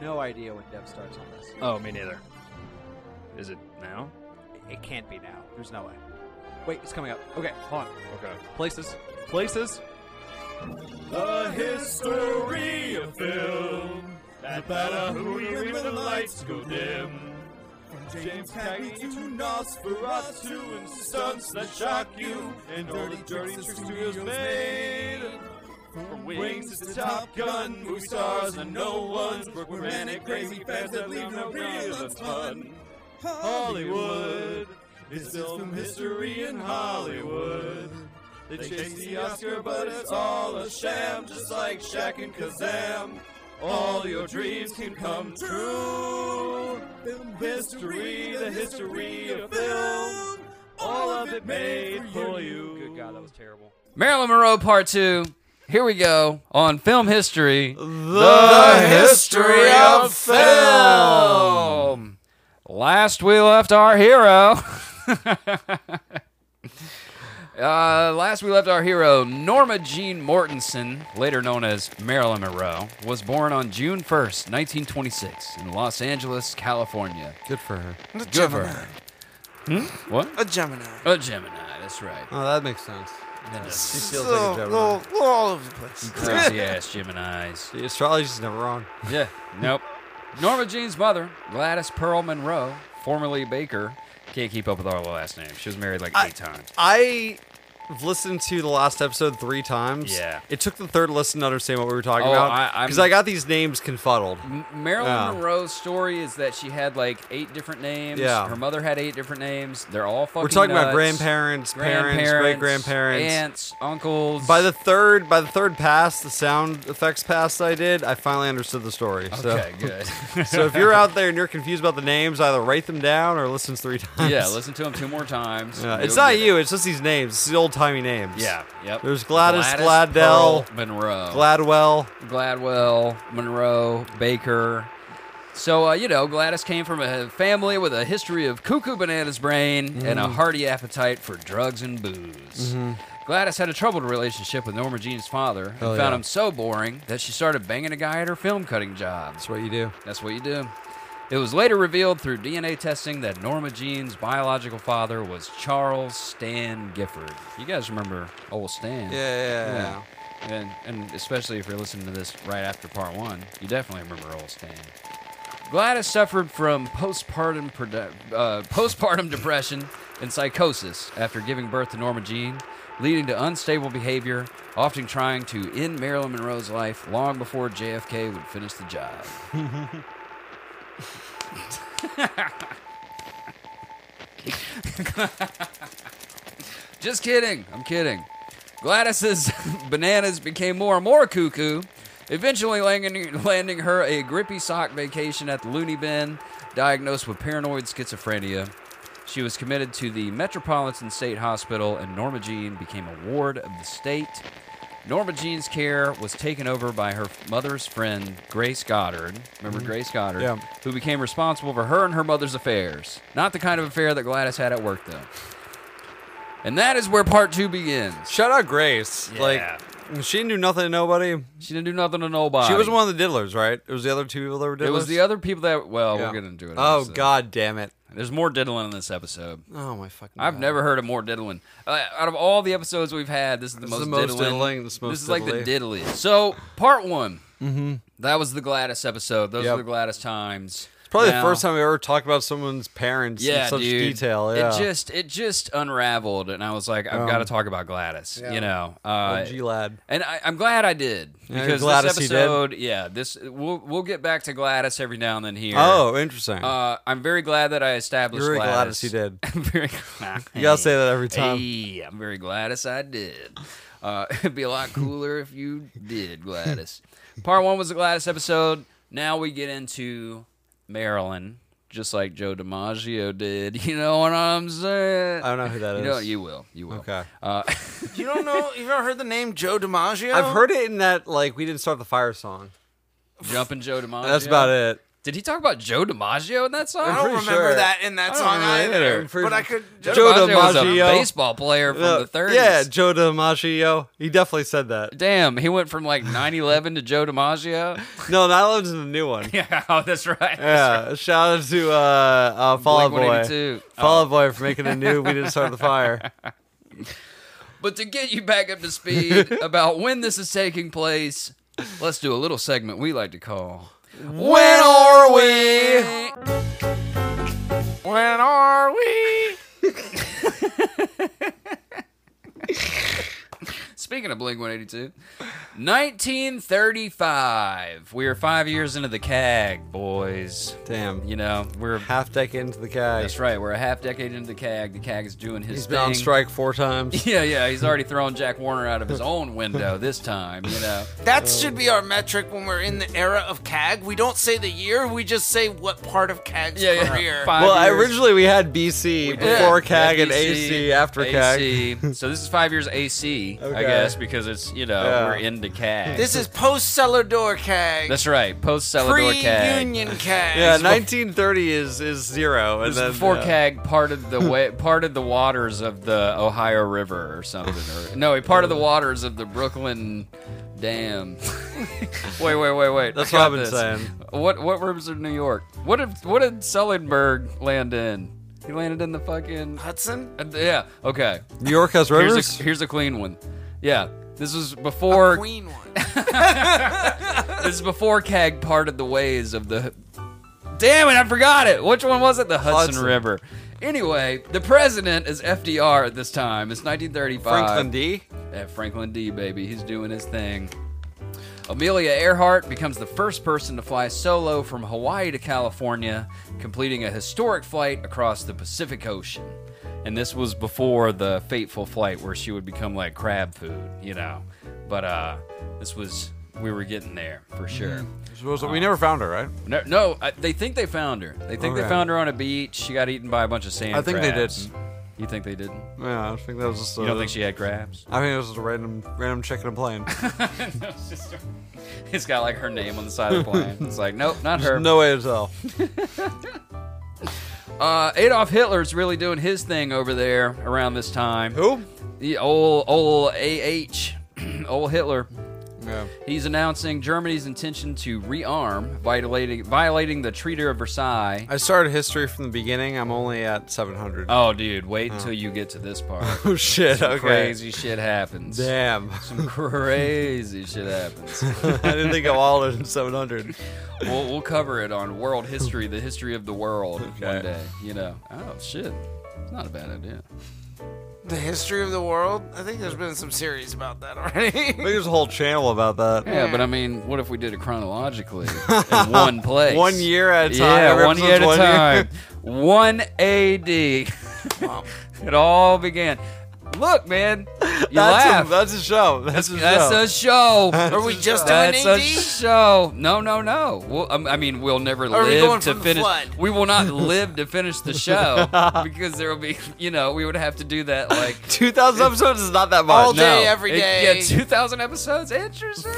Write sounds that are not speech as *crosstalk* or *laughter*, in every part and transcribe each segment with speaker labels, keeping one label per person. Speaker 1: no idea when dev starts on this.
Speaker 2: Oh, me neither. Is it now?
Speaker 1: It can't be now. There's no way. Wait, it's coming up. Okay, hold on.
Speaker 2: Okay.
Speaker 1: Places. Places.
Speaker 3: The history of film. At Badahui, when the lights go dim. From James Cagney to Nosferatu and stunts that shock you, and all the dirty tricks studios made. From Wings to Top Gun, movie stars and no ones, we're manic crazy fans that leave no real fun. Hollywood is still from history in Hollywood. They chase the Oscar, but it's all a sham, just like Shaq and Kazam. All your dreams can come true. Film history, the history of film, all of it made for you.
Speaker 1: Good God, that was terrible.
Speaker 4: Marilyn Monroe Part Two. Here we go on film history.
Speaker 3: The history of
Speaker 4: film. Last we left our hero. *laughs* Uh, last we left our hero, Norma Jean Mortensen, later known as Marilyn Monroe, was born on June 1st, 1926, in Los Angeles, California.
Speaker 1: Good for her.
Speaker 5: A
Speaker 4: Good for her.
Speaker 5: Gemini.
Speaker 4: What?
Speaker 5: A Gemini.
Speaker 4: A Gemini, that's right.
Speaker 1: Oh, that makes sense. She feels
Speaker 5: little,
Speaker 1: like a Gemini.
Speaker 5: little, little all over the place.
Speaker 1: *laughs*
Speaker 4: Crazy ass Geminis.
Speaker 1: The astrology's never wrong.
Speaker 4: Yeah. Nope. Norma Jean's mother, Gladys Pearl Monroe, formerly Baker, can't keep up with our last name. She was married like
Speaker 1: I-
Speaker 4: eight times.
Speaker 1: I've listened to the last episode three times.
Speaker 4: Yeah.
Speaker 1: It took the third listen to understand what we were talking
Speaker 4: Oh,
Speaker 1: about.
Speaker 4: I- I'm-
Speaker 1: Because I, got these names confuddled.
Speaker 4: M- Marilyn
Speaker 1: Yeah.
Speaker 4: Monroe's story is that she had like eight different names.
Speaker 1: Yeah.
Speaker 4: Her mother had eight different names. They're all fucking.
Speaker 1: We're talking about
Speaker 4: nuts.
Speaker 1: grandparents, parents, great grandparents.
Speaker 4: aunts, uncles.
Speaker 1: By the third, by the third pass, the sound effects pass I did, I finally understood the story.
Speaker 4: okay,
Speaker 1: So,
Speaker 4: good. *laughs*
Speaker 1: *laughs* so if you're out there and you're confused about the names, either write them down or listen three *laughs* times.
Speaker 4: yeah, listen to them two more times.
Speaker 1: Yeah,
Speaker 4: You'll
Speaker 1: it's not
Speaker 4: get it.
Speaker 1: you. It's just these names. It's the old timey names.
Speaker 4: Yeah, yep.
Speaker 1: There's Gladys, Gladell,
Speaker 4: Pearl Monroe,
Speaker 1: Gladwell.
Speaker 4: Gladwell, Monroe, Baker. So, uh, you know, Gladys came from a family with a history of cuckoo bananas brain and
Speaker 1: Mm-hmm.
Speaker 4: a hearty appetite for drugs and booze. Gladys had a troubled relationship with Norma Jean's father and
Speaker 1: Oh,
Speaker 4: found
Speaker 1: yeah.
Speaker 4: him so boring that she started banging a guy at her film cutting job.
Speaker 1: That's what you do.
Speaker 4: That's what you do. It was later revealed through DNA testing that Norma Jean's biological father was Charles Stan Gifford. You guys remember old Stan?
Speaker 1: Yeah, yeah, yeah. yeah.
Speaker 4: And, and especially if you're listening to this right after part one, you definitely remember old Stan. Gladys suffered from postpartum produ- uh, postpartum depression and psychosis after giving birth to Norma Jean, leading to unstable behavior, often trying to end Marilyn Monroe's life long before JFK would finish the job. *laughs* Just kidding. I'm kidding. Gladys's *laughs* bananas became more and more cuckoo, eventually landing, landing her a grippy sock vacation at the loony bin, diagnosed with paranoid schizophrenia. She was committed to the Metropolitan State Hospital, and Norma Jean became a ward of the state. Norma Jean's care was taken over by her mother's friend, Grace Goddard. Remember Grace Goddard?
Speaker 1: Yeah.
Speaker 4: Who became responsible for her and her mother's affairs. Not the kind of affair that Gladys had at work, though. And that is where part two begins.
Speaker 1: Shout out Grace.
Speaker 2: Yeah.
Speaker 1: Like she knew nothing to nobody.
Speaker 4: She didn't do nothing to nobody.
Speaker 1: She was one of the diddlers, right? It was the other two people that were diddlers.
Speaker 4: It was the other people that. Well,
Speaker 1: Yeah.
Speaker 4: we're gonna do it.
Speaker 1: Oh
Speaker 4: episode.
Speaker 1: god damn it!
Speaker 4: There's more diddling in this episode.
Speaker 1: Oh my fucking.
Speaker 4: I've
Speaker 1: God.
Speaker 4: never heard of more diddling. Uh, out of all the episodes we've had, this is the
Speaker 1: This
Speaker 4: most,
Speaker 1: is the most
Speaker 4: diddling.
Speaker 1: diddling, this is most
Speaker 4: is like the diddly. So part one. Mm-hmm. That was the Gladys episode. Those
Speaker 1: Yep.
Speaker 4: were the Gladys times.
Speaker 1: It's probably
Speaker 4: Now-
Speaker 1: the first time we ever talked about someone's parents
Speaker 4: yeah,
Speaker 1: in such
Speaker 4: dude.
Speaker 1: detail. Yeah. Um,
Speaker 4: It just it just unraveled, and I was like, I've got to talk about Gladys. You know, uh,
Speaker 1: OG lad.
Speaker 4: And I, I'm glad I did
Speaker 1: Yeah, you're
Speaker 4: because
Speaker 1: glad
Speaker 4: this
Speaker 1: as he did?
Speaker 4: episode, yeah, this we'll we'll get back to Gladys every now and then here.
Speaker 1: Oh, interesting.
Speaker 4: uh, I'm very glad that I established.
Speaker 1: You're very glad
Speaker 4: Gladys.
Speaker 1: as he
Speaker 3: *laughs*
Speaker 1: did.
Speaker 4: *laughs* I'm very
Speaker 1: *laughs*
Speaker 4: glad.
Speaker 1: You gotta say that every time.
Speaker 4: Hey, I'm very Gladys I did. Uh, *laughs* it'd be a lot cooler if you did,
Speaker 1: *laughs*
Speaker 4: Gladys. Part one was the Gladys episode. Now we get into Marilyn, just like Joe DiMaggio did. *laughs* You know what I'm saying?
Speaker 1: I don't know who that
Speaker 4: you
Speaker 1: is.
Speaker 4: know, you will. You will.
Speaker 1: Okay.
Speaker 4: Uh,
Speaker 5: You don't know? You've never heard the name Joe DiMaggio?
Speaker 1: oh. I've heard it in that like we didn't start the fire song. Oh,
Speaker 4: Jumping Joe DiMaggio.
Speaker 1: That's about it.
Speaker 3: Did he talk about Joe DiMaggio in that song?
Speaker 5: I don't remember
Speaker 1: sure.
Speaker 5: that in that
Speaker 1: I don't
Speaker 5: song
Speaker 1: remember either.
Speaker 5: either.
Speaker 1: I'm pretty
Speaker 5: But I
Speaker 1: sure.
Speaker 5: could.
Speaker 1: Joe
Speaker 3: Joe DiMaggio, was a
Speaker 1: DiMaggio.
Speaker 3: baseball player from
Speaker 1: Uh,
Speaker 3: the 30s.
Speaker 1: Yeah, Joe DiMaggio. He definitely
Speaker 3: *laughs*
Speaker 1: said that.
Speaker 3: Damn, he went from like 9/11 to Joe DiMaggio.
Speaker 1: No, that lives in the new one.
Speaker 3: *laughs* yeah, oh, that's right. that's right.
Speaker 1: Yeah, shout out to uh, uh, Fall Out Boy.
Speaker 3: 182.
Speaker 1: Fall Out Boy for making a new We Didn't Start
Speaker 3: *laughs*
Speaker 1: the Fire.
Speaker 3: But to get you back up to
Speaker 1: *laughs*
Speaker 3: speed about when this is taking place, let's do a little segment we like to call
Speaker 1: When are we?
Speaker 5: When are we?
Speaker 3: Speaking of Blink 182, 1935. We are five years into the CAG, boys.
Speaker 1: Damn.
Speaker 3: You know, we're.
Speaker 1: Half decade into the guy.
Speaker 3: That's right, we're a half decade into the CAG. The CAG is doing his
Speaker 1: He's
Speaker 3: thing.
Speaker 1: been on strike four times.
Speaker 3: *laughs* Yeah, yeah, he's already thrown Jack Warner out of his own window this time, you know.
Speaker 5: That should be our metric when we're in the era of CAG. We don't say the year, we just say what part of CAG's
Speaker 3: Yeah, yeah.
Speaker 5: career.
Speaker 3: Five
Speaker 1: Well,
Speaker 3: years.
Speaker 1: originally we had BC
Speaker 3: Yeah.
Speaker 1: before CAG
Speaker 3: Yeah,
Speaker 1: and AC after CAG.
Speaker 3: AC. So this is five years AC, I
Speaker 1: Okay.
Speaker 3: guess, because it's you know
Speaker 1: Yeah.
Speaker 3: we're into CAG.
Speaker 5: This is post cellar door CAG.
Speaker 3: that's right, post Celador
Speaker 5: pre
Speaker 3: CAG.
Speaker 5: union CAG.
Speaker 1: Yeah, 1930 is is zero, and
Speaker 3: This
Speaker 1: then uh,
Speaker 3: is before
Speaker 1: yeah.
Speaker 3: CAG parted
Speaker 1: *laughs*
Speaker 3: the way, parted the waters of the Ohio River or something, or no, he parted
Speaker 1: Oh.
Speaker 3: the waters of the Brooklyn Dam. *laughs* wait, wait, wait, wait.
Speaker 1: That's
Speaker 3: I
Speaker 1: what
Speaker 3: got
Speaker 1: I've been
Speaker 3: this.
Speaker 1: saying.
Speaker 3: *laughs* What what rivers of New York? What did what did Selenberg land in? He landed in the fucking
Speaker 5: Hudson?
Speaker 3: uh, yeah. Okay,
Speaker 1: New York has
Speaker 3: Here's
Speaker 1: rivers.
Speaker 3: a, here's a clean one. Yeah, this was
Speaker 5: Or
Speaker 3: before
Speaker 5: Queen one.
Speaker 3: this is before CAG parted the ways of the. Damn it! I forgot it. Which one was it? The Hudson,
Speaker 1: Hudson.
Speaker 3: River. Anyway, the president is FDR at this time. It's 1935.
Speaker 1: Franklin D.
Speaker 3: Yeah, Franklin D. Baby, he's doing his thing. Amelia Earhart becomes the first person to fly solo from Hawaii to California, completing a historic flight across the Pacific Ocean. And this was before the fateful flight where she would become like crab food, you know. But uh, this was we were getting there for
Speaker 1: Mm-hmm.
Speaker 3: sure.
Speaker 1: we never found her, right?
Speaker 3: No, no I, they think they found her. They think they
Speaker 1: Okay.
Speaker 3: found her on a beach. She got eaten by a bunch of sand.
Speaker 1: I think they
Speaker 3: crabs.
Speaker 1: didn't. Uh,
Speaker 3: You think they didn't?
Speaker 1: Yeah, I think that was just. A,
Speaker 3: You don't think she had crabs?
Speaker 1: I think it was just a random random chick in
Speaker 3: *laughs*
Speaker 1: a plane. *laughs*
Speaker 3: It's got like her name on the side
Speaker 1: *laughs*
Speaker 3: of the plane. It's like, nope, not her.
Speaker 1: no way to tell.
Speaker 3: Uh, Adolf Hitler's really doing his thing over there around this time.
Speaker 1: Who?
Speaker 3: The old old AH, *clears throat* old Hitler.
Speaker 1: Yeah.
Speaker 3: He's announcing Germany's intention to rearm, violating violating the Treaty of Versailles.
Speaker 1: I started history from the beginning. I'm only at 700.
Speaker 3: Oh, dude, wait until you get to this part. *laughs*
Speaker 1: Oh shit!
Speaker 3: Some
Speaker 1: *laughs* Okay.
Speaker 3: *laughs* Crazy shit happens.
Speaker 1: Damn. *laughs*
Speaker 3: Some crazy shit happens.
Speaker 1: I didn't think of all in 700.
Speaker 3: we'll, we'll cover it on world history, the history of the world one
Speaker 1: *laughs* Okay.
Speaker 3: day. You know. Oh shit. It's not a bad idea.
Speaker 5: The history of the world? I think there's been some series about that
Speaker 1: *laughs*
Speaker 5: already.
Speaker 1: I think there's a whole channel about that.
Speaker 3: Yeah, but I mean, what if we did it
Speaker 1: *laughs*
Speaker 3: chronologically in one place?
Speaker 1: One year at a time.
Speaker 3: Yeah,
Speaker 1: Every
Speaker 3: one year at
Speaker 1: episode's
Speaker 3: a
Speaker 1: one
Speaker 3: time. *laughs* One AD. it all began. Look,
Speaker 1: *laughs*
Speaker 3: man, you
Speaker 1: that's,
Speaker 3: laugh.
Speaker 1: A, that's a show. That's a
Speaker 3: that's
Speaker 1: *laughs* show.
Speaker 3: a show.
Speaker 5: Are we just doing
Speaker 3: That's
Speaker 5: AD?
Speaker 3: a show. No, no, no. We'll, um, I mean, we'll never
Speaker 5: Are
Speaker 3: live
Speaker 5: we going
Speaker 3: to
Speaker 5: from the
Speaker 3: finish.
Speaker 5: flood?
Speaker 3: We will
Speaker 5: *laughs*
Speaker 3: not live to finish the
Speaker 1: *laughs*
Speaker 3: show because there will be, you know, we would have to do that like
Speaker 1: 2,000 episodes is not that much.
Speaker 5: All day,
Speaker 3: No.
Speaker 5: every
Speaker 3: It-
Speaker 5: day.
Speaker 3: Yeah, two thousand episodes. Interesting.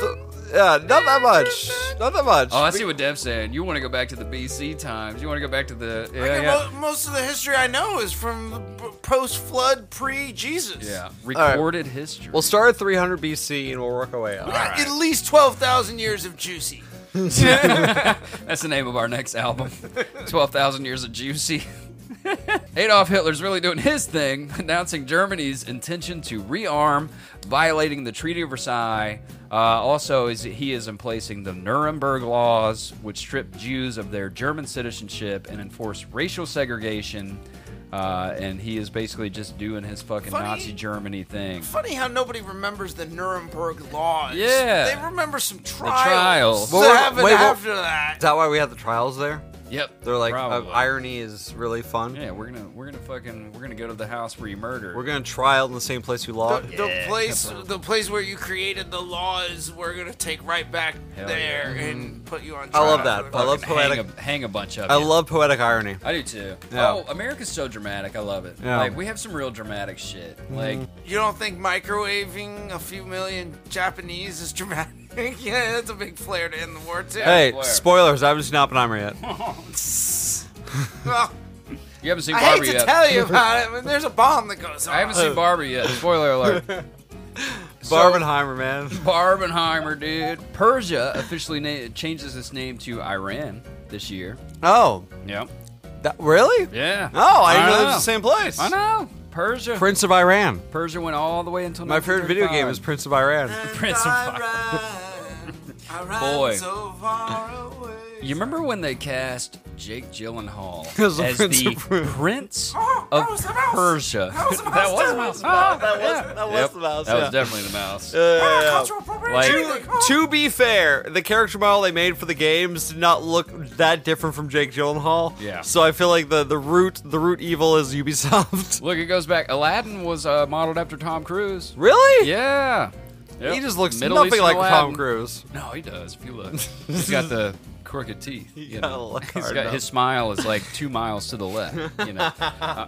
Speaker 1: Yeah, not that much. Not that much.
Speaker 3: Oh, I see what Dev's saying. You want to go back to the BC times. You want to go back to the yeah,
Speaker 5: Okay,
Speaker 3: yeah.
Speaker 5: mo- most of the history I know is from post flood, pre Jesus.
Speaker 3: yeah. Recorded history.
Speaker 1: We'll start at 300 BC and we'll work our way up.
Speaker 5: At least 12,000 years of Juicy.
Speaker 3: That's the name of our next album. Twelve thousand years of juicy. *laughs* Adolf Hitler's really doing his thing, *laughs* announcing Germany's intention to rearm, violating the Treaty of Versailles. Uh, also, is he is emplacing the Nuremberg laws, which stripped Jews of their German citizenship and enforced racial segregation. Uh, and he is basically just doing his fucking
Speaker 5: Funny-
Speaker 3: Nazi Germany thing.
Speaker 5: Funny how nobody remembers the Nuremberg laws.
Speaker 3: Yeah.
Speaker 5: They remember some trials.
Speaker 3: trials.
Speaker 5: That
Speaker 1: Well,
Speaker 5: happened
Speaker 1: wait, well-
Speaker 5: after that.
Speaker 1: Is that why we had the trials there?
Speaker 3: Yep.
Speaker 1: They're like, uh,
Speaker 3: Probably.
Speaker 1: irony is really fun.
Speaker 3: Yeah, we're gonna we're gonna fucking we're gonna go to the house where you murdered.
Speaker 1: We're gonna try out in the same place we
Speaker 5: The,
Speaker 1: logged.
Speaker 5: the place, the place where you created the laws, we're gonna take right back
Speaker 3: Hell Mm-hmm.
Speaker 5: there and put you on.
Speaker 1: I love
Speaker 5: trial
Speaker 1: that.
Speaker 5: for
Speaker 1: I love
Speaker 5: fucking-
Speaker 3: hang
Speaker 1: poetic.
Speaker 3: a, hang a bunch of.
Speaker 1: I
Speaker 3: you.
Speaker 1: love poetic irony.
Speaker 3: I do too.
Speaker 1: Yeah.
Speaker 3: Oh, America's so dramatic. I love it.
Speaker 1: Yeah. Mm-hmm.
Speaker 3: Like we have some real dramatic shit. Like
Speaker 5: You don't think microwaving a few million Japanese is dramatic? *laughs* yeah, that's a big flair to end the war too.
Speaker 1: Hey,
Speaker 3: Blair.
Speaker 1: spoilers! I haven't seen Oppenheimer yet.
Speaker 5: *laughs* Well,
Speaker 3: you haven't seen
Speaker 5: I hate
Speaker 3: Barbie
Speaker 5: to
Speaker 3: yet. *laughs*
Speaker 5: tell you about it, but there's a bomb that goes off.
Speaker 3: I haven't seen Barbie yet. Spoiler
Speaker 1: *laughs*
Speaker 3: alert. *laughs* So-
Speaker 1: Barbenheimer, man.
Speaker 3: Barbenheimer, dude. Persia officially na- changes its name to Iran this year.
Speaker 1: Oh,
Speaker 3: Yep.
Speaker 1: that, really?
Speaker 3: Yeah.
Speaker 1: Oh, I didn't know
Speaker 3: know.
Speaker 1: it was the same place.
Speaker 3: I know. Persia.
Speaker 1: Prince of Iran.
Speaker 3: Persia went all the way until
Speaker 1: My favorite video game is
Speaker 3: 1935.
Speaker 1: Prince of Iran.
Speaker 3: Prince of
Speaker 5: I ran, I ran
Speaker 3: Boy.
Speaker 5: so far away.
Speaker 3: You remember when they cast Jake Gyllenhaal
Speaker 1: *laughs* As
Speaker 3: as,
Speaker 1: the Prince
Speaker 3: the
Speaker 1: of Persia.
Speaker 3: Prince
Speaker 5: Oh, that
Speaker 3: of
Speaker 5: was the mouse.
Speaker 3: Persia?
Speaker 5: That
Speaker 3: *laughs*
Speaker 5: was the mouse,
Speaker 3: the
Speaker 5: *laughs* that was
Speaker 3: mouse.
Speaker 5: the
Speaker 3: Ah,
Speaker 5: mouse.
Speaker 1: That was,
Speaker 3: yeah.
Speaker 1: that was
Speaker 3: Yep,
Speaker 1: the mouse.
Speaker 3: That
Speaker 1: yeah.
Speaker 3: was definitely the mouse.
Speaker 1: Yeah, yeah, yeah.
Speaker 5: Cultural appropriation.
Speaker 3: Like-
Speaker 5: Oh.
Speaker 1: To be fair, the character model they made for the games did not look that different from Jake Gyllenhaal.
Speaker 3: Yeah.
Speaker 1: So I feel like the the root the root evil
Speaker 3: *laughs*
Speaker 1: is Ubisoft.
Speaker 3: Look, it goes back. Aladdin was uh, modeled after Tom Cruise.
Speaker 1: really?
Speaker 3: Yeah.
Speaker 1: He just looks
Speaker 3: Middle
Speaker 1: nothing
Speaker 3: Eastern
Speaker 1: like Tom
Speaker 3: Aladdin.
Speaker 1: Cruise.
Speaker 3: No, he does. If you look,
Speaker 1: *laughs*
Speaker 3: *laughs* he's got the crooked teeth.
Speaker 1: You
Speaker 3: You
Speaker 1: gotta
Speaker 3: know? *laughs*
Speaker 1: look
Speaker 3: He's
Speaker 1: hard
Speaker 3: got
Speaker 1: enough.
Speaker 3: his smile is like two miles to the left. You
Speaker 1: *laughs*
Speaker 3: know. Uh,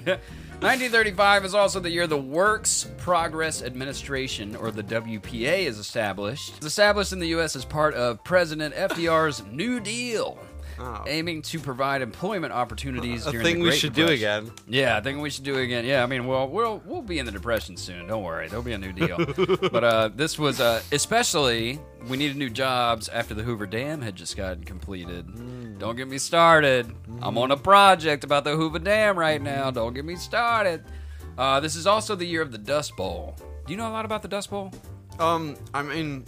Speaker 3: *laughs* 1935 is also the year the Works Progress Administration, or the WPA, is established. It's established in the U.S. as part of President FDR's New Deal, aiming to provide employment opportunities
Speaker 1: Oh. A
Speaker 3: during
Speaker 1: thing
Speaker 3: the
Speaker 1: we
Speaker 3: Great
Speaker 1: should do
Speaker 3: Depression.
Speaker 1: again.
Speaker 3: Yeah, I think we should do it again. Yeah, I mean, well, we'll we'll be in the depression soon. Don't worry, there'll be a new deal. but uh, this was uh, especially we needed new jobs after the Hoover Dam had just gotten completed. Don't get me started. I'm on a project about the Hoover Dam right now. Don't get me started. Uh, this is also the year of the Dust Bowl. Do you know a lot about the Dust Bowl?
Speaker 1: Um, I mean,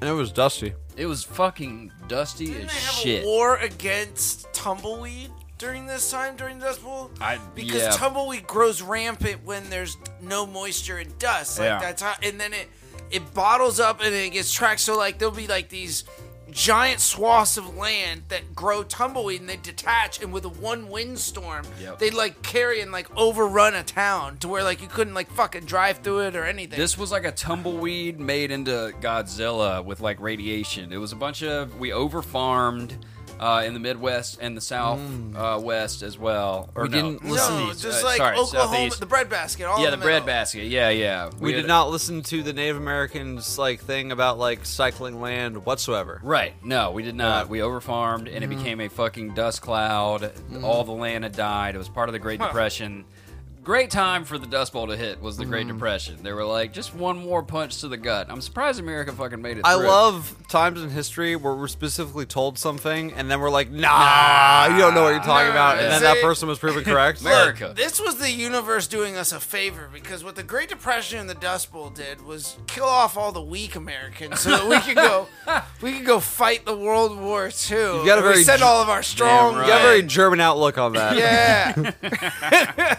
Speaker 1: and it was dusty.
Speaker 3: It was fucking dusty
Speaker 5: Didn't
Speaker 3: as
Speaker 5: they have
Speaker 3: shit.
Speaker 5: a war against tumbleweed during this time during Dust Bowl?
Speaker 3: I-
Speaker 5: because
Speaker 3: yeah.
Speaker 5: tumbleweed grows rampant when there's no moisture and dust. Like
Speaker 3: Yeah.
Speaker 5: that's how, and then it it bottles up and it gets tracked. So like there'll be like these giant swaths of land that grow tumbleweed and they detach and with a one windstorm
Speaker 3: Yep.
Speaker 5: they'd like carry and like overrun a town to where like you couldn't like fucking drive through it or anything.
Speaker 3: This was like a tumbleweed made into Godzilla with like radiation. It was a bunch of we overfarmed uh, in the Midwest and the South uh, West as well. Or
Speaker 1: Mm. We
Speaker 3: no,
Speaker 1: didn't
Speaker 5: no,
Speaker 1: listen.
Speaker 5: just
Speaker 3: Uh,
Speaker 5: like
Speaker 3: sorry,
Speaker 5: Oklahoma,
Speaker 3: Southeast.
Speaker 5: the breadbasket. all
Speaker 3: yeah,
Speaker 5: in
Speaker 3: the
Speaker 5: middle.
Speaker 3: bread basket. Yeah, yeah.
Speaker 1: We did not listen to the Native Americans like thing about like cycling land whatsoever.
Speaker 3: Right. No, we did not. We overfarmed and it
Speaker 1: Mm-hmm.
Speaker 3: became a fucking dust cloud. All the land had died. It was part of the Great Depression. Great time for the Dust Bowl to hit was the Great
Speaker 1: Mm-hmm.
Speaker 3: Depression. They were like, just one more punch to the gut. I'm surprised America fucking made it
Speaker 1: I
Speaker 3: through.
Speaker 1: love times in history where we're specifically told something and then we're like, nah, you don't know what you're talking
Speaker 5: Nah,
Speaker 1: about. And then that
Speaker 5: see?
Speaker 1: person was proven
Speaker 3: *laughs*
Speaker 1: correct.
Speaker 3: America.
Speaker 5: This was the universe doing us a favor because what the Great Depression and the Dust Bowl did was kill off all the weak Americans so that we
Speaker 3: *laughs*
Speaker 5: could go, we could go fight the World War II. You
Speaker 1: got a very
Speaker 5: we sent
Speaker 1: G-
Speaker 5: all of our strong.
Speaker 3: Damn
Speaker 1: You have a very
Speaker 5: men.
Speaker 1: German outlook on that.
Speaker 5: *laughs* yeah.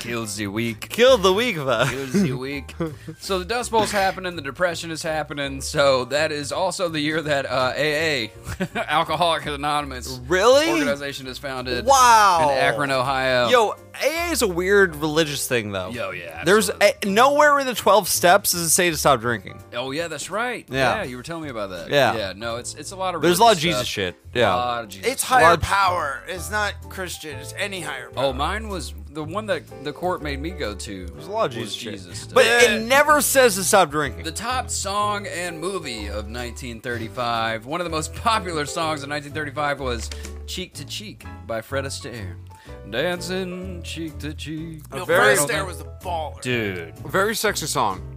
Speaker 3: Kills the weak.
Speaker 1: Kill the weak, though.
Speaker 3: busy
Speaker 1: *laughs*
Speaker 3: week. So the Dust Bowl's happening, the Depression is happening. So that is also the year that uh, AA, *laughs* Alcoholic Anonymous,
Speaker 1: Really?
Speaker 3: organization is founded.
Speaker 1: Wow.
Speaker 3: in Akron, Ohio.
Speaker 1: Yo, AA is a weird religious thing, though.
Speaker 3: Yo, yeah,
Speaker 1: There's a,
Speaker 3: absolutely.
Speaker 1: nowhere in the 12 steps does it say to stop drinking.
Speaker 3: oh yeah, that's right.
Speaker 1: Yeah.
Speaker 3: you were telling me about that.
Speaker 1: Yeah.
Speaker 3: yeah. No, it's it's a lot of
Speaker 1: There's a lot of
Speaker 3: religious
Speaker 1: Jesus
Speaker 3: stuff.
Speaker 1: shit.
Speaker 3: A
Speaker 1: Yeah.
Speaker 3: lot of Jesus.
Speaker 5: It's higher
Speaker 1: Large-
Speaker 5: power. It's not Christian. It's any higher power.
Speaker 3: oh, mine was the one that the court made me go to. There's
Speaker 1: a lot of Jesus
Speaker 3: Jesus.
Speaker 1: shit.
Speaker 3: stuff.
Speaker 1: But
Speaker 5: Yeah.
Speaker 1: it never says to stop drinking.
Speaker 3: The top song and movie of 1935. One of the most *laughs* popular songs in 1935 was Cheek to Cheek by Fred Astaire. Dancing cheek to cheek.
Speaker 5: No,
Speaker 1: very-
Speaker 5: first there was the baller.
Speaker 3: Dude.
Speaker 1: Very sexy song.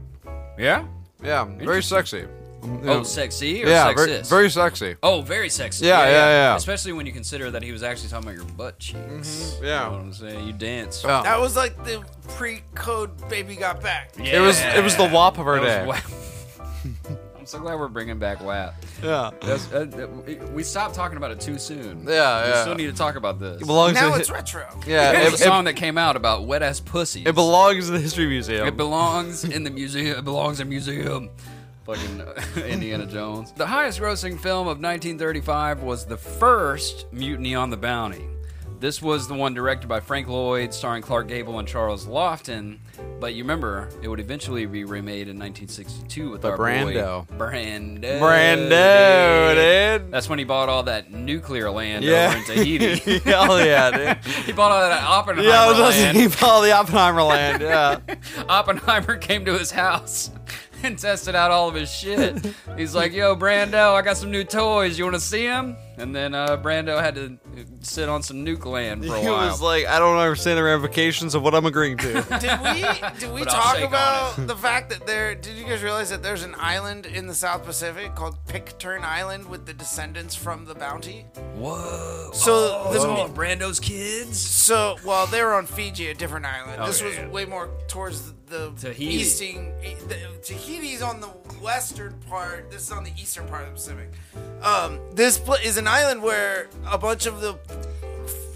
Speaker 3: Yeah?
Speaker 1: Yeah, very sexy.
Speaker 3: Oh, sexy or sexist?
Speaker 1: sexy.
Speaker 3: oh, very sexy.
Speaker 1: Yeah, yeah, yeah.
Speaker 3: Especially when you consider that he was actually talking about your butt cheeks.
Speaker 1: Mm-hmm, yeah. Oh,
Speaker 3: You know what I'm saying? You dance.
Speaker 5: That was like the pre-code Baby Got Back.
Speaker 1: It was it was the WAP of our
Speaker 3: That
Speaker 1: day.
Speaker 3: was wha- *laughs* I'm so glad we're bringing back WAP.
Speaker 1: yeah.
Speaker 3: That's, uh, that- we stopped talking about it too soon.
Speaker 1: Yeah,
Speaker 3: we
Speaker 1: yeah.
Speaker 3: still need to talk about this.
Speaker 1: It belongs
Speaker 5: Now
Speaker 1: to
Speaker 5: it's retro.
Speaker 1: Yeah,
Speaker 3: There's
Speaker 1: it,
Speaker 3: a
Speaker 1: it-
Speaker 3: song that came out about wet ass pussies.
Speaker 1: it belongs to the history museum.
Speaker 3: It belongs in the museum. It belongs in museum. Fucking uh, *laughs* Indiana Jones. The highest grossing film of 1935 was the first Mutiny on the Bounty. This was the one directed by Frank Lloyd, starring Clark Gable and Charles Lofton. But you remember, it would eventually be remade in 1962 with our
Speaker 1: Brando.
Speaker 3: boy Brando.
Speaker 1: Brando, *laughs* dude.
Speaker 3: That's when he bought all that nuclear land
Speaker 1: Yeah.
Speaker 3: over in
Speaker 1: *laughs*
Speaker 3: Tahiti.
Speaker 1: Hell Oh, yeah, dude.
Speaker 3: *laughs* he bought all that Oppenheimer
Speaker 1: Yeah, I was just
Speaker 3: land.
Speaker 1: he followed the Oppenheimer land. Yeah,
Speaker 3: Oppenheimer *laughs* came to his house *laughs* and tested out all of his shit. He's like, "Yo, Brando, I got some new toys. You want to see them?" And then uh, Brando had to uh, sit on some nuke land *laughs* for a
Speaker 1: he
Speaker 3: while.
Speaker 1: was like, I don't understand the ramifications of what I'm agreeing
Speaker 3: *laughs*
Speaker 1: to.
Speaker 5: Did we did we
Speaker 3: But I'll
Speaker 5: talk
Speaker 3: shake on
Speaker 5: about the fact that there? Did you guys realize that there's an island in the South Pacific called Pitcairn Island with the descendants from the Bounty?
Speaker 3: "Whoa!"
Speaker 5: So the-
Speaker 3: Oh. Brando's kids.
Speaker 5: So well, they were on Fiji, a different island. this
Speaker 2: yeah,
Speaker 5: was
Speaker 2: yeah.
Speaker 5: way more towards the, the
Speaker 3: Oh, Tahiti.
Speaker 5: easting. e- The, Tahiti's on the western part. This is on the eastern part of the Pacific. Um, this pl- is an island where a bunch of the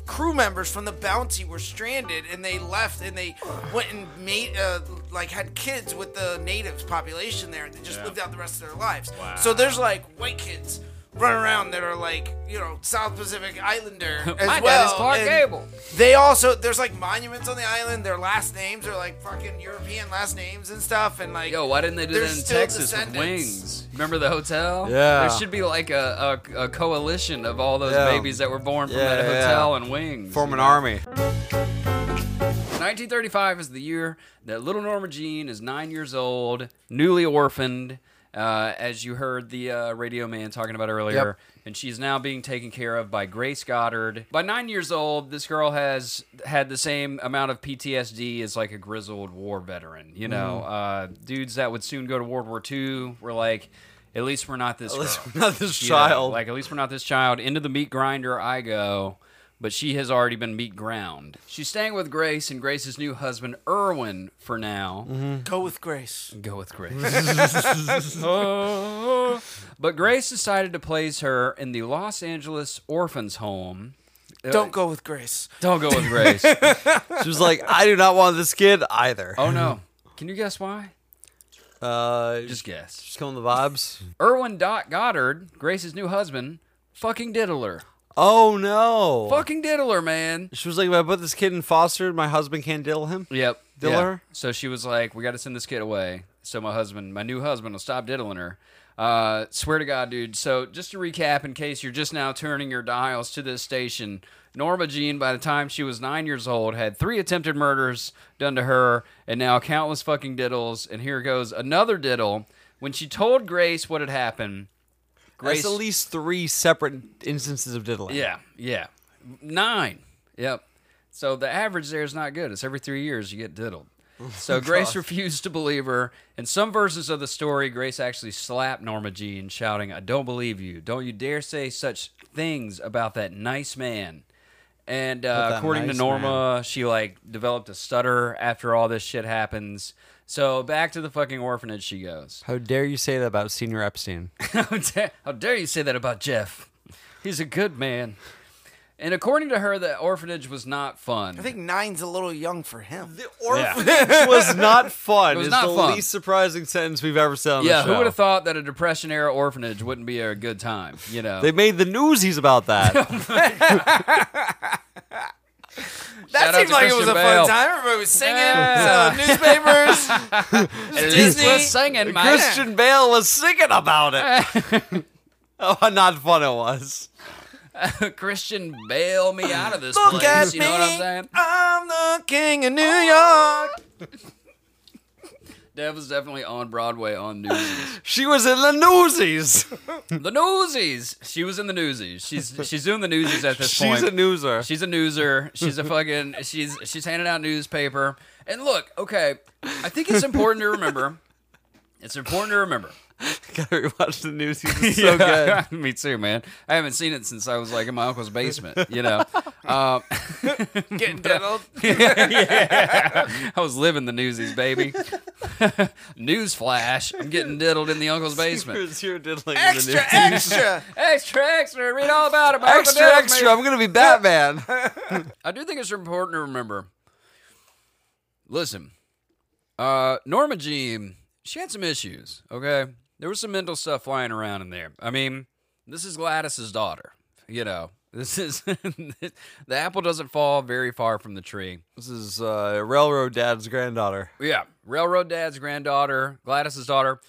Speaker 5: crew members from the Bounty were stranded, and they left, and they went and made uh, like had kids with the natives population there, and they just lived out the rest of their lives. So there's like white kids. running around that are like you know South Pacific
Speaker 3: *laughs*
Speaker 5: Islander as
Speaker 3: My
Speaker 5: well.
Speaker 3: dad is Clark
Speaker 5: and-
Speaker 3: Gable.
Speaker 5: they also there's like monuments on the island. Their last names are like fucking European last names and stuff. And like,
Speaker 3: Yo, why didn't they do
Speaker 5: They're
Speaker 3: that in
Speaker 5: still
Speaker 3: Texas with
Speaker 5: descendants.
Speaker 3: wings? Remember the hotel?
Speaker 1: Yeah.
Speaker 3: There should be like a, a, a coalition of all those
Speaker 1: Yeah.
Speaker 3: babies that were born from
Speaker 1: Yeah,
Speaker 3: that
Speaker 1: yeah.
Speaker 3: hotel and wings.
Speaker 1: Form
Speaker 3: *laughs*
Speaker 1: an army.
Speaker 3: 1935 is the year that little Norma Jean is nine years old, newly orphaned, uh, as you heard the uh, radio man talking about earlier. And she's now being taken care of by Grace Goddard. By nine years old, this girl has had the same amount of PTSD as like a grizzled war veteran. You know, uh,
Speaker 1: Mm-hmm.
Speaker 3: dudes that would soon go to World War II were like, at least we're not this
Speaker 1: At least
Speaker 3: girl."
Speaker 1: we're *laughs* not this
Speaker 3: You know,
Speaker 1: child.
Speaker 3: like at least we're not this child. Into the meat grinder I go, but she has already been meat ground. She's staying with Grace and Grace's new husband Erwin for now.
Speaker 5: go with grace.
Speaker 3: Go with Grace. *laughs* but Grace decided to place her in the Los Angeles orphans home.
Speaker 5: Don't go with grace.
Speaker 3: Don't go with Grace.
Speaker 1: She was like, I do not want this kid either.
Speaker 3: oh no. Can you guess why? Oh.
Speaker 1: Uh,
Speaker 3: Just
Speaker 1: just
Speaker 3: guess.
Speaker 1: just killing
Speaker 3: *laughs*
Speaker 1: the vibes.
Speaker 3: Erwin Dot Goddard, Grace's new husband, fucking diddler.
Speaker 1: Oh no!
Speaker 3: Fucking diddler, man.
Speaker 1: She was like, if I put this kid in foster, my husband can't diddle him.
Speaker 3: Yep.
Speaker 1: Diddle
Speaker 3: yeah.
Speaker 1: her?
Speaker 3: So she was like, "We got to send this kid away." So my husband, my new husband, will stop diddling her. Uh, swear to God, dude. So just to recap, in case you're just now turning your dials to this station, Norma Jean, by the time she was nine years old, had three attempted murders done to her, and now countless fucking diddles. And here goes another diddle. When she told Grace what had happened,
Speaker 1: Grace. That's at least three separate instances of diddling.
Speaker 3: yeah, yeah. Nine. Yep. So the average there is not good. It's every three years you get
Speaker 1: *laughs*
Speaker 3: diddled. So Grace refused to believe her. In some verses of the story, Grace actually slapped Norma Jean, shouting, I don't believe you. Don't you dare say such things about that nice man. And uh,
Speaker 1: that
Speaker 3: according
Speaker 1: nice
Speaker 3: to Norma, she like developed a stutter after all this shit happens. So back to the fucking orphanage she goes.
Speaker 1: How dare you say that about Senior *laughs* Epstein?
Speaker 3: *laughs* How dare, how dare you say that about Jeff? He's a good man. And according to her, the orphanage was not fun.
Speaker 5: I think nine's a little young for him. *laughs*
Speaker 1: Orphanage was not fun.
Speaker 3: It was
Speaker 1: is
Speaker 3: not
Speaker 1: the
Speaker 3: fun.
Speaker 1: least surprising sentence we've ever said on
Speaker 3: yeah,
Speaker 1: the show.
Speaker 3: who would have thought that a Depression era orphanage wouldn't be a good time? You know,
Speaker 1: They made the newsies
Speaker 3: *laughs*
Speaker 1: about that.
Speaker 5: That
Speaker 3: Shout out
Speaker 5: seemed
Speaker 3: to
Speaker 5: like it was a
Speaker 3: Christian
Speaker 5: fun
Speaker 3: Bale.
Speaker 5: time. Everybody was singing,
Speaker 3: Yeah. *laughs*
Speaker 5: selling newspapers.
Speaker 3: At least
Speaker 5: Disney-
Speaker 3: we're singing, mate.
Speaker 1: Christian Bale was singing about it. oh, not fun it was.
Speaker 3: *laughs* Christian, bail me out of this
Speaker 5: Look
Speaker 3: place.
Speaker 5: at
Speaker 3: you know what I'm
Speaker 5: me.
Speaker 3: saying?
Speaker 5: I'm the king of New York.
Speaker 3: Dev was definitely on Broadway on Newsies.
Speaker 1: She was in the newsies.
Speaker 3: the Newsies. She was in the Newsies. She's *laughs* she's doing the Newsies at this point.
Speaker 1: *laughs* She's a newser.
Speaker 3: She's a newser. She's a fucking. She's she's handing out newspaper. And look, okay, I think it's important to remember. It's important to
Speaker 1: *laughs*
Speaker 3: remember.
Speaker 1: Gotta rewatch the newsies.
Speaker 3: *laughs*
Speaker 1: It's so good.
Speaker 3: Me too, man. I haven't seen it since I was like in my uncle's basement. You
Speaker 1: *laughs*
Speaker 3: know, *laughs* um,
Speaker 5: Getting diddled.
Speaker 3: I was living the newsies, baby. *laughs* Newsflash: I'm getting diddled in the uncle's
Speaker 1: *laughs*
Speaker 3: basement.
Speaker 1: Here's your diddling in the
Speaker 5: *laughs* Extra,
Speaker 1: newsies.
Speaker 3: *laughs*
Speaker 5: extra.
Speaker 3: Extra, extra. Read all about it. my uncle
Speaker 1: Extra,
Speaker 3: diddled me.
Speaker 1: extra. I'm gonna be Batman.
Speaker 3: I do think it's important to remember. Listen, uh, Norma Jean, she had some issues, okay? there was some mental stuff flying around in there. I mean, this is Gladys's daughter. You know, *laughs* this is the apple doesn't fall very far from the tree.
Speaker 1: This is uh, Railroad Dad's granddaughter.
Speaker 3: Yeah, railroad dad's granddaughter, Gladys's daughter.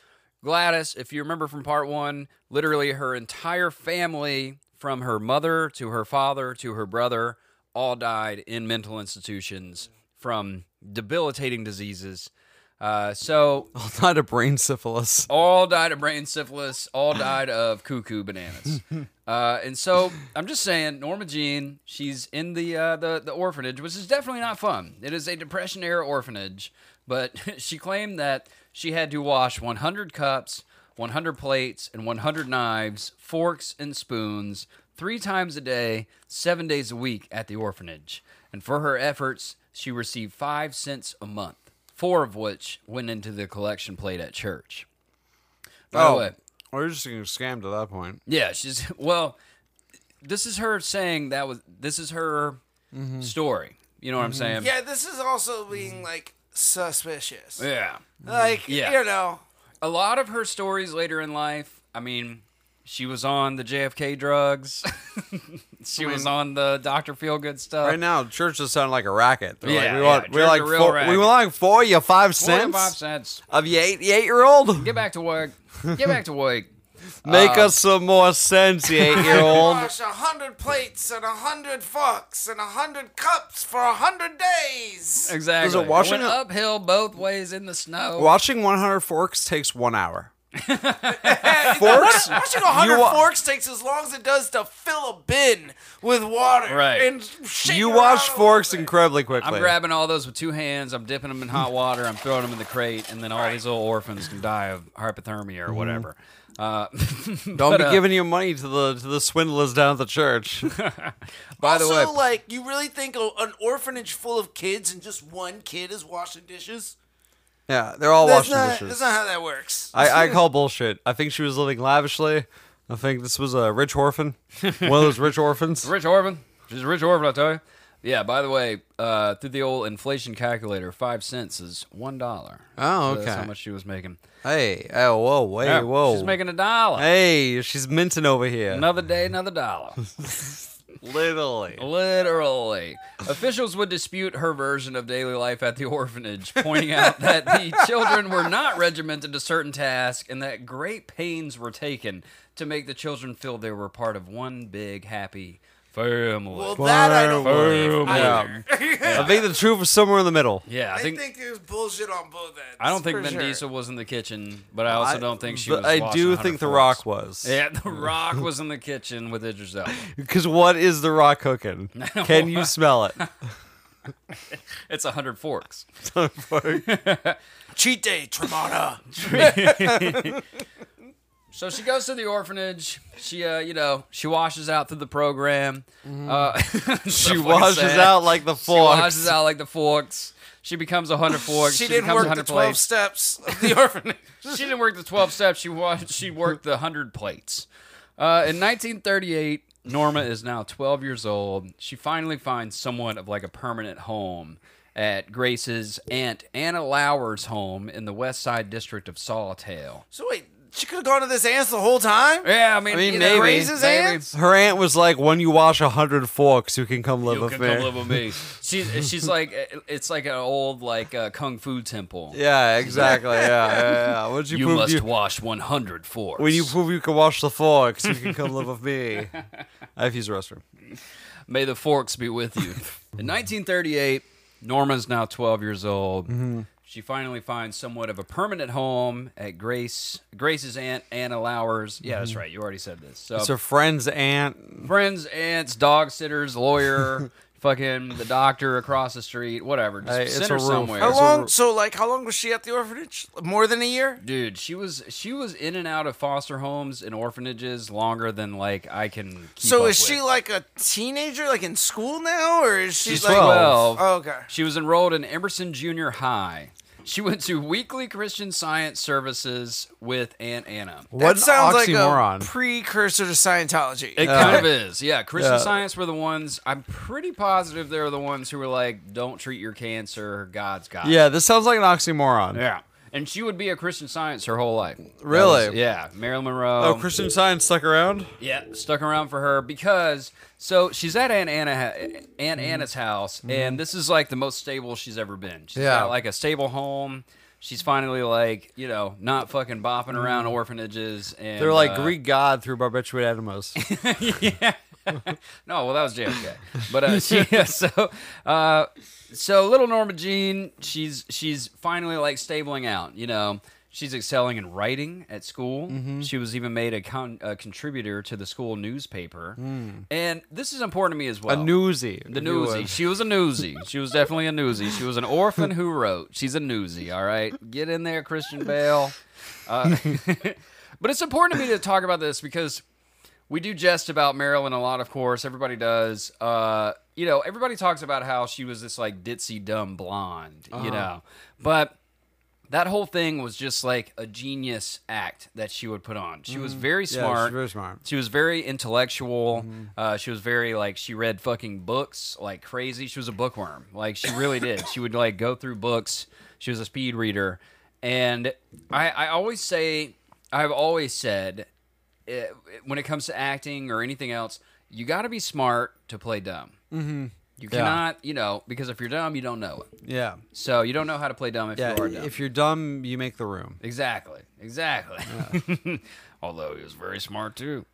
Speaker 3: Gladys, if you remember from part one, literally her entire family, from her mother to her father to her brother, all died in mental institutions from debilitating diseases. Uh, so
Speaker 1: *laughs* Well, not a brain syphilis.
Speaker 3: all died of brain syphilis, all died of cuckoo bananas. uh, and so I'm just saying, Norma Jean, she's in the, uh, the the orphanage, which is definitely not fun. It is a Depression era orphanage, but *laughs* she claimed that she had to wash 100 cups, 100 plates, and 100 knives, forks, and spoons three times a day, seven days a week at the orphanage. And for her efforts, she received five cents a month. Four of which went into the collection plate at church. By the way,
Speaker 1: we're just getting scammed at that point.
Speaker 3: yeah, she's *laughs* well. This is her saying that was this is her
Speaker 1: Mm-hmm.
Speaker 3: story. You know what I'm saying?
Speaker 5: Yeah, this is also being like suspicious.
Speaker 3: Yeah.
Speaker 5: Like
Speaker 3: Yeah.
Speaker 5: you know,
Speaker 3: A lot of her stories later in life. I mean, she was on the JFK drugs. *laughs* she was on the Doctor Feelgood stuff.
Speaker 1: Right now, church just sounding like a racket. They're
Speaker 3: Yeah,
Speaker 1: like, we
Speaker 3: yeah,
Speaker 1: want, we
Speaker 3: church
Speaker 1: like
Speaker 3: a real
Speaker 1: four,
Speaker 3: racket.
Speaker 1: we like four, you five cents
Speaker 3: Forty-five cents.
Speaker 1: of you eight, you eight year old.
Speaker 3: Get back to work. Get back to work.
Speaker 1: *laughs* Make us some more sense, you eight year
Speaker 5: *laughs*
Speaker 1: old.
Speaker 5: wash a hundred plates and a hundred forks and a hundred cups for a hundred days.
Speaker 3: Exactly.
Speaker 1: it washing
Speaker 3: Went
Speaker 1: it-
Speaker 3: uphill both ways in the snow.
Speaker 1: Watching 100 forks takes one hour.
Speaker 5: Forks? Watching a hundred
Speaker 1: You wa-
Speaker 5: forks takes as long as it does to fill a bin with water.
Speaker 3: Right.
Speaker 5: And shake
Speaker 1: You
Speaker 5: it
Speaker 1: wash
Speaker 5: around a
Speaker 1: forks
Speaker 5: little bit.
Speaker 1: incredibly quickly.
Speaker 3: I'm grabbing all those with two hands. I'm dipping them in hot water. I'm throwing them in the crate, and then all these little orphans can die of hypothermia or whatever. Uh,
Speaker 1: Mm-hmm.
Speaker 3: *laughs*
Speaker 1: Don't
Speaker 3: but,
Speaker 1: be
Speaker 3: uh,
Speaker 1: giving your money to the to the swindlers down at the church.
Speaker 3: By the
Speaker 5: also,
Speaker 3: way,
Speaker 5: like, you really think a, an orphanage full of kids and just one kid is washing dishes?
Speaker 1: yeah, they're all
Speaker 5: That's
Speaker 1: washing
Speaker 5: not,
Speaker 1: dishes.
Speaker 5: That's not how that works.
Speaker 1: I, I call bullshit. I think she was living lavishly. I think this was a rich orphan, one of those rich
Speaker 3: *laughs*
Speaker 1: orphans.
Speaker 3: Rich Orphan. She's a rich orphan, I tell you. Yeah, by the way, uh, through the old inflation calculator, five cents is one dollar. So
Speaker 1: Oh,
Speaker 3: that's how
Speaker 1: okay.
Speaker 3: much she was making.
Speaker 1: Hey, oh, whoa, wait,
Speaker 3: Yeah,
Speaker 1: whoa.
Speaker 3: She's making a dollar.
Speaker 1: hey, she's minting over here.
Speaker 3: Another day, another dollar.
Speaker 1: Literally.
Speaker 3: Literally. Officials would dispute her version of daily life at the orphanage, pointing out that the children were not regimented to certain tasks and that great pains were taken to make the children feel they were part of one big happy family.
Speaker 5: well, that I don't
Speaker 1: Boom.
Speaker 5: believe either.
Speaker 1: I think the truth was somewhere in the middle.
Speaker 3: yeah, I
Speaker 5: I
Speaker 3: think
Speaker 5: think there's bullshit on both ends.
Speaker 3: I don't think
Speaker 5: for
Speaker 3: Vin
Speaker 5: sure.
Speaker 3: Diesel was in the kitchen, but I also don't think she
Speaker 1: but
Speaker 3: was.
Speaker 1: I
Speaker 3: washing
Speaker 1: do
Speaker 3: 100
Speaker 1: think The
Speaker 3: forks.
Speaker 1: Rock was.
Speaker 3: Yeah,
Speaker 1: *laughs*
Speaker 3: The Rock was in the kitchen with Idris Elba.
Speaker 1: Because what is The
Speaker 3: *laughs*
Speaker 1: Rock cooking? Can you smell it?
Speaker 3: It's a hundred forks.
Speaker 5: Cheat day,
Speaker 1: *laughs*
Speaker 5: Tremana.
Speaker 3: So she goes to the orphanage. She, uh, you know, she washes out through the program. Uh, *laughs*
Speaker 1: Mm-hmm. she washes out like the
Speaker 3: She
Speaker 1: forks.
Speaker 3: washes out like the forks. She becomes a
Speaker 1: *laughs*
Speaker 3: hundred forks.
Speaker 5: she didn't
Speaker 3: becomes
Speaker 5: work the
Speaker 3: 100
Speaker 5: twelve
Speaker 3: plates.
Speaker 5: steps of the orphanage.
Speaker 3: she didn't work the 12 steps. She watched, she worked the 100 plates. Uh, in 1938, Norma is now 12 years old. She finally finds somewhat of like a permanent home at Grace's aunt Anna Lauer's home in the West Side district of Sawtale.
Speaker 5: So wait, she could have gone to this aunt's the whole time.
Speaker 3: Yeah, I mean,
Speaker 1: I mean,
Speaker 3: you know,
Speaker 1: maybe.
Speaker 5: Grace's
Speaker 3: maybe.
Speaker 5: aunt?
Speaker 1: Her aunt was like, when you wash a hundred forks, you can come live
Speaker 3: You
Speaker 1: with
Speaker 3: can
Speaker 1: me.
Speaker 3: come live with
Speaker 1: *laughs*
Speaker 3: me. She's she's like it's like an old like uh, kung fu temple.
Speaker 1: yeah, exactly. Yeah, yeah,
Speaker 3: *laughs*
Speaker 1: yeah. Once you,
Speaker 3: You
Speaker 1: prove
Speaker 3: must
Speaker 1: you,
Speaker 3: wash 100 forks.
Speaker 1: when you prove you can wash the forks, you can come live with me.
Speaker 3: *laughs*
Speaker 1: I've used the restroom.
Speaker 3: May the forks be with
Speaker 1: *laughs*
Speaker 3: you. In 1938, Norma's now 12 years old.
Speaker 1: Mm-hmm.
Speaker 3: She finally finds somewhat of a permanent home at Grace Grace's aunt Anna Lowers. Yeah, that's right. You already said this. So
Speaker 1: Mm-hmm. It's her friend's aunt.
Speaker 3: friends, aunts, dog sitters,
Speaker 1: *laughs*
Speaker 3: lawyer, fucking the doctor across the street, whatever. Just
Speaker 1: Hey, it's
Speaker 3: send her
Speaker 1: a roof.
Speaker 3: somewhere.
Speaker 5: How
Speaker 1: So
Speaker 5: long?
Speaker 1: we're-
Speaker 5: So like, how long was she at the orphanage? More than a year.
Speaker 3: Dude, she was she was in and out of foster homes and orphanages longer than like I can. Keep
Speaker 5: So
Speaker 3: up
Speaker 5: is she
Speaker 3: with.
Speaker 5: like a teenager, like in school now, or is she
Speaker 3: She's
Speaker 5: like?
Speaker 3: 12.
Speaker 5: Oh, okay.
Speaker 3: She was enrolled in Emerson Junior High. She went to weekly Christian Science services with Aunt Anna.
Speaker 1: What
Speaker 5: that sounds
Speaker 1: an oxymoron.
Speaker 5: like a precursor to Scientology.
Speaker 3: It
Speaker 1: Yeah.
Speaker 3: kind of is. Yeah, Christian
Speaker 1: Uh, Yeah.
Speaker 3: Science were the ones, I'm pretty positive they were the ones who were like, don't treat your cancer, God's got it."
Speaker 1: yeah, this sounds like an oxymoron.
Speaker 3: Yeah. And she would be a Christian Science her whole life. That
Speaker 1: Really?
Speaker 3: was- yeah, Marilyn Monroe.
Speaker 1: Oh, Christian Science stuck around.
Speaker 3: Yeah, stuck around for her because so she's at Aunt Anna ha-
Speaker 1: Mm-hmm.
Speaker 3: Aunt Anna's house, and this is like the most stable she's ever been. She's
Speaker 1: Yeah.
Speaker 3: got like a stable home. She's finally like you know not fucking bopping around orphanages and
Speaker 1: Mm-hmm. They're like
Speaker 3: uh,
Speaker 1: Greek god through
Speaker 3: *laughs*
Speaker 1: barbiturate enemas.
Speaker 3: yeah. no, well, that was JFK. But uh, she, *laughs* yeah, so, uh, so little Norma Jean, she's she's finally like stabling out. You know, she's excelling in writing at school. She was even made a, con- a contributor to the school newspaper, and this is important to me as
Speaker 1: a
Speaker 3: well.
Speaker 1: newsie.
Speaker 3: The
Speaker 1: if you
Speaker 3: newsie.
Speaker 1: would.
Speaker 3: She was a newsie. She was definitely a newsie. She was an orphan who wrote. She's a newsie. All right, get in there, Christian Bale. Uh, *laughs* but it's important to me to talk about this because we do jest about Marilyn a lot. Of course, everybody does. Uh, you know, everybody talks about how she was this like ditzy dumb blonde. You know, but that whole thing was just like a genius act that she would put on. She was very
Speaker 1: Yeah, she's
Speaker 3: smart.
Speaker 1: very smart.
Speaker 3: She was very intellectual.
Speaker 1: Mm-hmm.
Speaker 3: Uh, she was very like she read fucking books like crazy. She was a bookworm. Like she really did. She would like go through books. She was a speed reader, and I I always say I've always said eh, when it comes to acting or anything else, you got to be smart to play dumb. Mm-hmm. You cannot, you know, because if you're dumb, you don't know it.
Speaker 1: Yeah.
Speaker 3: So you don't know how to play dumb if
Speaker 1: Yeah.
Speaker 3: you are dumb.
Speaker 1: If you're dumb, you make the room.
Speaker 3: Exactly. Exactly. *laughs* Although he was very smart too.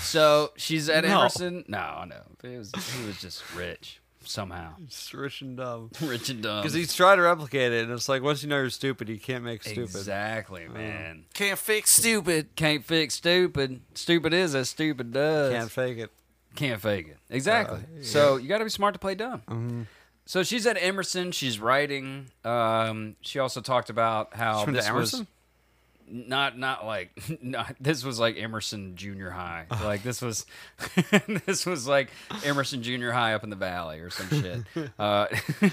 Speaker 3: So she's at
Speaker 1: Uh. No.
Speaker 3: Emerson. No, no. He was he was just rich
Speaker 1: *laughs*
Speaker 3: somehow.
Speaker 1: It's rich and dumb.
Speaker 3: Rich and dumb.
Speaker 1: Because he's trying to replicate it, and it's like once you know you're stupid, you can't make stupid. Uh.
Speaker 3: Exactly, man.
Speaker 5: Can't fix stupid.
Speaker 3: Can't fix stupid. Stupid is as stupid does.
Speaker 1: Can't fake it.
Speaker 3: Can't fake it.
Speaker 1: Uh,
Speaker 3: Exactly. So you got to be smart to play dumb.
Speaker 1: Mm-hmm.
Speaker 3: So she's at Emerson. She's writing. Um, she also talked about how
Speaker 1: From
Speaker 3: this was-
Speaker 1: Emerson?
Speaker 3: not not like *laughs* not this was like Emerson Junior
Speaker 1: *laughs*
Speaker 3: High. Like this was *laughs* this was like Emerson Junior High up in the valley or some
Speaker 1: *laughs*
Speaker 3: shit. Uh, *laughs*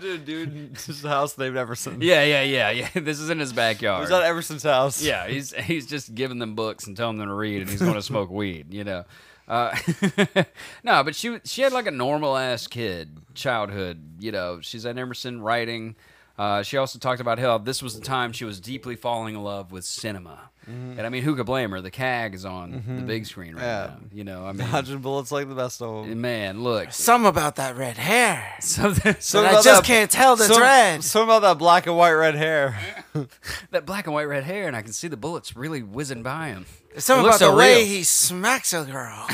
Speaker 1: Dude, dude, *laughs* this is a house named Everson.
Speaker 3: yeah, yeah, yeah, yeah. *laughs* This is in his backyard.
Speaker 1: It's not Everson's
Speaker 3: *laughs*
Speaker 1: house.
Speaker 3: Yeah, he's he's just giving them books and telling them to read, and he's
Speaker 5: *laughs*
Speaker 3: going to smoke weed. You know, uh, *laughs* no, but she she had like a normal ass kid childhood. You know, she's at Emerson writing. Uh, she also talked about how this was the time she was deeply falling in love with cinema,
Speaker 5: Mm-hmm.
Speaker 3: and I mean, who could blame her? The CAG is on the big screen right
Speaker 1: Yeah.
Speaker 3: now. You
Speaker 5: *laughs*
Speaker 3: know, I mean,
Speaker 1: Dodging bullets like the best of them.
Speaker 3: man, look, *laughs*
Speaker 5: Some about that red hair.
Speaker 3: something,
Speaker 1: Some
Speaker 5: I
Speaker 1: about
Speaker 5: just can't tell that's
Speaker 1: some,
Speaker 5: red.
Speaker 1: Some about that black and white red hair.
Speaker 3: that black and white red hair, and I can see the bullets really whizzing by him.
Speaker 5: Some
Speaker 3: It
Speaker 5: about
Speaker 3: looks
Speaker 5: the
Speaker 3: so
Speaker 5: way
Speaker 3: real.
Speaker 5: he smacks
Speaker 3: *laughs*
Speaker 5: a girl.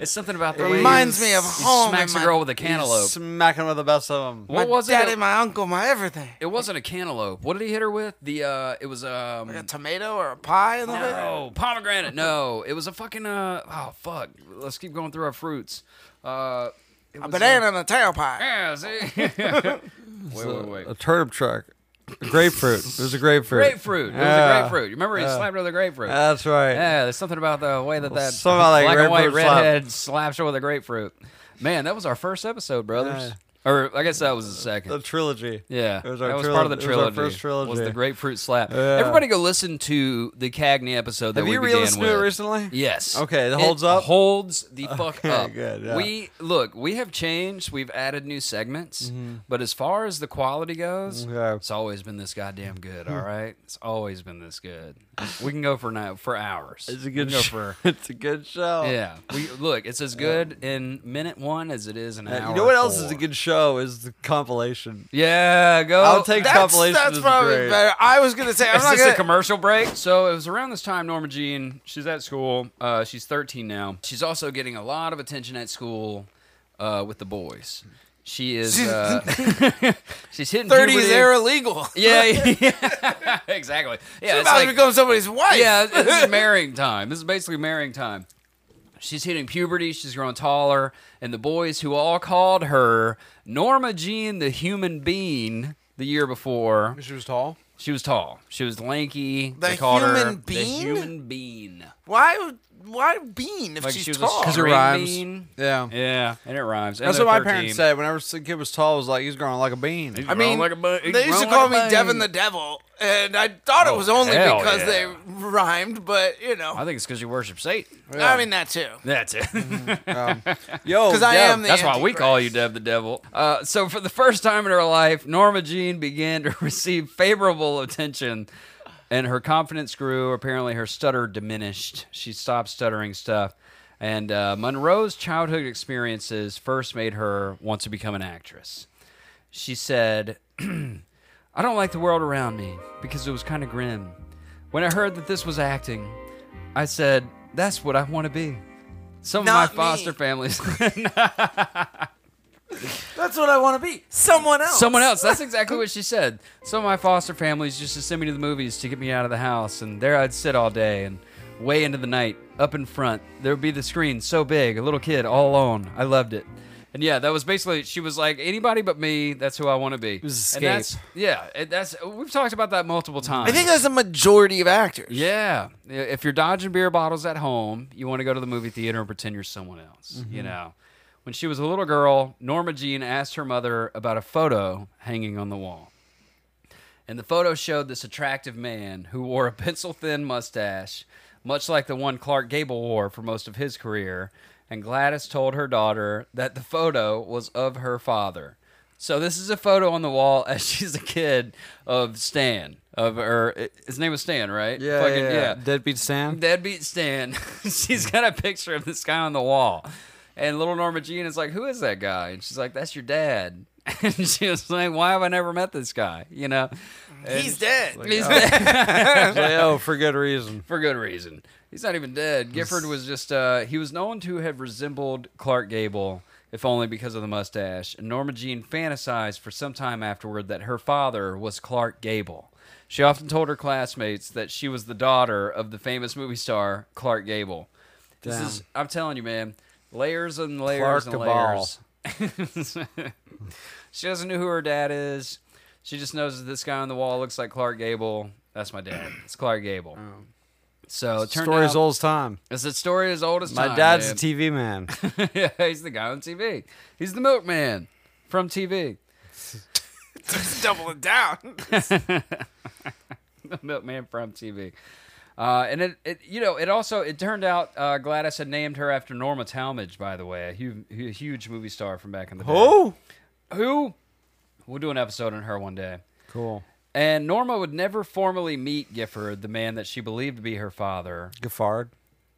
Speaker 3: It's something about the way he
Speaker 5: Reminds me of
Speaker 3: s-
Speaker 5: home
Speaker 3: Smacks
Speaker 5: and
Speaker 3: a
Speaker 5: my-
Speaker 3: girl with a cantaloupe.
Speaker 1: Smacking with the best of them.
Speaker 5: my
Speaker 3: What was it
Speaker 5: daddy,
Speaker 3: that-
Speaker 5: my uncle, my everything.
Speaker 3: It wasn't a cantaloupe. What did he hit her with? The uh, it was um.
Speaker 5: A tomato or a pie in the way?
Speaker 3: No, pomegranate. No, it was a fucking uh. Oh fuck. Let's keep going through our fruits. Uh, it
Speaker 5: A
Speaker 3: was,
Speaker 5: banana
Speaker 3: Uh,
Speaker 5: and a tail pie.
Speaker 3: yeah.
Speaker 1: *laughs*
Speaker 3: See. *laughs* wait, wait, wait.
Speaker 1: A turnip truck. A grapefruit. There's a grapefruit.
Speaker 3: Grapefruit. It was
Speaker 1: Yeah.
Speaker 3: a grapefruit. You remember he slapped her with a grapefruit.
Speaker 1: That's right.
Speaker 3: yeah, there's something about the way that that
Speaker 1: something about that
Speaker 3: black and white
Speaker 1: grapefruit slap.
Speaker 3: redhead slaps her with a grapefruit. Man, that was our first episode, brothers.
Speaker 1: Yeah.
Speaker 3: Or I guess that was the second.
Speaker 1: The trilogy.
Speaker 3: Yeah,
Speaker 1: It was our
Speaker 3: that was
Speaker 1: trilo-
Speaker 3: part of the
Speaker 1: it was our
Speaker 3: trilogy.
Speaker 1: first trilogy.
Speaker 3: was the grapefruit slap.
Speaker 1: Yeah.
Speaker 3: Everybody go listen to the Cagney episode that
Speaker 1: Have
Speaker 3: we
Speaker 1: you
Speaker 3: began
Speaker 1: re-listened
Speaker 3: with.
Speaker 1: to it recently?
Speaker 3: Yes.
Speaker 1: Okay, that holds up?
Speaker 3: Holds
Speaker 1: *laughs*
Speaker 3: the fuck up.
Speaker 1: good, yeah.
Speaker 3: We look. We have changed. We've added new segments, but as far as the quality goes,
Speaker 1: Mm-hmm. Okay. Hmm.
Speaker 3: it's always been this goddamn good. All right, it's always been this good. We can go for now for hours.
Speaker 1: It's a good Oh.
Speaker 3: we can go
Speaker 1: show.
Speaker 3: for.
Speaker 1: *laughs* It's a good show.
Speaker 3: Yeah, we look. It's as good in minute one as it is in an
Speaker 1: Uh,
Speaker 3: hour.
Speaker 1: You know what else is a
Speaker 3: four.
Speaker 1: good show? Is the compilation.
Speaker 3: Yeah, go.
Speaker 1: I'll take
Speaker 5: That's,
Speaker 1: compilation.
Speaker 5: that's
Speaker 1: is
Speaker 5: probably
Speaker 1: great.
Speaker 5: better. I was going to say, I'm
Speaker 3: Is
Speaker 5: not
Speaker 3: this
Speaker 5: going
Speaker 3: a commercial break? So it was around this time. Norma Jean, she's at school. Uh, she's 13 now. She's also getting a lot of attention at school uh, with the boys. She is.
Speaker 5: *laughs*
Speaker 3: Uh, she's hitting
Speaker 5: 30s
Speaker 3: puberty.
Speaker 5: era legal.
Speaker 3: Yeah, *laughs* yeah. *laughs* exactly. Yeah,
Speaker 5: She's
Speaker 3: it's
Speaker 5: about
Speaker 3: like-
Speaker 5: to become somebody's wife.
Speaker 3: yeah, this
Speaker 5: *laughs*
Speaker 3: is marrying time. This is basically marrying time. She's hitting puberty. She's growing taller, and the boys who all called her Norma Jean, the human being, the year before.
Speaker 1: She was tall.
Speaker 3: She was tall. She was lanky.
Speaker 5: The
Speaker 3: they called her
Speaker 5: human
Speaker 3: the
Speaker 5: bean?
Speaker 3: human bean.
Speaker 5: Why would why bean if
Speaker 2: Like
Speaker 5: she's
Speaker 2: she was a
Speaker 5: tall?
Speaker 1: Because it
Speaker 2: Green
Speaker 1: rhymes.
Speaker 2: bean.
Speaker 1: Yeah.
Speaker 2: Yeah, and it rhymes.
Speaker 1: That's what my parents said. Whenever a kid was tall, it was like, he's growing like a bean.
Speaker 2: I mean, like a bu-
Speaker 5: They used to call me Devin the Devil, and I thought it was only
Speaker 2: hell
Speaker 5: because
Speaker 2: yeah.
Speaker 5: they rhymed, but you know,
Speaker 3: I think it's because you worship Satan.
Speaker 5: I mean that too.
Speaker 2: That's it.
Speaker 5: Mhm.
Speaker 1: Yo, *laughs*
Speaker 5: Because I
Speaker 1: Dev,
Speaker 5: am the.
Speaker 3: That's why we
Speaker 5: Antichrist.
Speaker 3: call you Dev the Devil. Uh, so, for the first time in her life, Norma Jean began to *laughs* receive favorable attention, and her confidence grew. Apparently, her stutter diminished. She stopped stuttering stuff. And uh, Monroe's childhood experiences first made her want to become an actress. She said, *clears throat* I don't like the world around me because it was kind of grim. When I heard that this was acting, I said, That's what I want to be. Some
Speaker 5: Not
Speaker 3: of
Speaker 5: me.
Speaker 3: my foster
Speaker 5: *laughs*
Speaker 3: families.
Speaker 5: That's what I want to be. Someone else.
Speaker 3: Someone else. That's exactly what she said. Some of my foster families used to send me to the movies to get me out of the house, and there I'd sit all day and way into the night, up in front. There would be the screen so big, a little kid all alone. I loved it. And yeah, that was basically she was like anybody but me. That's who I want to be. It
Speaker 1: was escape.
Speaker 3: And that's, yeah, and that's we've talked about that multiple times.
Speaker 5: I think that's a majority of actors.
Speaker 3: Yeah. If you're dodging beer bottles at home, you want to go to the movie theater and pretend you're someone else,
Speaker 1: Mm-hmm.
Speaker 3: you know. When she was a little girl, Norma Jean asked her mother about a photo hanging on the wall. And the photo showed this attractive man who wore a *laughs* pencil thin mustache, much like the one Clark Gable wore for most of his career. And Gladys told her daughter that the photo was of her father. So this is a photo on the wall as *laughs* she's a kid of Stan, of her. His name was Stan, right?
Speaker 1: Yeah,
Speaker 3: Fucking-
Speaker 1: yeah,
Speaker 3: *laughs*
Speaker 1: Deadbeat Sam.
Speaker 3: Deadbeat Stan. she's got a picture of this guy on the wall. And little Norma Jean is like, Who is that guy? And she's like, That's your dad. *laughs* And she was like, Why have I never met this guy? You know?
Speaker 5: He's dead.
Speaker 3: He's dead
Speaker 1: It's like, oh, for good reason.
Speaker 3: for good reason. He's not even dead. Gifford was just uh he was known to have resembled Clark Gable, if only because of the mustache. And Norma Jean fantasized for some time afterward that her father was Clark Gable. She often told her classmates that she was the daughter of the famous movie star Clark Gable. This
Speaker 1: Damn.
Speaker 3: is I'm telling you, man, layers and layers
Speaker 1: Clark
Speaker 3: and
Speaker 1: Gable.
Speaker 3: layers. she doesn't know who her dad is. She just knows that this guy on the wall looks like Clark Gable. That's my dad. It's Clark Gable.
Speaker 1: Oh.
Speaker 3: So it turned
Speaker 1: Story
Speaker 3: out
Speaker 1: as old as time.
Speaker 3: it's a story as old as
Speaker 1: My
Speaker 3: time,
Speaker 1: dad's
Speaker 3: man.
Speaker 1: a
Speaker 3: *laughs*
Speaker 1: TV man.
Speaker 3: yeah, he's the guy on TV. He's the milkman from TV.
Speaker 5: He's doubling down.
Speaker 3: *laughs*
Speaker 5: *laughs*
Speaker 3: the milkman from TV. Uh, and it, it, you know, it also it turned out uh, Gladys had named her after Norma Talmadge, by the way, a huge, huge movie star from back in the day.
Speaker 1: oh,
Speaker 3: Who? We'll do an episode on her one day.
Speaker 1: cool.
Speaker 3: And Norma would never formally meet Gifford, the man that she believed to be her father.
Speaker 1: Giffard.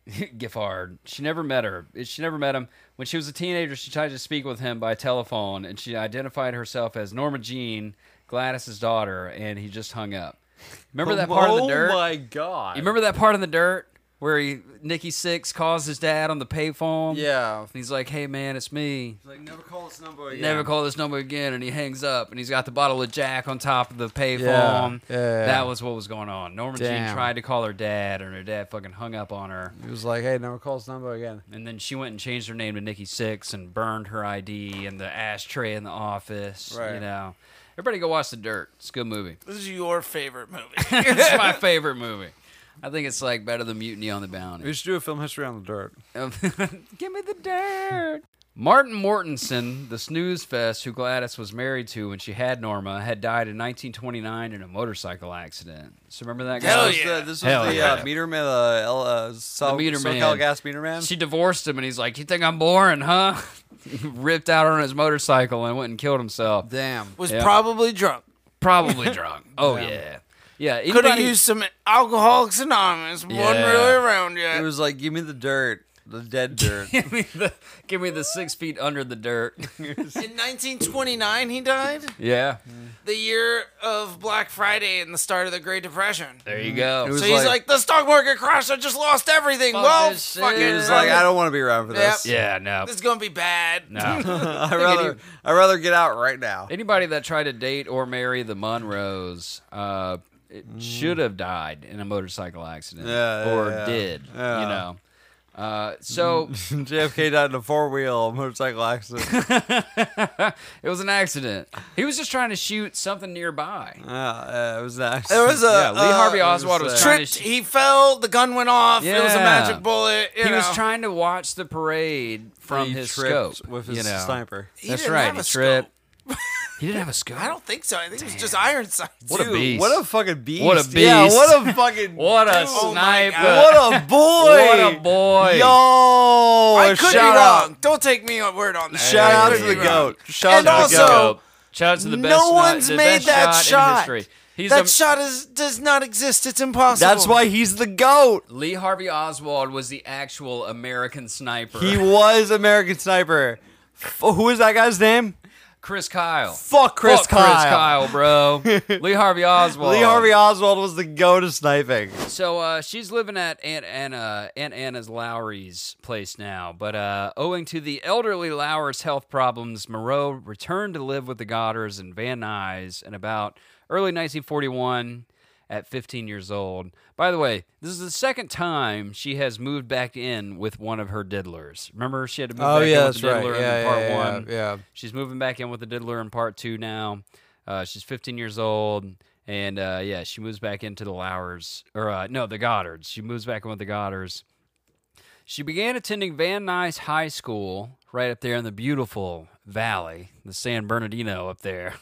Speaker 3: *laughs* Giffard. She never met her. She never met him. When she was a teenager, she tried to speak with him by telephone, and she identified herself as Norma Jean, Gladys's daughter, and he just hung up. Remember that part of the dirt?
Speaker 1: Oh my god.
Speaker 3: You remember that part in the dirt where he Nikki Six calls his dad on the payphone?
Speaker 1: Yeah.
Speaker 3: And he's like, "Hey man, it's me.
Speaker 1: Like never call this number again.
Speaker 3: Never call this number again." And he hangs up, and he's got the bottle of Jack on top of the payphone.
Speaker 1: Yeah, yeah.
Speaker 3: That was what was going on. Norma Jean
Speaker 1: Damn.
Speaker 3: tried to call her dad, and her dad fucking hung up on her.
Speaker 1: He was like, hey, never call this number again.
Speaker 3: And then she went and changed her name to Nikki Six and burned her ID and the ashtray in the office. You
Speaker 1: Right.
Speaker 3: know, everybody go watch The Dirt. It's a good movie. *laughs*
Speaker 5: This is your favorite movie.
Speaker 3: it's my favorite movie. I think it's like better than Mutiny on the Bounty.
Speaker 1: We should do a film history on the dirt.
Speaker 3: Um, *laughs* Give me the dirt. Martin Mortensen, the snooze fest who Gladys was married to when she had Norma, had died in 1929 in a motorcycle accident. So remember that guy?
Speaker 5: Hell
Speaker 1: This was
Speaker 5: yeah.
Speaker 1: the- this was
Speaker 3: Hell
Speaker 1: the
Speaker 3: yeah.
Speaker 1: uh, meter man, uh, L, uh, South,
Speaker 3: meter
Speaker 1: SoCal
Speaker 3: man.
Speaker 1: gas meter man.
Speaker 3: She divorced him, and he's like, "You think I'm boring, huh?" *laughs* Ripped out on his motorcycle and went and killed himself.
Speaker 1: Damn.
Speaker 5: Was
Speaker 3: Yeah.
Speaker 5: probably drunk.
Speaker 3: Probably drunk. Oh yeah, yeah.
Speaker 5: Could have
Speaker 3: anybody-
Speaker 5: used some Alcoholics Anonymous. Wasn't
Speaker 3: Yeah.
Speaker 5: really around
Speaker 1: It
Speaker 5: yet.
Speaker 1: was like, give me the dirt,
Speaker 3: *laughs*
Speaker 1: the dead dirt.
Speaker 3: *laughs* give me the give me the six feet under the dirt.
Speaker 5: In 1929, he died.
Speaker 3: yeah,
Speaker 5: The year of Black Friday and the start of the Great Depression.
Speaker 3: there you go.
Speaker 1: was
Speaker 5: So he's like,
Speaker 1: like-
Speaker 5: the stock market crashed. I just lost everything.
Speaker 3: Fuck
Speaker 5: well,
Speaker 3: this shit."
Speaker 5: fucking,
Speaker 3: He
Speaker 1: It's like, I don't want to be around for
Speaker 5: Yep.
Speaker 1: this.
Speaker 3: yeah, no,
Speaker 5: this is gonna be bad.
Speaker 3: no.
Speaker 1: *laughs*
Speaker 5: *laughs*
Speaker 1: I'd rather, I'd rather get out right now.
Speaker 3: Anybody that tried to date or marry the Monroes uh, it should have died in a motorcycle accident
Speaker 1: Yeah, yeah,
Speaker 3: or
Speaker 1: yeah.
Speaker 3: did.
Speaker 1: Yeah.
Speaker 3: You know, Uh, so
Speaker 1: JFK died in a four wheel motorcycle accident.
Speaker 3: it was an accident. He was just trying to shoot something nearby.
Speaker 1: Uh, uh, it was nice.
Speaker 5: There was a
Speaker 3: Yeah, Lee
Speaker 5: uh,
Speaker 3: Harvey Oswald
Speaker 1: was
Speaker 3: was
Speaker 1: a-
Speaker 3: trying to
Speaker 5: tripped.
Speaker 3: sh-
Speaker 5: He fell. The gun went off. It was a
Speaker 3: Yeah.
Speaker 5: magic bullet. you
Speaker 3: he was
Speaker 5: know.
Speaker 3: trying to watch the parade from
Speaker 1: He
Speaker 3: his
Speaker 1: tripped
Speaker 3: scope
Speaker 1: with his
Speaker 3: you know.
Speaker 1: sniper.
Speaker 5: He
Speaker 3: That's
Speaker 5: didn't
Speaker 3: right.
Speaker 5: have
Speaker 3: he
Speaker 5: a
Speaker 3: tripped. he didn't have a scope.
Speaker 5: I don't think so. I think it was just iron sights.
Speaker 3: What a
Speaker 5: dude.
Speaker 3: beast.
Speaker 1: What a fucking beast!
Speaker 3: What a
Speaker 1: Yeah,
Speaker 3: beast.
Speaker 1: *laughs* what a fucking
Speaker 3: What a
Speaker 5: Oh my
Speaker 3: sniper!
Speaker 1: *laughs*
Speaker 5: God.
Speaker 1: what a boy!
Speaker 3: What a boy!
Speaker 1: Yo!
Speaker 5: I could be
Speaker 1: shout out,
Speaker 5: wrong. Don't take me on word on that.
Speaker 1: shout out
Speaker 5: I could
Speaker 1: to
Speaker 5: be
Speaker 1: the
Speaker 5: wrong.
Speaker 1: goat. Shout
Speaker 5: And
Speaker 1: out to the
Speaker 5: also-
Speaker 1: goat.
Speaker 3: Go. Shout out to the
Speaker 5: No
Speaker 3: best. sni-
Speaker 5: one's
Speaker 3: the
Speaker 5: made
Speaker 3: best
Speaker 5: that shot.
Speaker 3: in history. He's
Speaker 5: That
Speaker 3: a,
Speaker 5: shot is does not exist. It's impossible.
Speaker 1: That's why he's the goat.
Speaker 3: Lee Harvey Oswald was the actual American sniper.
Speaker 1: He was American Sniper. F- who is that guy's name?
Speaker 3: Chris Kyle.
Speaker 1: Fuck Chris
Speaker 3: Fuck
Speaker 1: Kyle.
Speaker 3: Chris Kyle, bro. Lee Harvey Oswald.
Speaker 1: Lee Harvey Oswald was the goat of sniping.
Speaker 3: So uh, she's living at Aunt Anna, Aunt Anna's Lowry's place now, but uh, owing to the elderly Lowry's health problems, Moreau returned to live with the Godders and Van Nuys in about early 1941 at 15 years old. By the way, this is the second time she has moved back in with one of her diddlers. Remember, she had to move
Speaker 1: Oh,
Speaker 3: back in with the diddler in part one. She's moving back in with the diddler in part two now. Uh, she's 15 years old, and uh, yeah, she moves back into the Lowers or uh, no, the Goddards. She moves back in with the Goddards. She began attending Van Nuys High School right up there in the beautiful valley, the San Bernardino up there.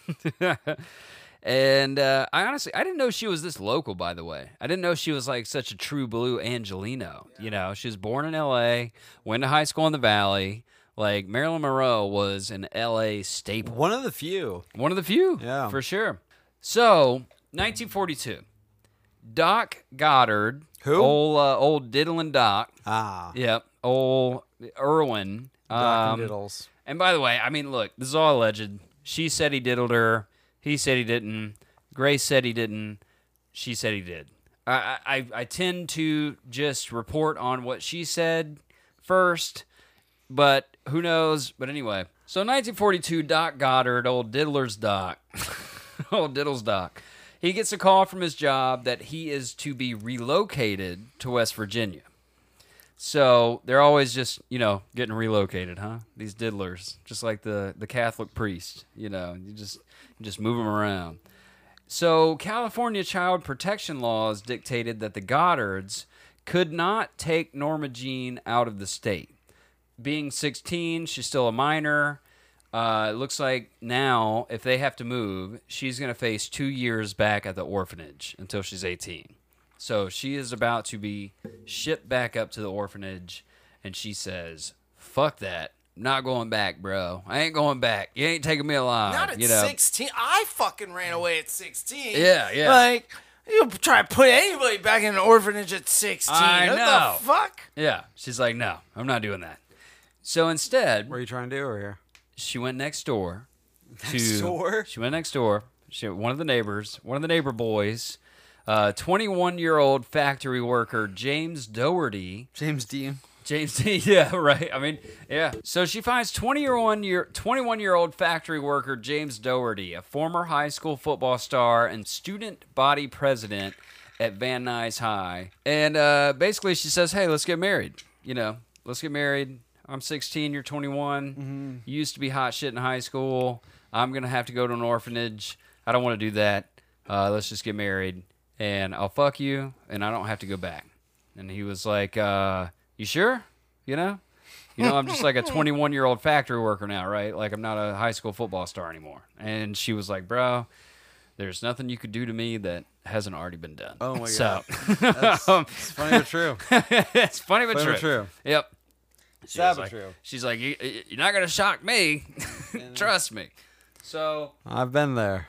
Speaker 3: *laughs* and uh, I honestly, I didn't know she was this local. By the way, I didn't know she was like such a true blue Angelino. You know, she was born in L.A., went to high school in the valley. Like Marilyn Monroe was an L.A. staple.
Speaker 1: One of the few.
Speaker 3: One of the few,
Speaker 1: Yeah.
Speaker 3: for sure. So, 1942, Doc Goddard,
Speaker 1: Who?
Speaker 3: old uh, old diddling Doc,
Speaker 1: Ah.
Speaker 3: yep, old Irwin,
Speaker 1: Doc and
Speaker 3: um,
Speaker 1: Diddles.
Speaker 3: and by the way, I mean, look, this is all alleged. She said he diddled her. He said he didn't. Grace said he didn't. She said he did. I, I, I- I tend to just report on what she said first, but who knows? But anyway, so 1942, Doc Goddard, old Diddler's Doc, *laughs* old Diddle's Doc, he gets a call from his job that he is to be relocated to West Virginia. So they're always just, you know, getting relocated, huh? These diddlers, just like the the Catholic priest, you know, you just you just move them around. So California child protection laws dictated that the Goddards could not take Norma Jean out of the state. Being 16, she's still a minor. Uh, it looks like now, if they have to move, she's going to face two years back at the orphanage until she's 18. So she is about to be shipped back up to the orphanage, and she says, "Fuck that! Not going back, bro. I ain't going back. You ain't taking me alive.
Speaker 5: Not at
Speaker 3: you know?
Speaker 5: 16. I fucking ran away at 16.
Speaker 3: Yeah, yeah.
Speaker 5: Like, you try to put anybody back in an orphanage at 16.
Speaker 3: I
Speaker 5: what
Speaker 3: know.
Speaker 5: the fuck?
Speaker 3: Yeah. She's like, no, I'm not doing that. So instead,
Speaker 1: What are you trying to do over here?
Speaker 3: she went next door. To,
Speaker 1: door?
Speaker 3: She went next door. She one of the neighbors, one of the neighbor boys, uh, 21 year old factory worker James Doherty.
Speaker 1: James Dean.
Speaker 3: James *laughs* T. Yeah, right. I mean, yeah. So she finds 20 year one year 21 year old factory worker James Doherty, a former high school football star and student body president at Van Nuys High, and uh, basically she says, "Hey, let's get married. You know, let's get married. I'm 16. You're 21. You used to be hot shit in high school. I'm gonna have to go to an orphanage. I don't want to do that. Uh, let's just get married, and I'll fuck you, and I don't have to go back." And he was like, uh, "You sure? You know, you know, I'm just like a 21 year old factory worker now, right? Like I'm not a high school football star anymore." And she was like, "Bro, there's nothing you could do to me that hasn't already been done."
Speaker 1: Oh my
Speaker 3: so, *laughs* Um,
Speaker 1: It's funny but true.
Speaker 3: it's funny but
Speaker 1: Funny
Speaker 3: true.
Speaker 1: but true.
Speaker 3: Yep. She was
Speaker 1: Sad but
Speaker 3: like-
Speaker 1: true.
Speaker 3: She's like, "You- "You're not gonna shock me. *laughs* Trust me." So
Speaker 1: I've been there.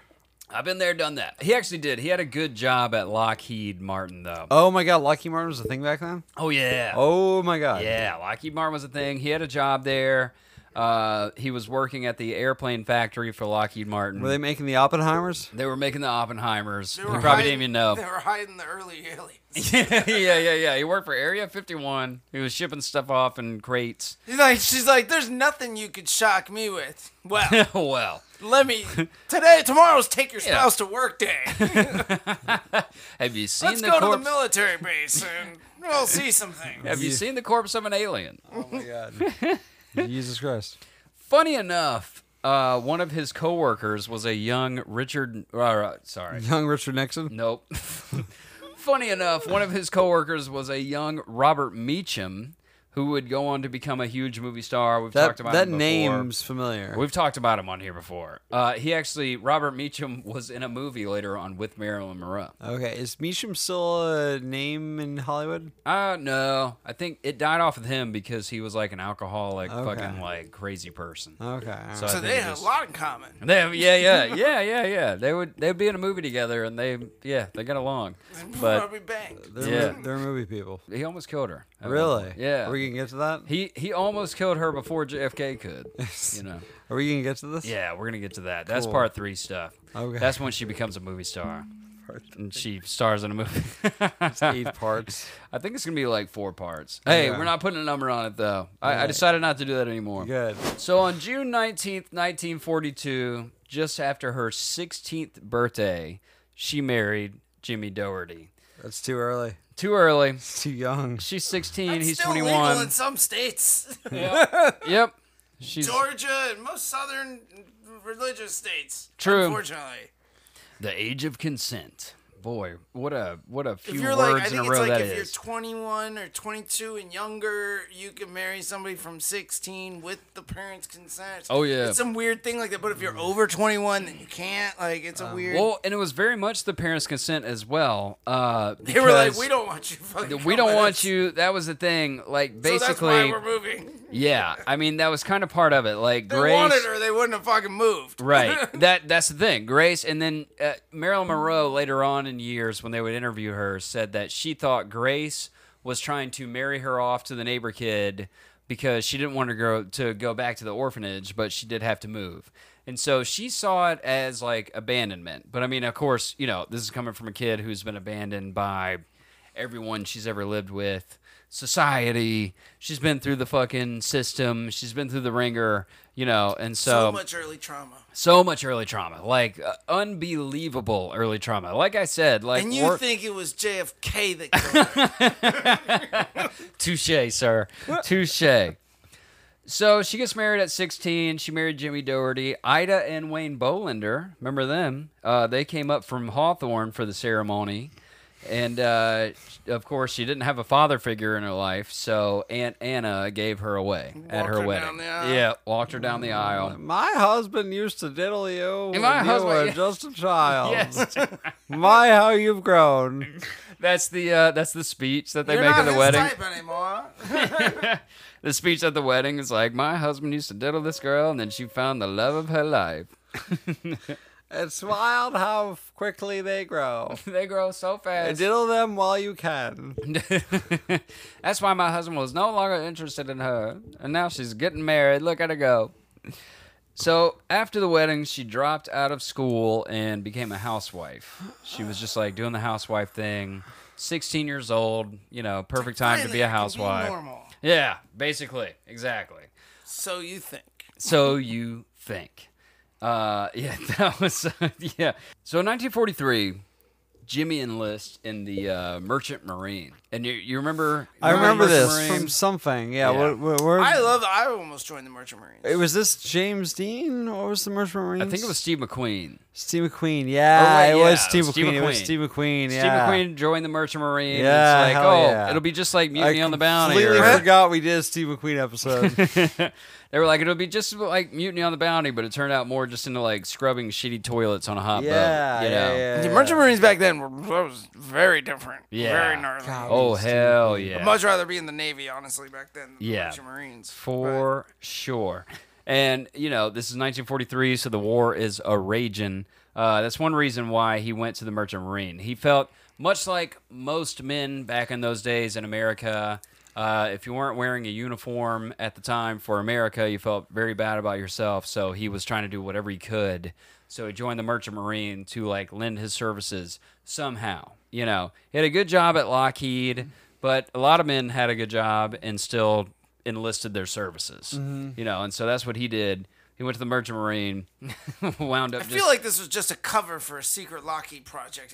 Speaker 3: I've been there, done that. He actually did. He had a good job at Lockheed Martin, though.
Speaker 1: Oh my god, Lucky Martin was a thing back then?
Speaker 3: Oh yeah.
Speaker 1: Oh my god.
Speaker 3: Yeah, Lockheed Martin was a thing. He had a job there. Uh, he was working at the airplane factory for Lockheed Martin.
Speaker 1: Were they making the Oppenheimers?
Speaker 3: They were making the Oppenheimers.
Speaker 5: They
Speaker 3: You
Speaker 5: were
Speaker 3: probably
Speaker 5: hiding-
Speaker 3: didn't even know.
Speaker 5: They were hiding the early aliens.
Speaker 3: *laughs* yeah, *laughs* yeah, yeah, yeah. He worked for Area 51. He was shipping stuff off in crates. *laughs*
Speaker 5: He's like, she's like, there's nothing you could shock me with. Well,
Speaker 3: *laughs* Oh, well,
Speaker 5: let me today, tomorrow's take your
Speaker 3: Yeah.
Speaker 5: spouse to
Speaker 3: *laughs*
Speaker 5: work day.
Speaker 3: have you seen
Speaker 5: Let's
Speaker 3: the
Speaker 5: go to
Speaker 3: corpse?
Speaker 5: the military base and we'll see some things.
Speaker 3: have you seen the corpse of an alien?
Speaker 1: Oh
Speaker 3: *laughs*
Speaker 1: Jesus Christ.
Speaker 3: Funny enough, uh, one of his coworkers was a young Richard. Uh, sorry,
Speaker 1: Young Richard Nixon?
Speaker 3: nope. *laughs* Funny enough, one of his coworkers was a young Robert Meacham, who would go on to become a huge movie star. We've
Speaker 1: That,
Speaker 3: talked about
Speaker 1: that
Speaker 3: him before.
Speaker 1: name's familiar.
Speaker 3: We've talked about him on here before. Uh, he actually, Robert Meacham *laughs* was in a movie later on with Marilyn Monroe.
Speaker 1: Okay, is Meacham still a name in Hollywood?
Speaker 3: Uh, no, I think it died off with him because he was like an alcoholic,
Speaker 1: Okay. Oh.
Speaker 3: fucking like crazy person.
Speaker 1: Okay. all
Speaker 3: So
Speaker 1: right.
Speaker 5: So
Speaker 3: I
Speaker 5: *laughs* they
Speaker 3: think
Speaker 5: had
Speaker 3: just-
Speaker 5: a lot in common.
Speaker 3: They have, yeah, yeah, yeah, yeah, yeah. They would they'd be in a movie together, and they yeah they got along. But
Speaker 5: Probably banged.
Speaker 1: they're,
Speaker 3: yeah.
Speaker 1: mo- they're movie people.
Speaker 3: he almost killed her. at one
Speaker 1: Really?
Speaker 3: point. Yeah.
Speaker 1: Are we going to get to that?
Speaker 3: he he almost killed her before JFK
Speaker 1: *laughs*
Speaker 3: could. You know.
Speaker 1: Are we going to get to *laughs* this?
Speaker 3: Yeah, we're gonna get to that. That's
Speaker 1: Cool.
Speaker 3: part three stuff.
Speaker 1: Okay.
Speaker 3: That's when she becomes a movie star. And
Speaker 1: *laughs*
Speaker 3: she stars in a movie. *laughs* I
Speaker 1: Eight parts.
Speaker 3: think it's gonna be like four parts. Hey,
Speaker 1: Yeah.
Speaker 3: we're not putting a number on it though. I, I decided not to do that anymore.
Speaker 1: Good.
Speaker 3: So on June 19th, 1942, just after her 16th birthday, she married Jimmy Doherty.
Speaker 1: That's too early.
Speaker 3: Too early.
Speaker 1: It's too young.
Speaker 3: She's 16,
Speaker 5: That's
Speaker 3: he's
Speaker 5: still
Speaker 3: 21.
Speaker 5: legal in some states, *laughs*
Speaker 3: Yep. She's
Speaker 5: Georgia and most southern religious states.
Speaker 3: True.
Speaker 5: Unfortunately,
Speaker 3: the age of consent. Boy, what a what a few
Speaker 5: if you're
Speaker 3: words
Speaker 5: like, I
Speaker 3: in
Speaker 5: think
Speaker 3: a
Speaker 5: it's
Speaker 3: row
Speaker 5: like
Speaker 3: that
Speaker 5: if you're
Speaker 3: is.
Speaker 5: 21 or 22 and younger, you can marry somebody from 16 with the parents' consent.
Speaker 3: Oh, yeah.
Speaker 5: it's some weird thing like that. But if you're over 21, then you can't. Like it's a weird.
Speaker 3: Um, Well, and it was very much the parents' consent as well. Uh,
Speaker 5: *laughs* they *laughs* were like,
Speaker 3: because
Speaker 5: we don't want you. Fucking
Speaker 3: we
Speaker 5: come
Speaker 3: don't
Speaker 5: with
Speaker 3: want
Speaker 5: us."
Speaker 3: you. That was the thing. Like
Speaker 5: So that's why
Speaker 3: basically,
Speaker 5: we're moving.
Speaker 3: yeah. I mean, that was kind of part of it. Like
Speaker 5: They
Speaker 3: Grace,
Speaker 5: wanted her, they wouldn't have fucking moved.
Speaker 3: right? That that's the thing. Grace, and then uh, Marilyn Monroe later on in years when they would interview her said that she thought Grace was trying to marry her off to the neighbor kid because she didn't want to go to go back to the orphanage, but she did have to move. And so she saw it as like abandonment. But I mean, of course, you know, this is coming from a kid who's been abandoned by everyone she's ever lived with, society. She's been through the fucking system. She's been through the ringer, you know. And
Speaker 5: So much early trauma.
Speaker 3: so much early trauma, like uh, unbelievable early trauma. Like I said, like
Speaker 5: And you
Speaker 3: or-
Speaker 5: think it was JFK
Speaker 3: *laughs*
Speaker 5: that killed her.
Speaker 3: touche, sir, touche. So she gets married at 16. She married Jimmy Doherty. Ida and Wayne Bolander, remember them? Uh, they came up from Hawthorne for the ceremony. And uh, of course, she didn't have a father figure in her life, so Aunt Anna gave her away at
Speaker 5: Walked
Speaker 3: her
Speaker 5: her
Speaker 3: wedding.
Speaker 5: down the aisle. Mm.
Speaker 3: Yeah, walked her down the aisle.
Speaker 1: My husband used to diddle you
Speaker 3: my
Speaker 1: when you were
Speaker 3: husband-
Speaker 1: just a child.
Speaker 3: *laughs* Yes,
Speaker 1: My, how
Speaker 3: *laughs*
Speaker 1: you've grown.
Speaker 3: that's the uh, that's the speech that they
Speaker 5: You're
Speaker 3: make
Speaker 5: not
Speaker 3: at the
Speaker 5: his
Speaker 3: wedding.
Speaker 5: type anymore.
Speaker 3: the speech at the wedding is like, my husband used to diddle this girl, and then she found the love of her life. *laughs*
Speaker 1: It's wild how quickly they grow.
Speaker 3: they grow so fast.
Speaker 1: Diddle them while you can.
Speaker 3: *laughs* That's why my husband was no longer interested in her, and now she's getting married. Look at her go. So after the wedding, she dropped out of school and became a housewife. She was just like doing the housewife thing. 16 years old, you know, perfect time to
Speaker 5: Finally,
Speaker 3: be a
Speaker 5: I can
Speaker 3: housewife.
Speaker 5: normal.
Speaker 3: yeah, basically, exactly.
Speaker 5: So you think.
Speaker 3: So you think. Uh, *laughs* yeah, that was, yeah. So in 1943, Jimmy enlists in the uh, Merchant Marine. And you, you remember?
Speaker 1: I remember
Speaker 3: Merchant
Speaker 1: this
Speaker 3: Marine?
Speaker 1: from something. Yeah,
Speaker 3: Yeah.
Speaker 1: What, what, where-
Speaker 5: I love I almost joined the Merchant Marines.
Speaker 1: it was this James Dean? What was the Merchant Marines?
Speaker 3: I think it was Steve McQueen.
Speaker 1: Steve McQueen. Yeah,
Speaker 3: wait, yeah, it
Speaker 1: it was
Speaker 3: was
Speaker 1: Steve
Speaker 3: Steve
Speaker 1: McQueen. It was
Speaker 3: McQueen.
Speaker 1: Steve McQueen. Yeah.
Speaker 3: Steve McQueen joined the Merchant Marine. it's
Speaker 1: Yeah,
Speaker 3: like,
Speaker 1: hell
Speaker 3: oh,
Speaker 1: yeah.
Speaker 3: it'll be just like Mutiny
Speaker 1: I
Speaker 3: on the Bounty.
Speaker 1: completely
Speaker 3: or-
Speaker 1: forgot we did a Steve
Speaker 3: *laughs*
Speaker 1: McQueen episode.
Speaker 3: they were like, it'll be just like Mutiny on the Bounty, but it turned out more just into like scrubbing shitty toilets on a hot
Speaker 1: yeah,
Speaker 3: boat. You
Speaker 1: yeah,
Speaker 3: know?
Speaker 1: yeah,
Speaker 5: The
Speaker 1: yeah.
Speaker 5: Merchant Marines back then were that was very different.
Speaker 3: Yeah.
Speaker 5: Very gnarly.
Speaker 1: God.
Speaker 3: Oh, hell yeah.
Speaker 5: I'd much rather be in the Navy, honestly, back then than the
Speaker 3: Yeah.
Speaker 5: Merchant Marines.
Speaker 3: For sure. And, you know, this is 1943, so the war is a raging. Uh, that's one reason why he went to the Merchant Marine. He felt, much like most men back in those days in America, Uh, if you weren't wearing a uniform at the time for America, you felt very bad about yourself. So he was trying to do whatever he could. So he joined the Merchant Marine to like lend his services somehow. You know, he had a good job at Lockheed, but a lot of men had a good job and still enlisted their services.
Speaker 1: Mm-hmm.
Speaker 3: You know, and so that's what he did. He went to the Merchant Marine, *laughs* wound up.
Speaker 5: I
Speaker 3: just,
Speaker 5: feel like this was just a cover for a secret Lockheed project,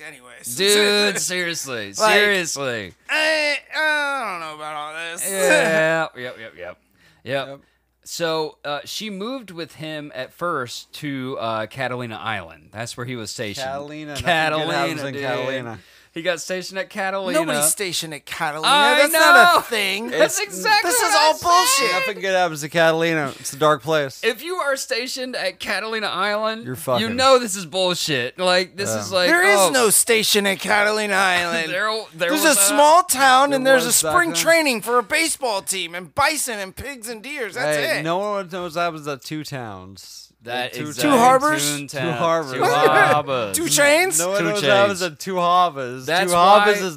Speaker 1: *laughs*
Speaker 5: anyways.
Speaker 3: dude, seriously,
Speaker 5: Like-
Speaker 3: seriously.
Speaker 5: I, I don't know about all this.
Speaker 3: yep, yep, yep, yep, yep. So uh, she moved with him at first to uh, Catalina Island. That's where he was stationed.
Speaker 1: Catalina, nothing good happens
Speaker 3: Catalina,
Speaker 1: in
Speaker 3: dude.
Speaker 1: Catalina.
Speaker 3: He got stationed at Catalina.
Speaker 5: *laughs* Nobody's stationed at Catalina.
Speaker 3: I
Speaker 5: That's
Speaker 3: know.
Speaker 5: not
Speaker 3: *laughs*
Speaker 5: a thing.
Speaker 3: That's exactly.
Speaker 5: This
Speaker 3: what
Speaker 5: is
Speaker 3: I
Speaker 5: all
Speaker 3: said.
Speaker 5: bullshit.
Speaker 1: Nothing good happens to Catalina. It's a dark place.
Speaker 3: If you are stationed at Catalina Island,
Speaker 1: You're fucking-
Speaker 3: You know this is bullshit. Like this is like
Speaker 5: There is
Speaker 3: oh,
Speaker 5: no station
Speaker 3: *laughs*
Speaker 5: at Catalina Island.
Speaker 3: There, there
Speaker 5: there's a
Speaker 3: was
Speaker 5: small town and
Speaker 1: there
Speaker 5: there's a
Speaker 1: was back
Speaker 5: spring
Speaker 1: then.
Speaker 5: training for a baseball team and bison and pigs and deers. That's
Speaker 1: hey,
Speaker 5: it.
Speaker 1: no one knows what happens at two towns.
Speaker 3: That
Speaker 1: two
Speaker 3: is
Speaker 5: Two
Speaker 1: towns.
Speaker 5: harbors?
Speaker 1: Two harbors.
Speaker 3: Two harbors.
Speaker 5: Two chains?
Speaker 1: No one
Speaker 3: Two
Speaker 1: knows
Speaker 3: chains.
Speaker 1: what happens at two harbors.
Speaker 3: That's
Speaker 1: two harbors
Speaker 3: why-
Speaker 1: is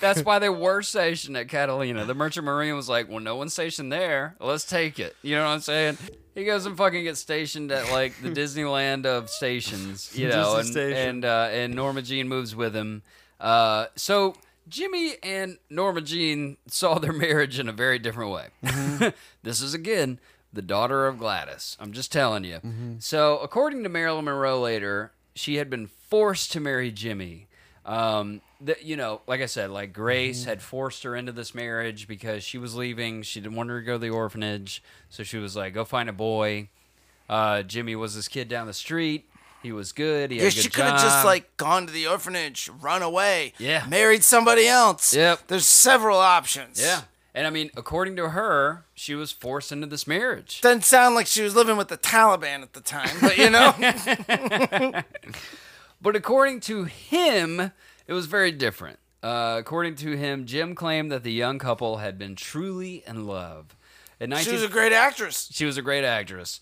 Speaker 3: *laughs* That's why they were stationed at Catalina. The Merchant Marine was like, well, no one's stationed there. Let's take it. You know what I'm saying? He goes and fucking gets stationed at like
Speaker 1: *laughs*
Speaker 3: the Disneyland of stations, you
Speaker 1: Just
Speaker 3: know,
Speaker 1: a
Speaker 3: and
Speaker 1: station.
Speaker 3: and uh, and Norma Jean moves with him. Uh, so Jimmy and Norma Jean saw their *laughs* marriage in a very different way.
Speaker 5: Mm-hmm.
Speaker 3: *laughs* this is again the daughter of Gladys. I'm just telling you.
Speaker 5: Mm-hmm.
Speaker 3: So according to Marilyn Monroe later, she had been forced to marry Jimmy. Um, that you know, like I said, like Grace
Speaker 5: Mm-hmm.
Speaker 3: had forced her into this marriage because she was leaving. She didn't want her to go to the orphanage, so she was like, "Go find a boy." Uh, Jimmy was this kid down the street. He was good. He had
Speaker 5: Yeah,
Speaker 3: a good
Speaker 5: she could have
Speaker 3: job.
Speaker 5: just like gone to the orphanage, run away,
Speaker 3: Yeah.
Speaker 5: married somebody else.
Speaker 3: Yep.
Speaker 5: There's several options.
Speaker 3: yeah. And I mean, according to her, she was forced into this marriage.
Speaker 5: Doesn't sound like she was living with the Taliban at the time, but
Speaker 3: *laughs*
Speaker 5: you know,
Speaker 3: But according to him, it was very different. Uh, according to him, Jim claimed that the young couple had been truly in love. In 19-
Speaker 5: she was a great actress.
Speaker 3: She was a great actress.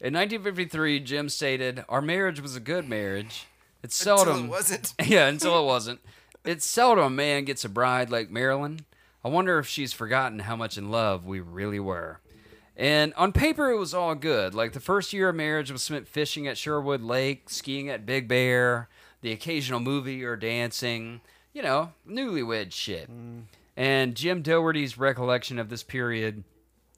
Speaker 3: In 1953, Jim stated, "Our marriage was a good marriage. It's
Speaker 5: Until
Speaker 3: seldom
Speaker 5: it wasn't.
Speaker 3: *laughs* yeah, until it wasn't. It's seldom a man gets a bride like Marilyn. I wonder if she's forgotten how much in love we really were." And on paper, it was all good. Like the first year of marriage was spent fishing at Sherwood Lake, skiing at Big Bear, the occasional movie or dancing. You know, newlywed shit.
Speaker 1: Mm.
Speaker 3: And Jim Doherty's recollection of this period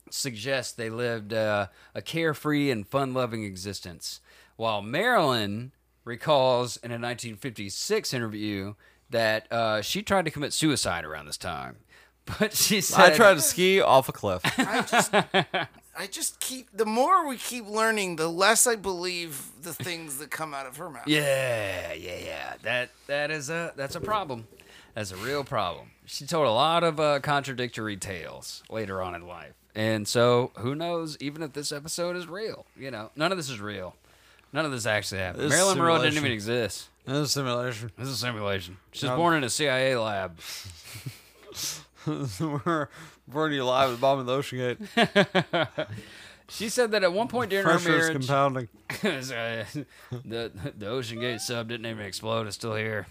Speaker 3: suggests they lived uh, a carefree and fun loving existence, while Marilyn recalls in a 1956 interview that uh, she tried to commit suicide around this time. *laughs* But she
Speaker 1: I
Speaker 3: said,
Speaker 1: tried to ski off a cliff. *laughs*
Speaker 5: I just keep the more we keep learning, the less I believe the things that come out of her mouth.
Speaker 3: Yeah, yeah, yeah. That that is a that's a problem. That's a real problem. She told a lot of uh, contradictory tales later on in life, and so who knows? Even if this episode is real, you know, none of this is real. None of this actually happened.
Speaker 1: This is
Speaker 3: Marilyn Monroe didn't
Speaker 1: simulation.
Speaker 3: even exist.
Speaker 1: That's a simulation. *laughs*
Speaker 3: This is a simulation. She was
Speaker 1: Um,
Speaker 3: born in a CIA lab.
Speaker 1: We're burning you alive at the bottom of the ocean
Speaker 3: *laughs*
Speaker 1: gate.
Speaker 3: She said that at one point during her
Speaker 1: Pressure is
Speaker 3: marriage,
Speaker 1: compounding.
Speaker 3: *laughs* the the Ocean Gate sub didn't even explode. It's still here.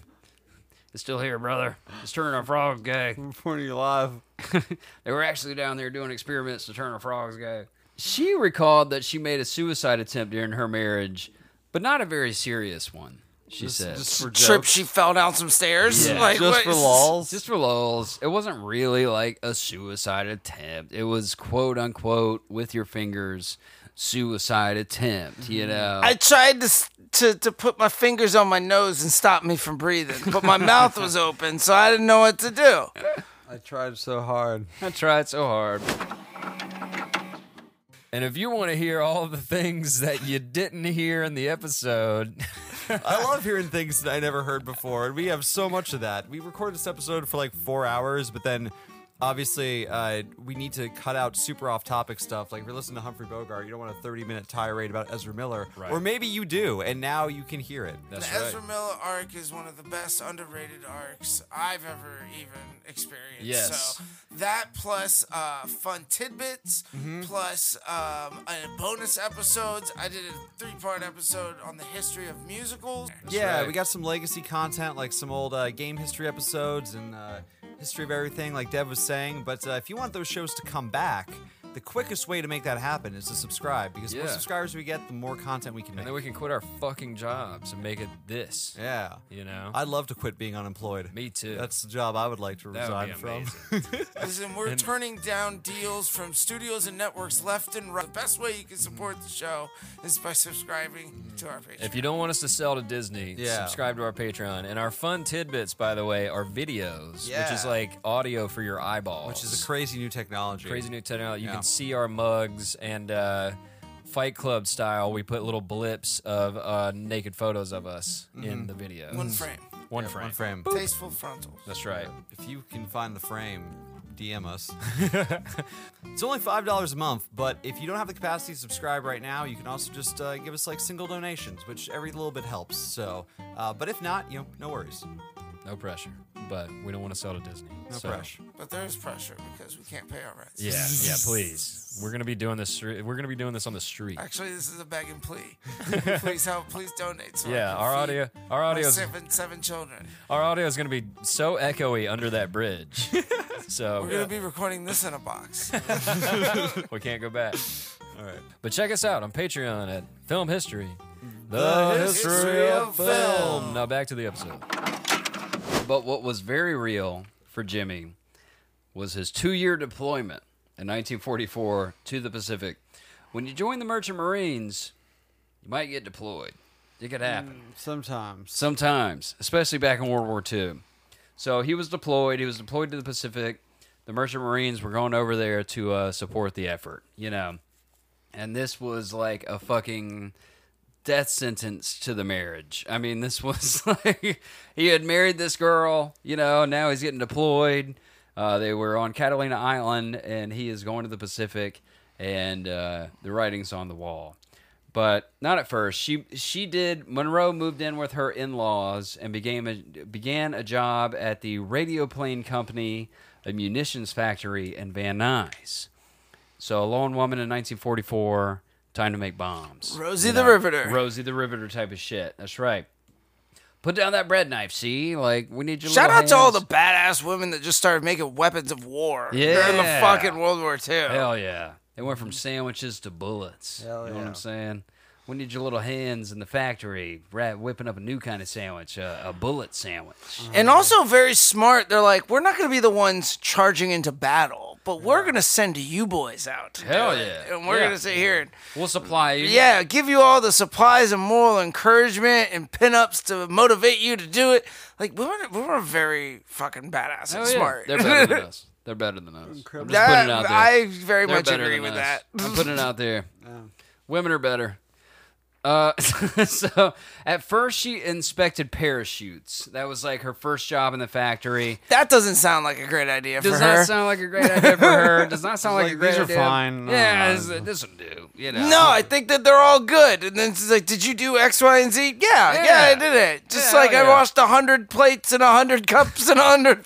Speaker 3: It's still here, brother. It's turning our frogs gay.
Speaker 1: We're burning you alive.
Speaker 3: *laughs* They were actually down there doing experiments to turn a frog's gay. She recalled that she made a suicide attempt during her marriage, but not a very serious one. She said,
Speaker 1: Just for
Speaker 5: Trip,
Speaker 1: jokes.
Speaker 5: she fell down some stairs.
Speaker 3: Yeah.
Speaker 5: Like,
Speaker 1: Just
Speaker 5: what
Speaker 1: for
Speaker 5: is-
Speaker 1: lols.
Speaker 3: just for lulz. It wasn't really like a suicide attempt. It was quote unquote with your fingers suicide attempt. You know,
Speaker 5: I tried to, s- to to put my fingers on my nose and stop me from breathing, but my mouth was open, so I didn't know what to do.
Speaker 1: I tried so hard.
Speaker 3: I tried so hard. And if you want to hear all the things that you didn't hear in the episode, *laughs*
Speaker 6: I love hearing things that I never heard before, and we have so much of that. We recorded this episode for like four hours, but then obviously uh, we need to cut out super off-topic stuff. Like if you're listening to Humphrey Bogart, you don't want a 30-minute tirade about Ezra Miller, or maybe you do, and now you can hear it.
Speaker 3: that's
Speaker 5: The Ezra Miller arc is one of the best underrated arcs I've ever even experienced.
Speaker 3: Yes.
Speaker 5: So that plus uh, fun tidbits,
Speaker 3: Mm-hmm.
Speaker 5: plus um, uh, bonus episodes. I did a three-part episode on the history of musicals.
Speaker 6: yeah,
Speaker 3: right.
Speaker 6: we got some legacy content, like some old uh, game history episodes and uh, history of everything, like Dev was saying. But uh, if you want those shows to come back, the quickest way to make that happen is to subscribe because the more
Speaker 3: Yeah.
Speaker 6: subscribers we get, the more content we can make.
Speaker 3: And then we can quit our fucking jobs and make it this.
Speaker 6: yeah.
Speaker 3: You know?
Speaker 6: I'd love to quit being unemployed.
Speaker 3: Me too.
Speaker 6: That's the job I would like to
Speaker 3: That would
Speaker 6: resign
Speaker 3: be
Speaker 6: from.
Speaker 3: amazing.
Speaker 5: Listen, we're turning down deals from studios and networks left and right. The best way you can support the show is by subscribing to our Patreon.
Speaker 3: If you don't want us to sell to Disney,
Speaker 6: Yeah.
Speaker 3: subscribe to our Patreon. And our fun tidbits, by the way, are videos, which is
Speaker 6: Yeah.
Speaker 3: like audio for your
Speaker 6: *laughs*
Speaker 3: eyeballs,
Speaker 6: Which is a crazy new technology.
Speaker 3: crazy new technology. You
Speaker 6: Yeah.
Speaker 3: can see our mugs and uh, Fight Club style. We put little blips of uh, naked photos of us in the video.
Speaker 5: One frame.
Speaker 3: One
Speaker 6: Yeah,
Speaker 3: frame.
Speaker 6: One frame.
Speaker 5: Tasteful frontals.
Speaker 3: That's right.
Speaker 6: If you can find the frame, DM us. *laughs* it's only five dollars a month, but if you don't have the capacity to subscribe right now, you can also just uh, give us like single donations, which every little bit helps. So, uh, but if not, you know, no worries,
Speaker 3: No pressure. But we don't want to sell to Disney.
Speaker 6: no
Speaker 3: so.
Speaker 6: pressure.
Speaker 5: But there is pressure because we can't pay our rents.
Speaker 3: Yeah, yeah, please. We're gonna be doing this. We're gonna be doing this on the street.
Speaker 5: Actually, this is a begging plea. *laughs* please help. Please donate. So I
Speaker 3: Yeah,
Speaker 5: can
Speaker 3: our
Speaker 5: feed
Speaker 3: audio, our
Speaker 5: my
Speaker 3: audio,
Speaker 5: Seven, seven children.
Speaker 3: our audio is gonna be so echoey under that
Speaker 5: *laughs*
Speaker 3: bridge. so
Speaker 5: We're going to be recording this in a box.
Speaker 3: We can't go back. All right. But check us out on Patreon at Film History. The,
Speaker 5: History of Film.
Speaker 3: Now back to the episode. But what was very real for Jimmy was his two year deployment in 1944 to the Pacific. When you join the Merchant Marines, you might get deployed. It could happen.
Speaker 5: Hmm.
Speaker 1: Sometimes.
Speaker 3: Sometimes, especially back in World War II. So he was deployed. He was deployed to the Pacific. The Merchant Marines were going over there to uh, support the effort, you know. And this was like a fucking death sentence to the marriage. I mean, this *laughs* was like he had married this girl, you know, now he's getting deployed. Uh, they were on Catalina Island, and he is going to the Pacific, and uh, the writing's on the wall. But not at first. She she did. Monroe moved in with her in laws and began a, began a job at the Radioplane Company, a munitions factory in Van Nuys. So a lone woman in 1944, time to make bombs.
Speaker 5: *laughs* Rosie the Riveter.
Speaker 3: Rosie the Riveter type of shit. That's right. Put down that bread knife. See, like we need your.
Speaker 5: Shout
Speaker 3: little
Speaker 5: out to all the
Speaker 3: hands.
Speaker 5: badass women that just started making weapons of war during the
Speaker 3: Yeah.
Speaker 5: fucking World War II.
Speaker 3: *laughs* Hell yeah! They went from sandwiches to bullets.
Speaker 1: Hell
Speaker 3: you know what
Speaker 1: yeah.
Speaker 3: I'm saying? We need your little hands in the factory, rat whipping up a new kind of sandwich, uh, a bullet sandwich.
Speaker 5: And also very smart. They're like, we're not going to be the ones charging into battle, but we're going to send you boys out. to do
Speaker 3: Hell
Speaker 5: it.
Speaker 3: yeah.
Speaker 5: And we're
Speaker 3: Yeah.
Speaker 5: going to sit here and
Speaker 3: We'll supply you.
Speaker 5: Yeah, give you all the supplies and moral encouragement and pinups to motivate you to do it. Like women, women are very fucking badass and
Speaker 3: Hell yeah.
Speaker 5: smart.
Speaker 3: They're better
Speaker 5: *laughs*
Speaker 3: than us. They're better than us. I'm just putting it
Speaker 5: That-
Speaker 3: out there.
Speaker 5: I very
Speaker 3: They're
Speaker 5: much
Speaker 3: better
Speaker 5: agree
Speaker 3: than
Speaker 5: with
Speaker 3: us.
Speaker 5: that. Oh.
Speaker 3: I'm putting it out
Speaker 5: *laughs*
Speaker 3: there. Women are better. Uh, *laughs* so at first she inspected parachutes. That was like her first job in the factory.
Speaker 5: That doesn't sound like a great idea
Speaker 3: Does
Speaker 5: for
Speaker 3: not
Speaker 5: her.
Speaker 3: sound like a great idea for her. Does not sound like,
Speaker 1: like,
Speaker 3: a great
Speaker 1: these are
Speaker 3: idea.
Speaker 1: fine.
Speaker 3: Yeah,
Speaker 1: Uh,
Speaker 3: this, this will do. You know.
Speaker 5: Oh, no, I think that they're all good. And then she's like, "Did you do X, Y, and Z?" Yeah, yeah,
Speaker 3: Yeah.
Speaker 5: I did it. Just
Speaker 3: Yeah,
Speaker 5: like
Speaker 3: hell
Speaker 5: I
Speaker 3: yeah.
Speaker 5: washed a hundred plates and a hundred cups and a hundred *laughs*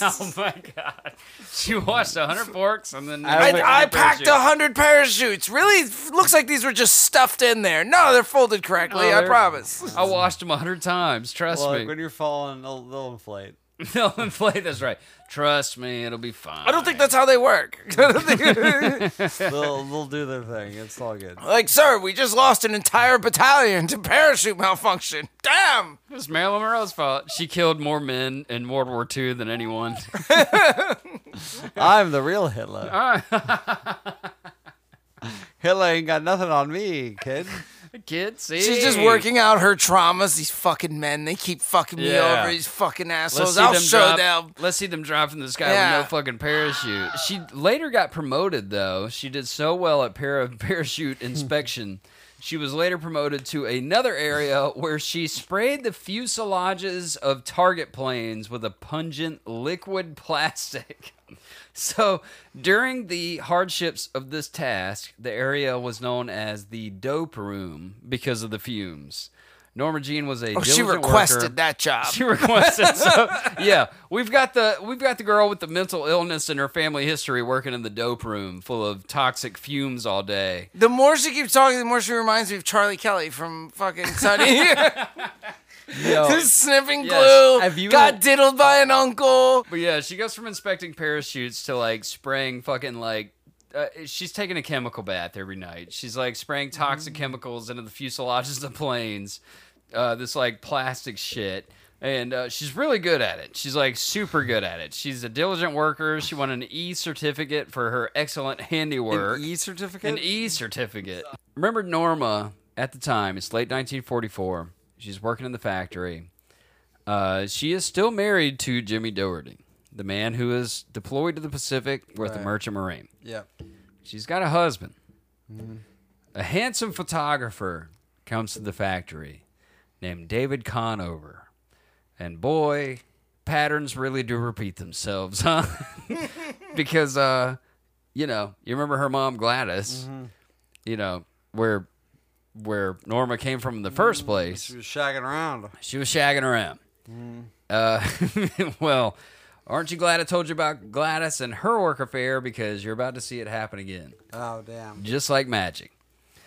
Speaker 3: *laughs* Oh my god. She washed hundred forks and then
Speaker 1: I
Speaker 5: I,
Speaker 1: Like
Speaker 5: I packed
Speaker 3: parachute.
Speaker 5: a hundred parachutes. Really, it looks like these were just stuffed in there. No, they're folded correctly.
Speaker 3: No,
Speaker 5: I
Speaker 3: they're-
Speaker 5: promise.
Speaker 3: I washed them a hundred times. Trust
Speaker 1: Well,
Speaker 3: me.
Speaker 1: when you're falling, they'll, they'll inflate.
Speaker 3: *laughs* No, play this right. Trust me, it'll be fine.
Speaker 5: I don't think that's how they work. *laughs* I don't think- *laughs*
Speaker 1: They'll, they'll do their thing. It's all good.
Speaker 5: like, sir, we just lost an entire battalion to parachute malfunction. Damn.
Speaker 3: it was Marilyn Monroe's fault. She killed more men in World War II than anyone. *laughs*
Speaker 1: I'm the real Hitler.
Speaker 3: Ah.
Speaker 1: *laughs* Hitler ain't got nothing on me,
Speaker 3: *laughs*
Speaker 1: kid.
Speaker 3: Kids, see?
Speaker 5: She's just working out her traumas. These fucking men, they keep fucking me
Speaker 3: Yeah.
Speaker 5: over. These fucking
Speaker 3: Let's
Speaker 5: assholes.
Speaker 3: see,
Speaker 5: I'll
Speaker 3: them drop,
Speaker 5: show them.
Speaker 3: let's see them drop from the sky
Speaker 5: Yeah.
Speaker 3: with no fucking parachute. She later got promoted, though. She did so well at para- *laughs* parachute inspection. She was later promoted to another area where she sprayed the fuselages of target planes with a pungent liquid plastic. *laughs* So, during the hardships of this task, the area was known as the dope room because of the fumes. Norma Jean was a
Speaker 5: Oh, she
Speaker 3: diligent
Speaker 5: requested
Speaker 3: worker.
Speaker 5: that job.
Speaker 3: *laughs* She requested. So yeah, we've got the we've got the girl with the mental illness and her family history working in the dope room full of toxic fumes all day. *laughs*
Speaker 5: *laughs* the more she keeps talking, the more she reminds me of Charlie Kelly from fucking Sunny.
Speaker 3: Yo.
Speaker 7: Just sniffing
Speaker 3: Yes.
Speaker 7: glue.
Speaker 3: Have you-
Speaker 7: got diddled by an uncle.
Speaker 3: But yeah, she goes from inspecting parachutes to like spraying fucking like. Uh, she's taking a chemical bath every night. She's like spraying toxic chemicals into the fuselages of the planes, uh, this like plastic shit. And uh, she's really good at it. She's like super good at it. She's a diligent worker. She won an E certificate for her excellent handiwork.
Speaker 1: E certificate.
Speaker 3: An E certificate. Remember Norma at the time, it's late 1944. She's working in the factory. Uh, she is still married to Jimmy Doherty, the man who is deployed to the Pacific with the Merchant Marine.
Speaker 1: yeah.
Speaker 3: She's got a husband.
Speaker 1: Mm-hmm.
Speaker 3: A handsome photographer comes to the factory named David Conover. And boy, patterns really do repeat themselves, *laughs*
Speaker 1: *laughs*
Speaker 3: huh? because, uh, you know, you remember her mom, Gladys,
Speaker 1: Mm-hmm.
Speaker 3: you know, where where Norma came from in the first place.
Speaker 1: Mm-hmm. She was shagging around.
Speaker 3: She was shagging around. Uh, *laughs* well, aren't you glad I told you about Gladys and her work affair? Because you're about to see it happen again,
Speaker 1: Oh damn,
Speaker 3: just like magic.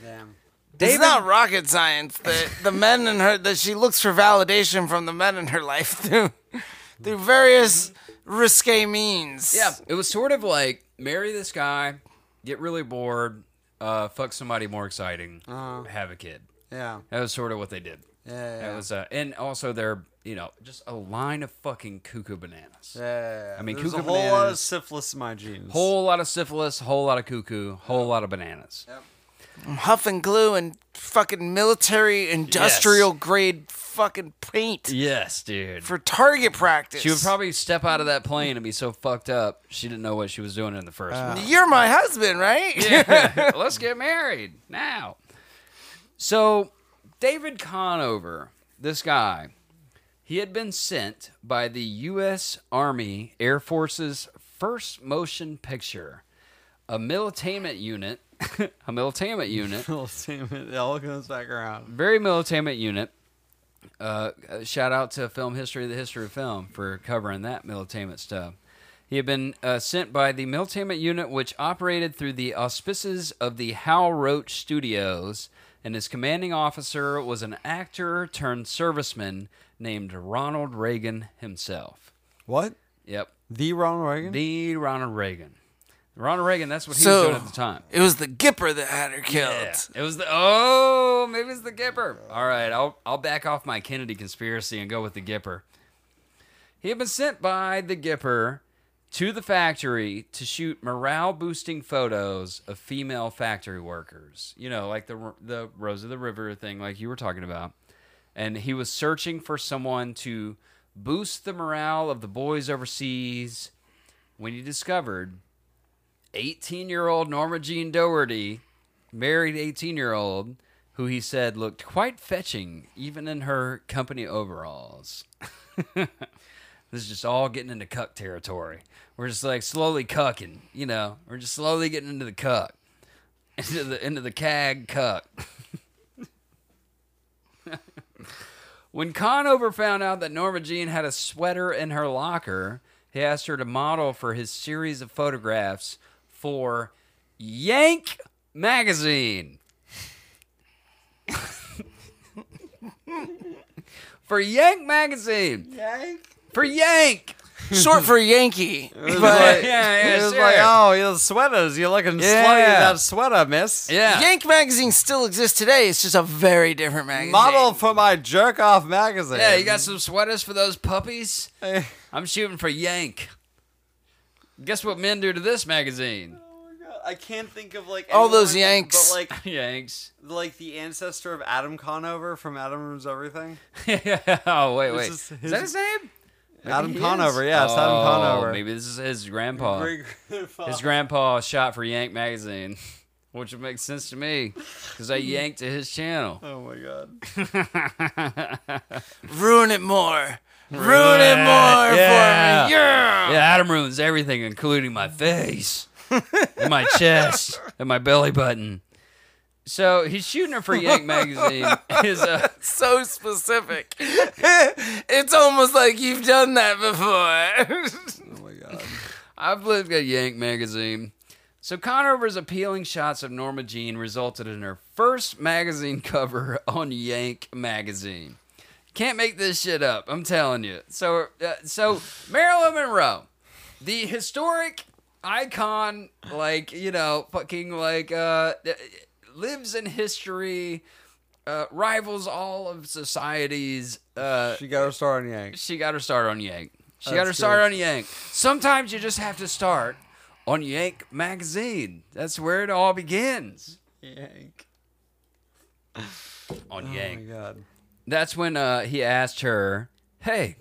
Speaker 1: damn.
Speaker 7: It's not rocket science. The the men in her that she looks for validation from the men in her life *laughs* through through various risque means.
Speaker 3: Yeah, it was sort of like marry this guy, get really bored, uh, fuck somebody more exciting, have a kid.
Speaker 1: Uh-huh. Yeah,
Speaker 3: That was sort of what they did.
Speaker 1: yeah, yeah.
Speaker 3: That was, uh, and also they're you know just a line of fucking cuckoo bananas.
Speaker 1: yeah.
Speaker 3: I mean,
Speaker 1: there's a
Speaker 3: cuckoo
Speaker 1: whole lot of
Speaker 3: bananas-
Speaker 1: syphilis in my genes.
Speaker 3: Whole lot of syphilis, whole lot of cuckoo, whole lot of bananas.
Speaker 7: Huffing glue and fucking military industrial grade fucking paint
Speaker 3: Yes, dude.
Speaker 7: for target practice.
Speaker 3: She would probably step out of that plane and be so fucked up she didn't know what she was doing in the first
Speaker 1: Ah. *laughs*
Speaker 3: place.
Speaker 7: Uh, You're my husband, right? *laughs*
Speaker 3: Yeah, let's get married now. So, David Conover, this guy, he had been sent by the U.S. Army Air Force's first motion picture, a militainment unit, *laughs* a militainment unit,
Speaker 1: it all comes back around.
Speaker 3: very militainment unit. Uh, shout out to Film History, the History of Film, for covering that militainment stuff. He had been uh, sent by the militainment unit, which operated through the auspices of the Hal Roach Studios, and his commanding officer was an actor turned serviceman named Ronald Reagan himself.
Speaker 1: What?
Speaker 3: Yep,
Speaker 1: The Ronald Reagan?
Speaker 3: the Ronald Reagan. Ronald Reagan, that's what he
Speaker 7: So-
Speaker 3: was doing at the time.
Speaker 7: It was the Gipper that had her killed.
Speaker 3: Yeah. It was the oh, maybe it's the Gipper. All right, I'll I'll back off my Kennedy conspiracy and go with the Gipper. He had been sent by the Gipper to the factory to shoot morale boosting photos of female factory workers. You know, like the the Rose of the River thing, like you were talking about. And he was searching for someone to boost the morale of the boys overseas when he discovered 18 year old Norma Jean Doherty, married 18 year old, who he said looked quite fetching even in her company overalls. this is just all getting into cuck territory. We're just like slowly cucking, you know, we're just slowly getting into the cuck, *laughs* into the, into the cag cuck. *laughs* When Conover found out that Norma Jean had a sweater in her locker, he asked her to model for his series of photographs for Yank Magazine. *laughs* for Yank Magazine. Yank? For Yank.
Speaker 1: *laughs*
Speaker 7: Short for Yankee.
Speaker 3: Yeah,
Speaker 7: but
Speaker 3: yeah,
Speaker 1: It was
Speaker 3: sure.
Speaker 1: like, oh, you sweaters. You're looking slutty in
Speaker 3: Yeah.
Speaker 1: that sweater, miss.
Speaker 3: yeah.
Speaker 7: Yank magazine still exists today. It's just a very different magazine.
Speaker 1: Model for my jerk off magazine. Oh,
Speaker 3: Yeah, you
Speaker 1: *laughs*
Speaker 3: got some sweaters for those puppies? I'm shooting for Yank. Guess what men do to this magazine? *laughs*
Speaker 1: I can't think of like
Speaker 7: All those
Speaker 1: anyone,
Speaker 7: Yanks.
Speaker 1: but like
Speaker 3: Yanks. *laughs*
Speaker 1: like the ancestor of Adam Conover from Adam Ruins Everything.
Speaker 3: oh wait, wait. Is,
Speaker 1: is his-
Speaker 3: that his name?
Speaker 1: Adam
Speaker 3: he
Speaker 1: Conover,
Speaker 3: is?
Speaker 1: yeah, it's Adam
Speaker 3: Oh,
Speaker 1: Conover.
Speaker 3: Maybe this is his grandpa.
Speaker 1: Great *laughs* grandpa.
Speaker 3: His grandpa shot for Yank magazine, *laughs* which would make sense to me because I
Speaker 1: *laughs*
Speaker 3: yanked to his channel.
Speaker 1: Oh my god.
Speaker 7: Ruin it more. Ruin it more
Speaker 3: Yeah.
Speaker 7: for me. Yeah.
Speaker 3: Yeah, Adam ruins everything, including my face, and my chest, and my belly button. So he's shooting her for Yank magazine. *laughs* His uh,
Speaker 7: So specific. *laughs* it's almost like you've done that before. *laughs*
Speaker 1: Oh my god.
Speaker 3: I've lived at Yank magazine. So Conover's appealing shots of Norma *laughs* Jean resulted in her first magazine cover on Yank magazine. Can't make this shit up. I'm telling you. So, uh, so Marilyn Monroe, the historic icon, like you know, fucking like uh, lives in history, uh, rivals all of society's. Uh,
Speaker 1: She got her star on Yank.
Speaker 3: she got her start on Yank. She got her
Speaker 1: That's
Speaker 3: start
Speaker 1: good.
Speaker 3: on Yank. Sometimes you just have to start on Yank magazine. That's where it all begins.
Speaker 1: Yank.
Speaker 3: On
Speaker 1: Oh
Speaker 3: Yank.
Speaker 1: my god.
Speaker 3: That's when uh, he asked her, "Hey,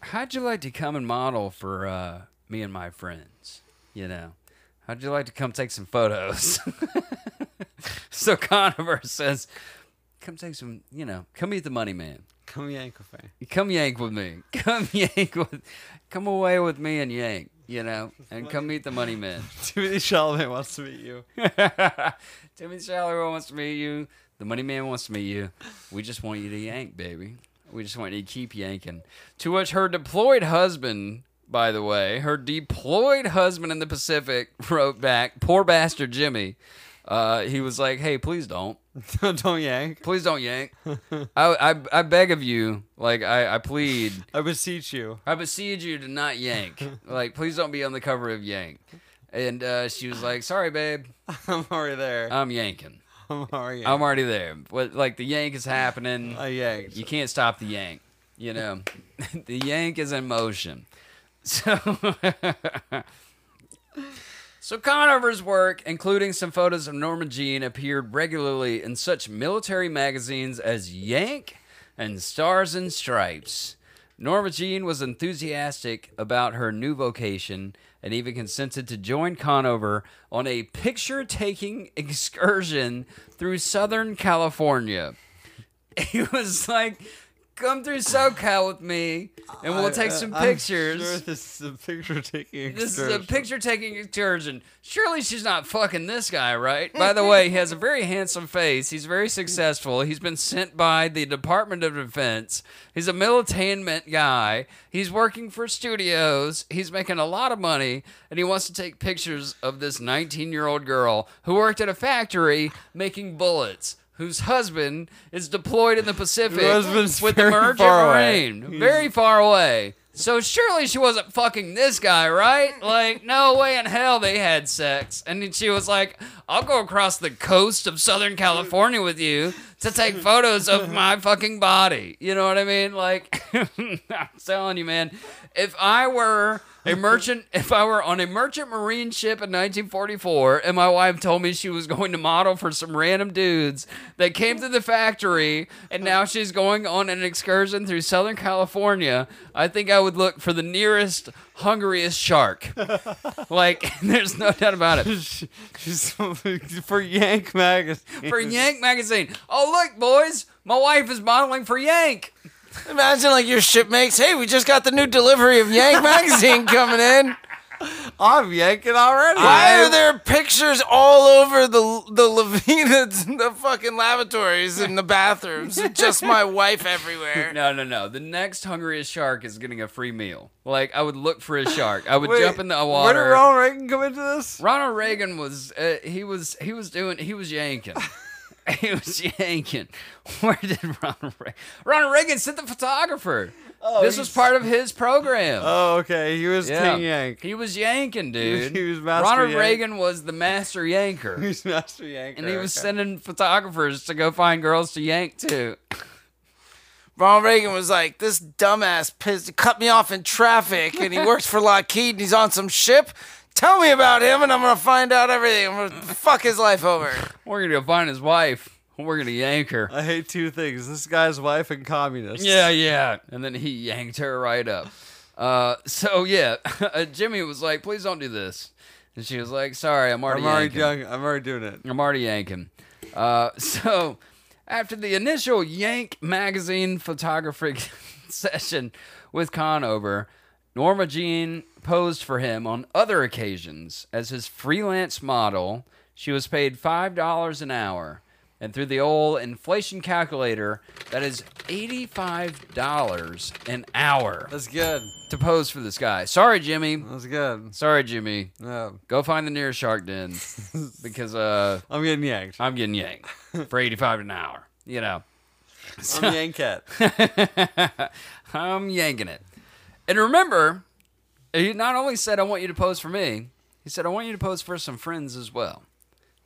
Speaker 3: how'd you like to come and model for uh, me and my friends? You know, how'd you like to come take some photos?" *laughs* so Conover says, "Come take some. You know, come meet the money man.
Speaker 1: Come yank with me.
Speaker 3: Come yank with me. *laughs* Come yank with. Come away with me and yank. You know, and come meet the money man." *laughs*
Speaker 1: *laughs* Timothy Chalamet wants to meet you.
Speaker 3: Timmy Shallow wants to meet you. The Money Man wants to meet you. We just want you to yank, baby. We just want you to keep yanking. To which her deployed husband, by the way, her deployed husband in the Pacific *laughs* wrote back, poor bastard Jimmy. Uh, he was like, hey, please don't.
Speaker 1: *laughs* Don't yank.
Speaker 3: Please don't yank. I, I, I beg of you. Like, I, I plead.
Speaker 1: I beseech you. *laughs*
Speaker 3: I beseech you to not yank. Like, please don't be on the cover of Yank. And uh, she was like, sorry, babe.
Speaker 1: I'm already there. *laughs*
Speaker 3: I'm yanking.
Speaker 1: I'm already.
Speaker 3: I'm already there. What like the yank is happening.
Speaker 1: I yanked.
Speaker 3: You can't stop the yank. You know, *laughs* the yank is in motion. So, *laughs* so Conover's work, including some photos of Norma Jean, appeared regularly in such military magazines as Yank and Stars and Stripes. Norma Jean was enthusiastic about her new vocation and even consented to join Conover on a picture taking *laughs* excursion through Southern California *laughs* he was like, "Come through SoCal with me, and we'll take some
Speaker 1: uh, I'm
Speaker 3: pictures."
Speaker 1: sure this is a picture taking.
Speaker 3: this is a picture taking excursion. Surely she's not fucking this guy, right? By the way, he has a very handsome face. He's very successful. He's been sent by the Department of Defense. He's a militainment guy. He's working for studios. He's making a lot of money, and he wants to take pictures of this 19 year old girl who worked at a factory making bullets. Whose husband is deployed in the Pacific
Speaker 1: husband's
Speaker 3: with the
Speaker 1: very
Speaker 3: Merchant
Speaker 1: far away.
Speaker 3: Marine, very far away. So surely she wasn't fucking this guy, right? Like, no way in hell they had sex. And then she was like, I'll go across the coast of Southern California with you to take photos of my fucking body. You know what I mean? Like, *laughs* I'm telling you, man, if I were a merchant, *laughs* if I were on a merchant marine ship in 1944 and my wife told me she was going to model for some random dudes that came to the factory and now she's going on an excursion through Southern California, I think I would look for the nearest, hungriest
Speaker 1: *laughs*
Speaker 3: shark. Like, *laughs* there's no doubt about it.
Speaker 1: She's *laughs* for Yank magazine.
Speaker 3: For Yank magazine. Oh, look, boys, my wife is modeling for Yank.
Speaker 7: Imagine like your ship makes, hey, we just got the new delivery of *laughs* Yank magazine coming in.
Speaker 1: I'm yanking already.
Speaker 7: Why are there pictures all over the the Levinas and *laughs* the fucking lavatories and the bathrooms? just my wife everywhere.
Speaker 3: No, no, no. The next hungriest shark is getting a free meal. Like, I would look for a shark. I would
Speaker 1: Wait,
Speaker 3: jump in the
Speaker 1: Where
Speaker 3: water.
Speaker 1: did Ronald Reagan come into this?
Speaker 3: Ronald Reagan was uh, he was he was doing he was yanking. *laughs* he was yanking. *laughs* Where did Ronald Reagan? Ronald Reagan sent the photographer. this was part of his program.
Speaker 1: Oh, okay. He was
Speaker 3: Yeah.
Speaker 1: King Yank. *laughs*
Speaker 3: He was yanking, dude.
Speaker 1: he was master
Speaker 3: Ronald
Speaker 1: yank.
Speaker 3: Reagan was the master yanker.
Speaker 1: *laughs* He was Master Yanker.
Speaker 3: and he was
Speaker 1: okay.
Speaker 3: sending photographers to go find girls to yank to.
Speaker 7: Ronald Reagan was like, this dumbass pissed, cut me off in traffic, and he works for Lockheed, and he's on some ship. Tell me about him, and I'm gonna find out everything. I'm gonna fuck his life over.
Speaker 3: We're gonna go find his wife. We're gonna yank her.
Speaker 1: I hate two things: this guy's wife and communists.
Speaker 3: Yeah, yeah. And then he yanked her right up. Uh, so yeah, *laughs* Jimmy was like, "Please don't do this," and she was like, "Sorry, I'm already,
Speaker 1: I'm already
Speaker 3: yanking.
Speaker 1: young. I'm already doing it.
Speaker 3: I'm already yanking." Uh, *laughs* so after the initial Yank magazine photographic *laughs* session with Conover, Norma Jean posed for him on other occasions as his freelance model. She was paid five dollars an hour. And through the old inflation calculator, that is $85 an hour
Speaker 1: That's good.
Speaker 3: to pose for this guy. Sorry, Jimmy.
Speaker 1: That's good.
Speaker 3: Sorry, Jimmy.
Speaker 1: Yeah.
Speaker 3: Go find the nearest shark den because uh,
Speaker 1: I'm getting yanked. *laughs*
Speaker 3: I'm getting yanked for 85 an hour. You know, *laughs*
Speaker 1: I'm Yankat.
Speaker 3: I'm yanking it. And remember, he not only said, I want you to pose for me, he said, I want you to pose for some friends as well.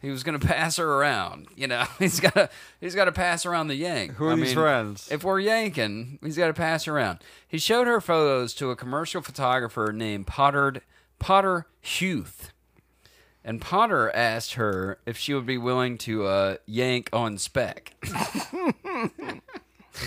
Speaker 3: He was going to *laughs* pass her around, you know. *laughs* He's got to he's got to pass around the yank.
Speaker 1: Who are these friends?
Speaker 3: If we're yanking, he's got to pass around. He showed her photos to a commercial photographer named Potter Potter Huth, and Potter asked her if she would be willing to uh, yank on spec.
Speaker 1: What's
Speaker 3: *laughs*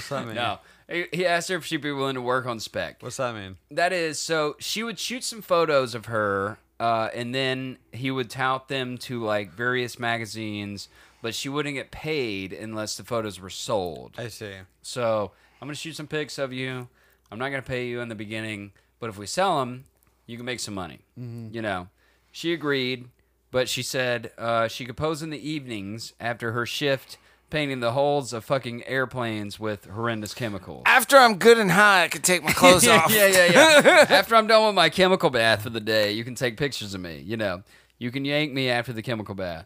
Speaker 1: that mean?
Speaker 3: No. He he asked her if she'd be willing to work on spec.
Speaker 1: What's that mean?
Speaker 3: That is, so she would shoot some photos of her, uh, and then he would tout them to like various magazines, but she wouldn't get paid unless the photos were sold.
Speaker 1: I see.
Speaker 3: So I'm gonna shoot some pics of you. I'm not gonna pay you in the beginning, but if we sell them, you can make some money. You know, she agreed, but she said uh, she could pose in the evenings after her shift, painting the hulls of fucking airplanes with horrendous chemicals.
Speaker 5: After I'm good and high, I could take my clothes
Speaker 3: yeah,
Speaker 5: off.
Speaker 3: Yeah, yeah,
Speaker 1: *laughs*
Speaker 3: yeah. after I'm done with my chemical bath for the day, you can take pictures of me. You know, you can yank me after the chemical bath.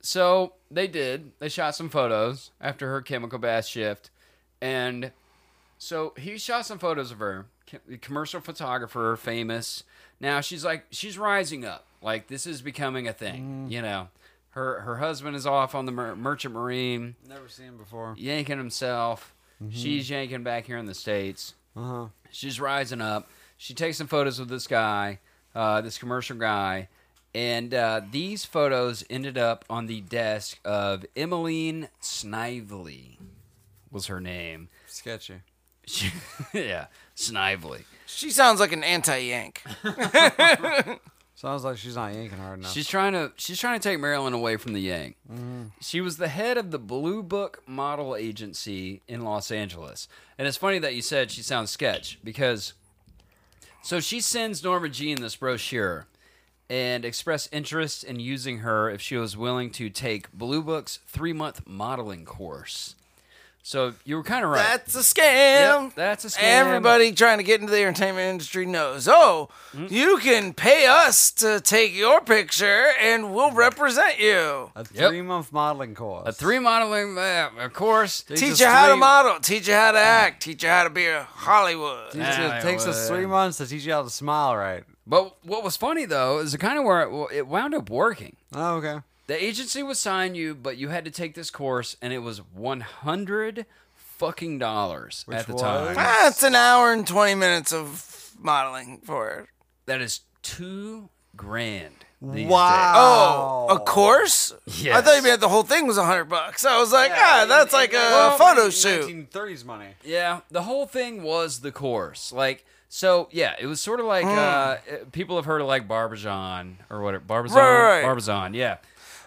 Speaker 3: So they did. They shot some photos after her chemical bath shift, and so he shot some photos of her. co- Commercial photographer, famous. Now she's like she's rising up. Like this is becoming a
Speaker 1: Mm.
Speaker 3: thing. You know, her her husband is off on the mer- merchant marine
Speaker 1: Never seen him before. Mm-hmm.
Speaker 3: yanking himself. She's yanking back here in the states. She's rising up. She takes some photos with this guy, uh, this commercial guy, and uh, these photos ended up on the desk of Emmeline Snively. Was her name? *laughs*
Speaker 1: Sketchy.
Speaker 3: She- yeah, Snively.
Speaker 5: She sounds like an anti-yank.
Speaker 1: Sounds like she's not yanking hard enough.
Speaker 3: She's trying to she's trying to take Maryland away from the Yang.
Speaker 5: Mm-hmm.
Speaker 3: She was the head of the Blue Book Model Agency in Los Angeles, and it's funny that you said she sounds sketch because. So she sends Norma Jean this brochure, and expressed interest in using her if she was willing to take Blue Book's three month modeling course. So you were kind of right.
Speaker 5: That's a scam.
Speaker 3: Yep, that's a scam.
Speaker 5: Everybody trying to get into the entertainment industry knows. Oh, you can pay us to take your picture, and we'll represent you.
Speaker 1: a
Speaker 3: Yep.
Speaker 1: three month modeling course.
Speaker 3: a three modeling uh, course.
Speaker 5: Teach you how to model. Teach you how to act. Teach you how to be a Hollywood.
Speaker 1: Teach you- it takes us three months to teach you how to smile right.
Speaker 3: But what was funny though is kind of where it, it wound up working.
Speaker 1: Oh, okay.
Speaker 3: The agency would sign you, but you had to take this course, and it was one hundred fucking dollars at the
Speaker 1: was?
Speaker 3: time.
Speaker 5: Ah, it's an hour and twenty minutes of modeling for it.
Speaker 3: That is two grand. These
Speaker 5: Oh, a course? I thought you
Speaker 3: Yes.
Speaker 5: meant the whole thing was a hundred bucks. I was like, ah, that's like a photo shoot.
Speaker 1: 1930s money.
Speaker 3: days. Yeah, the whole thing was the course. Like, so yeah, it was sort of
Speaker 5: Mm.
Speaker 3: like uh, people have heard of like Barbizon or whatever Barbizon,
Speaker 5: Right, right.
Speaker 3: Barbizon, yeah.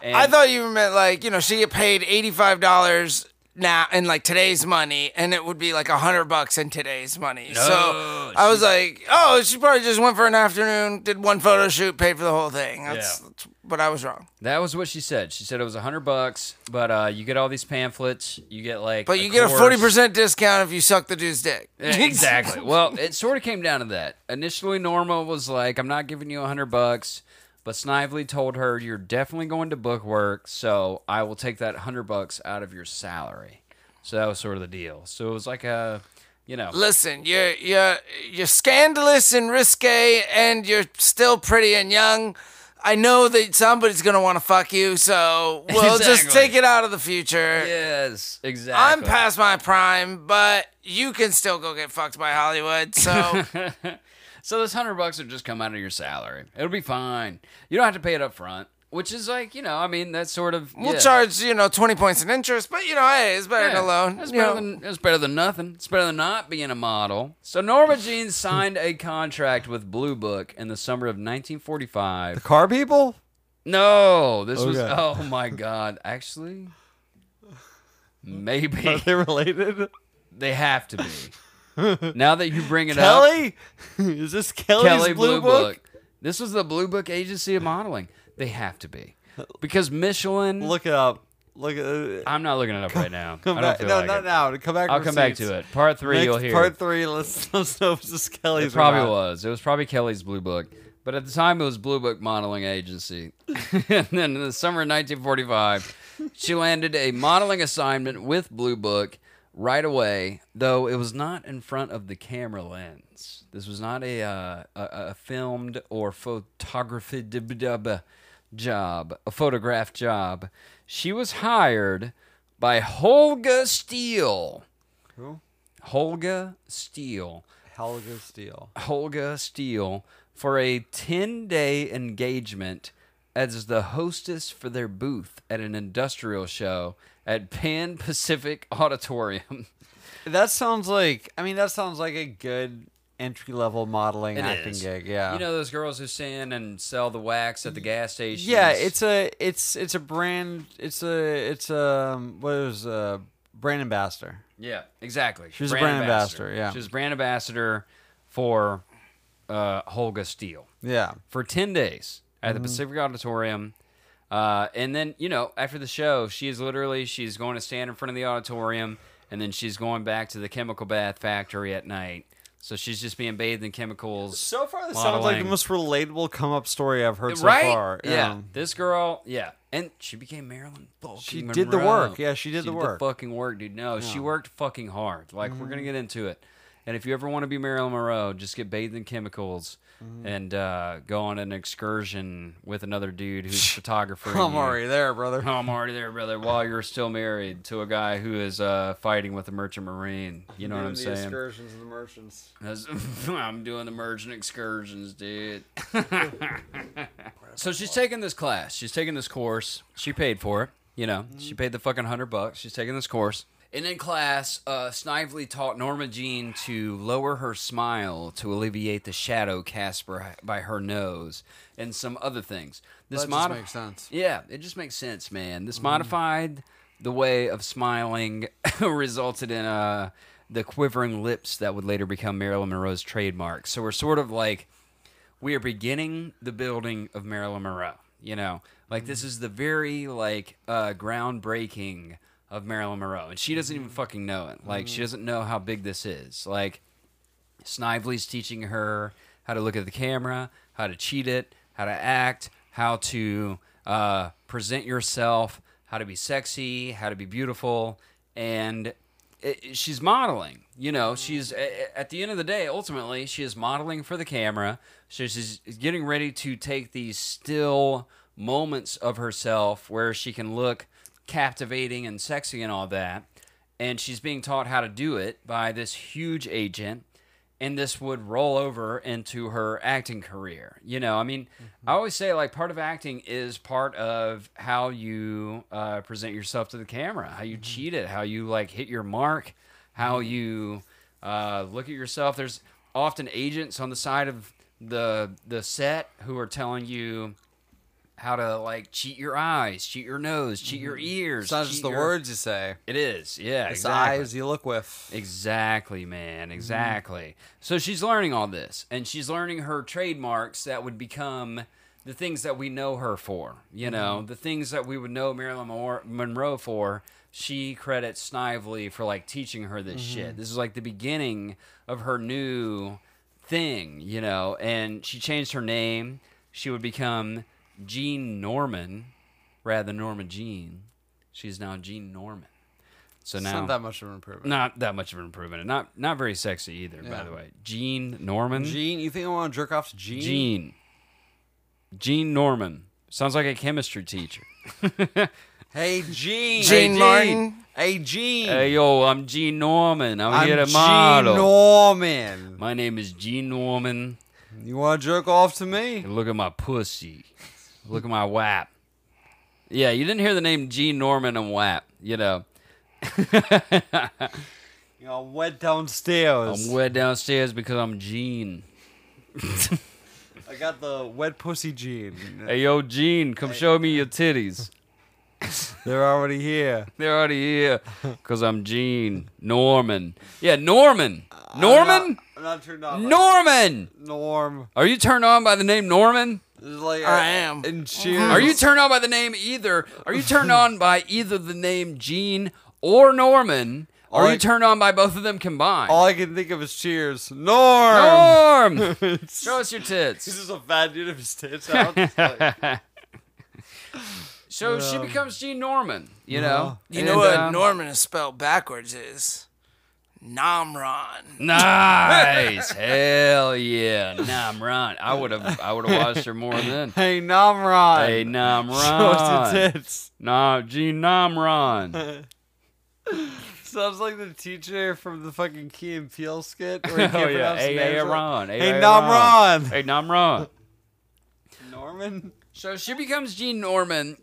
Speaker 3: And
Speaker 5: I thought you meant like you know she get paid eighty five dollars now in like today's money, and it would be like a hundred bucks in today's money. so I was like, oh, she probably just went for an afternoon, did one photo shoot, paid for the whole thing. That's,
Speaker 3: Yeah.
Speaker 5: that's but I was wrong.
Speaker 3: that was what she said. She said it was a hundred bucks, but uh, you get all these pamphlets, you get like,
Speaker 5: But you get a
Speaker 3: course.
Speaker 5: forty percent discount if you suck the dude's dick. *laughs*
Speaker 3: Yeah, exactly. well, it sort of came down to that. Initially, Norma was like, "I'm not giving you a hundred bucks," but Snively told her, "You're definitely going to book work, so I will take that hundred bucks out of your salary." So that was sort of the deal. So it was like a, you know,
Speaker 5: Listen, you're you're you're scandalous and risque, and you're still pretty and young. I know that somebody's gonna want to fuck
Speaker 3: *laughs*
Speaker 5: you, so we'll just
Speaker 3: Exactly.
Speaker 5: take it out of the future.
Speaker 3: yes, exactly.
Speaker 5: I'm past my prime, but you can still go get fucked by Hollywood.
Speaker 3: *laughs*
Speaker 5: So
Speaker 3: So this hundred bucks would just come out of your salary. It'll be fine. You don't have to pay it up front, which is like, you know, I mean, that's sort of
Speaker 5: we'll
Speaker 3: yeah.
Speaker 5: charge, you know, 20 points in interest, but you know, hey, it's better
Speaker 3: Yeah,
Speaker 5: than a loan.
Speaker 3: It's
Speaker 5: you know.
Speaker 3: better, than, it's better than nothing. It's better than not being a model. So Norma Jean signed a contract with Blue Book in the summer of 1945.
Speaker 1: Car people?
Speaker 3: No, this was.
Speaker 1: Okay.
Speaker 3: Oh my God! Actually,
Speaker 1: Are
Speaker 3: maybe
Speaker 1: they related?
Speaker 3: they have to be. Now that you bring it up,
Speaker 1: *laughs* Kelly? *laughs* Is this Kelly's
Speaker 3: Kelly
Speaker 1: Blue, Book?
Speaker 3: This was the Blue Book agency of modeling. They have to be because Michelin.
Speaker 1: Look it up. Look at uh,
Speaker 3: I'm not looking it up right now.
Speaker 1: come
Speaker 3: I don't
Speaker 1: back.
Speaker 3: feel
Speaker 1: No,
Speaker 3: like
Speaker 1: not
Speaker 3: it.
Speaker 1: now. Come back.
Speaker 3: I'll come back
Speaker 1: receipts.
Speaker 3: to it. Part three,
Speaker 1: Next-
Speaker 3: you'll hear.
Speaker 1: Part three. Let's *laughs* let's know if this is Kelly's.
Speaker 3: It probably
Speaker 1: or not.
Speaker 3: was. It was probably Kelly's Blue Book. But at the time, it was Blue Book Modeling Agency. *laughs* and then in the summer of 1945, she landed a modeling assignment with Blue Book, right away, though it was not in front of the camera lens. This was not a, uh, a, a filmed or photographed uh, job, a photograph job. She was hired by Holga Steele. Who? Holga Steele.
Speaker 1: Helga Steele.
Speaker 3: Holga Steele for a 10 day engagement as the hostess for their booth at an industrial show at Pan Pacific Auditorium.
Speaker 1: That sounds like. I mean, that sounds like a good entry level modeling
Speaker 3: It
Speaker 1: acting
Speaker 3: is.
Speaker 1: gig. Yeah.
Speaker 3: You know those girls who stand and sell the wax at the gas station?
Speaker 1: yeah, it's a it's it's a brand. It's a it's a um, what is a brand ambassador.
Speaker 3: Yeah, exactly.
Speaker 1: She was a brand ambassador, yeah.
Speaker 3: She was brand ambassador for uh, Holga Steele.
Speaker 1: Yeah.
Speaker 3: for 10 days at the Pacific Auditorium. Uh, and then, you know, after the show, she is literally, she's going to stand in front of the auditorium and then she's going back to the chemical bath factory at night. So she's just being bathed in chemicals.
Speaker 1: So far, this sounds like the
Speaker 3: Modeling.
Speaker 1: most relatable come up story I've heard so
Speaker 3: right?
Speaker 1: far. um,
Speaker 3: Yeah. This girl, yeah. And she became Marilyn fucking
Speaker 1: She did the
Speaker 3: Monroe.
Speaker 1: work. Yeah, she did the work. Mm-hmm.
Speaker 3: fucking work, dude. No, she worked fucking hard. Like, we're going to get into it. And if you ever want to be Marilyn Monroe, just get bathed in chemicals
Speaker 1: Mm-hmm.
Speaker 3: and uh, go on an excursion with another dude who's
Speaker 1: *laughs*
Speaker 3: a photographer. and
Speaker 1: I'm
Speaker 3: you-
Speaker 1: already there, brother.
Speaker 3: Oh, *laughs* I'm already there, brother. While you're still married to a guy who is uh, fighting with a merchant marine, you know what I'm saying?
Speaker 1: excursions of the merchants.
Speaker 3: That's- *laughs* I'm doing the merchant excursions, dude. *laughs* so she's taking this class. She's taking this course. She paid for it. You know, she
Speaker 1: Mm-hmm.
Speaker 3: paid the fucking hundred bucks. She's taking this course. And in class, uh, Snively taught Norma Jean to lower her smile to alleviate the shadow cast by- by her nose and some other things. This
Speaker 1: That just
Speaker 3: modi-
Speaker 1: makes sense.
Speaker 3: Yeah, it just makes sense, man. This modified the way of smiling *laughs* resulted in uh, the quivering lips that would later become Marilyn Monroe's trademark. So we're sort of like we are beginning the building of Marilyn Monroe. You know, like this is the very like uh, groundbreaking of Marilyn Monroe, and she doesn't even fucking know it. Like she doesn't know how big this is. Like Snively's teaching her how to look at the camera, how to cheat it, how to act, how to uh, present yourself, how to be sexy, how to be beautiful, and it, it- she's modeling. You know, she's a- a- at the end of the day, ultimately, she is modeling for the camera. So she's getting ready to take these still moments of herself where she can look captivating and sexy and all that. And she's being taught how to do it by this huge agent and this would roll over into her acting career. You know, I mean,
Speaker 1: Mm-hmm.
Speaker 3: I always say like part of acting is part of how you uh, present yourself to the camera, how
Speaker 1: Mm-hmm.
Speaker 3: you cheat it, how you like hit your mark, how you uh, look at yourself. There's often agents on the side of the the set who are telling you how to like cheat your eyes, cheat your nose, cheat your ears.
Speaker 1: Mm-hmm. It's not just
Speaker 3: cheat
Speaker 1: the
Speaker 3: your-
Speaker 1: words you say.
Speaker 3: It is, yeah.
Speaker 1: It's
Speaker 3: exactly.
Speaker 1: the eyes you look with.
Speaker 3: Exactly, man. Exactly. So she's learning all this, and she's learning her trademarks that would become the things that we know her for. You know, the things that we would know Marilyn Mor- Monroe for. She credits Snively for like teaching her this shit. This is like the beginning of her new thing, you know. And she changed her name. She would become Jean Norman rather than Norma Jean. She's now Jean Norman. So now
Speaker 1: It's not that much of an improvement.
Speaker 3: not that much of an improvement. Not not very sexy either, by the way. Gene Norman.
Speaker 1: Gene, you think I want to jerk off to Gene?
Speaker 3: Gene. Gene Norman. Sounds like a chemistry
Speaker 1: *laughs*
Speaker 3: teacher.
Speaker 1: Hey, Gene.
Speaker 7: Gene
Speaker 1: hey,
Speaker 7: Martin?
Speaker 1: Hey, Gene.
Speaker 3: hey yo, I'm Gene Norman. I'm,
Speaker 1: I'm
Speaker 3: here to
Speaker 1: Gene
Speaker 3: model.
Speaker 1: Norman.
Speaker 3: My name is Gene Norman.
Speaker 1: You want to jerk off to me?
Speaker 3: And look at my pussy. Look at my wap. Yeah, you didn't hear the name Gene Norman and wap, you know.
Speaker 1: You know, I'm wet downstairs.
Speaker 3: I'm wet downstairs because I'm Gene.
Speaker 1: I got the wet pussy Gene.
Speaker 3: *laughs* Hey yo, Gene, come show me your titties.
Speaker 1: They're already here.
Speaker 3: They're already here because I'm Gene Norman. Yeah, Norman. Norman.
Speaker 1: I'm not turned off.
Speaker 3: Norman.
Speaker 1: Norm.
Speaker 3: Are you turned on by the name Norman?
Speaker 1: It's like
Speaker 7: I am.
Speaker 1: In Cheers.
Speaker 3: Are you turned on by the name either? Are you turned on by either the name Gene or Norman? Or
Speaker 1: All
Speaker 3: are
Speaker 1: I-
Speaker 3: you turned on by both of them combined?
Speaker 1: All I can think of is Cheers. Norm.
Speaker 3: Norm.
Speaker 1: *laughs*
Speaker 3: Show us your
Speaker 1: This
Speaker 3: tits.
Speaker 1: is a fat dude of his tits out. It's like-
Speaker 3: *laughs* So she becomes Gene Norman. You know.
Speaker 7: You
Speaker 3: And,
Speaker 7: know what
Speaker 3: um,
Speaker 7: Norman is spelled backwards is?
Speaker 5: Namron.
Speaker 7: *laughs*
Speaker 3: Nice. Hell yeah. Nah, I'm right. I would have I would have watched her more
Speaker 1: *laughs*
Speaker 3: then.
Speaker 1: Hey, Namron.
Speaker 3: Hey, Namron.
Speaker 1: Show us your tits.
Speaker 3: Nah, Gene
Speaker 1: *laughs*
Speaker 3: Namron.
Speaker 1: Sounds like the teacher from the fucking Key and Peele skit. Where he
Speaker 3: *laughs*
Speaker 1: can't
Speaker 3: Oh yeah.
Speaker 1: pronounce
Speaker 3: Hey,
Speaker 1: the names right.
Speaker 3: Aaron.
Speaker 1: Hey, Namron.
Speaker 3: Hey, Namron.
Speaker 1: Norman.
Speaker 3: So she becomes Gene Norman,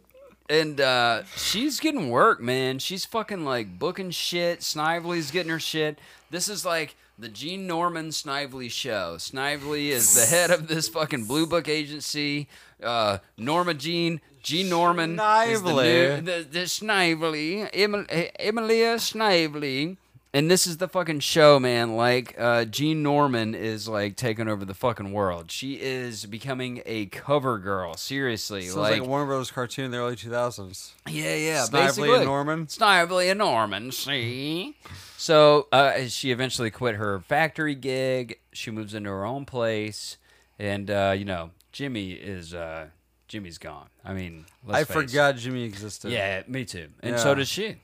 Speaker 3: and uh, she's getting work, man. She's fucking like booking shit. Snively's getting her shit. This is like the Gene Norman Snively show. Snively is the head of this fucking Blue Book agency. Uh, Norma Jean. Gene Norman is the, new,
Speaker 1: Snively.
Speaker 3: the, the Snively, Emil- eh, Emilia Snively, and this is the fucking show, man. Like uh, Gene Norman is like taking over the fucking world. She is becoming a cover girl. Seriously,
Speaker 1: Sounds like, a Warner Brothers cartoon in the early 2000s.
Speaker 3: yeah, yeah.
Speaker 1: Snively
Speaker 3: basically.
Speaker 1: and Norman?
Speaker 3: Snively and Norman, see? So uh, she eventually quit her factory gig. She moves into her own place. And, uh, you know, Jimmy is, uh, Jimmy's gone. I mean, let's
Speaker 1: I
Speaker 3: face it.
Speaker 1: forgot Jimmy existed.
Speaker 3: Yeah, me too. And
Speaker 1: Yeah.
Speaker 3: so did she.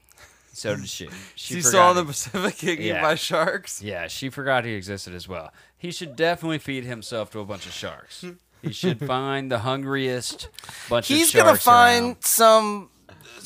Speaker 3: So did she. She,
Speaker 1: She
Speaker 3: forgot
Speaker 1: saw in
Speaker 3: he-
Speaker 1: the Pacific getting eaten
Speaker 3: Yeah.
Speaker 1: by sharks.
Speaker 3: Yeah, she forgot he existed as well. He should definitely feed himself to a bunch of sharks. He should find the hungriest bunch of
Speaker 5: He's
Speaker 3: sharks.
Speaker 5: gonna find
Speaker 3: around.
Speaker 5: some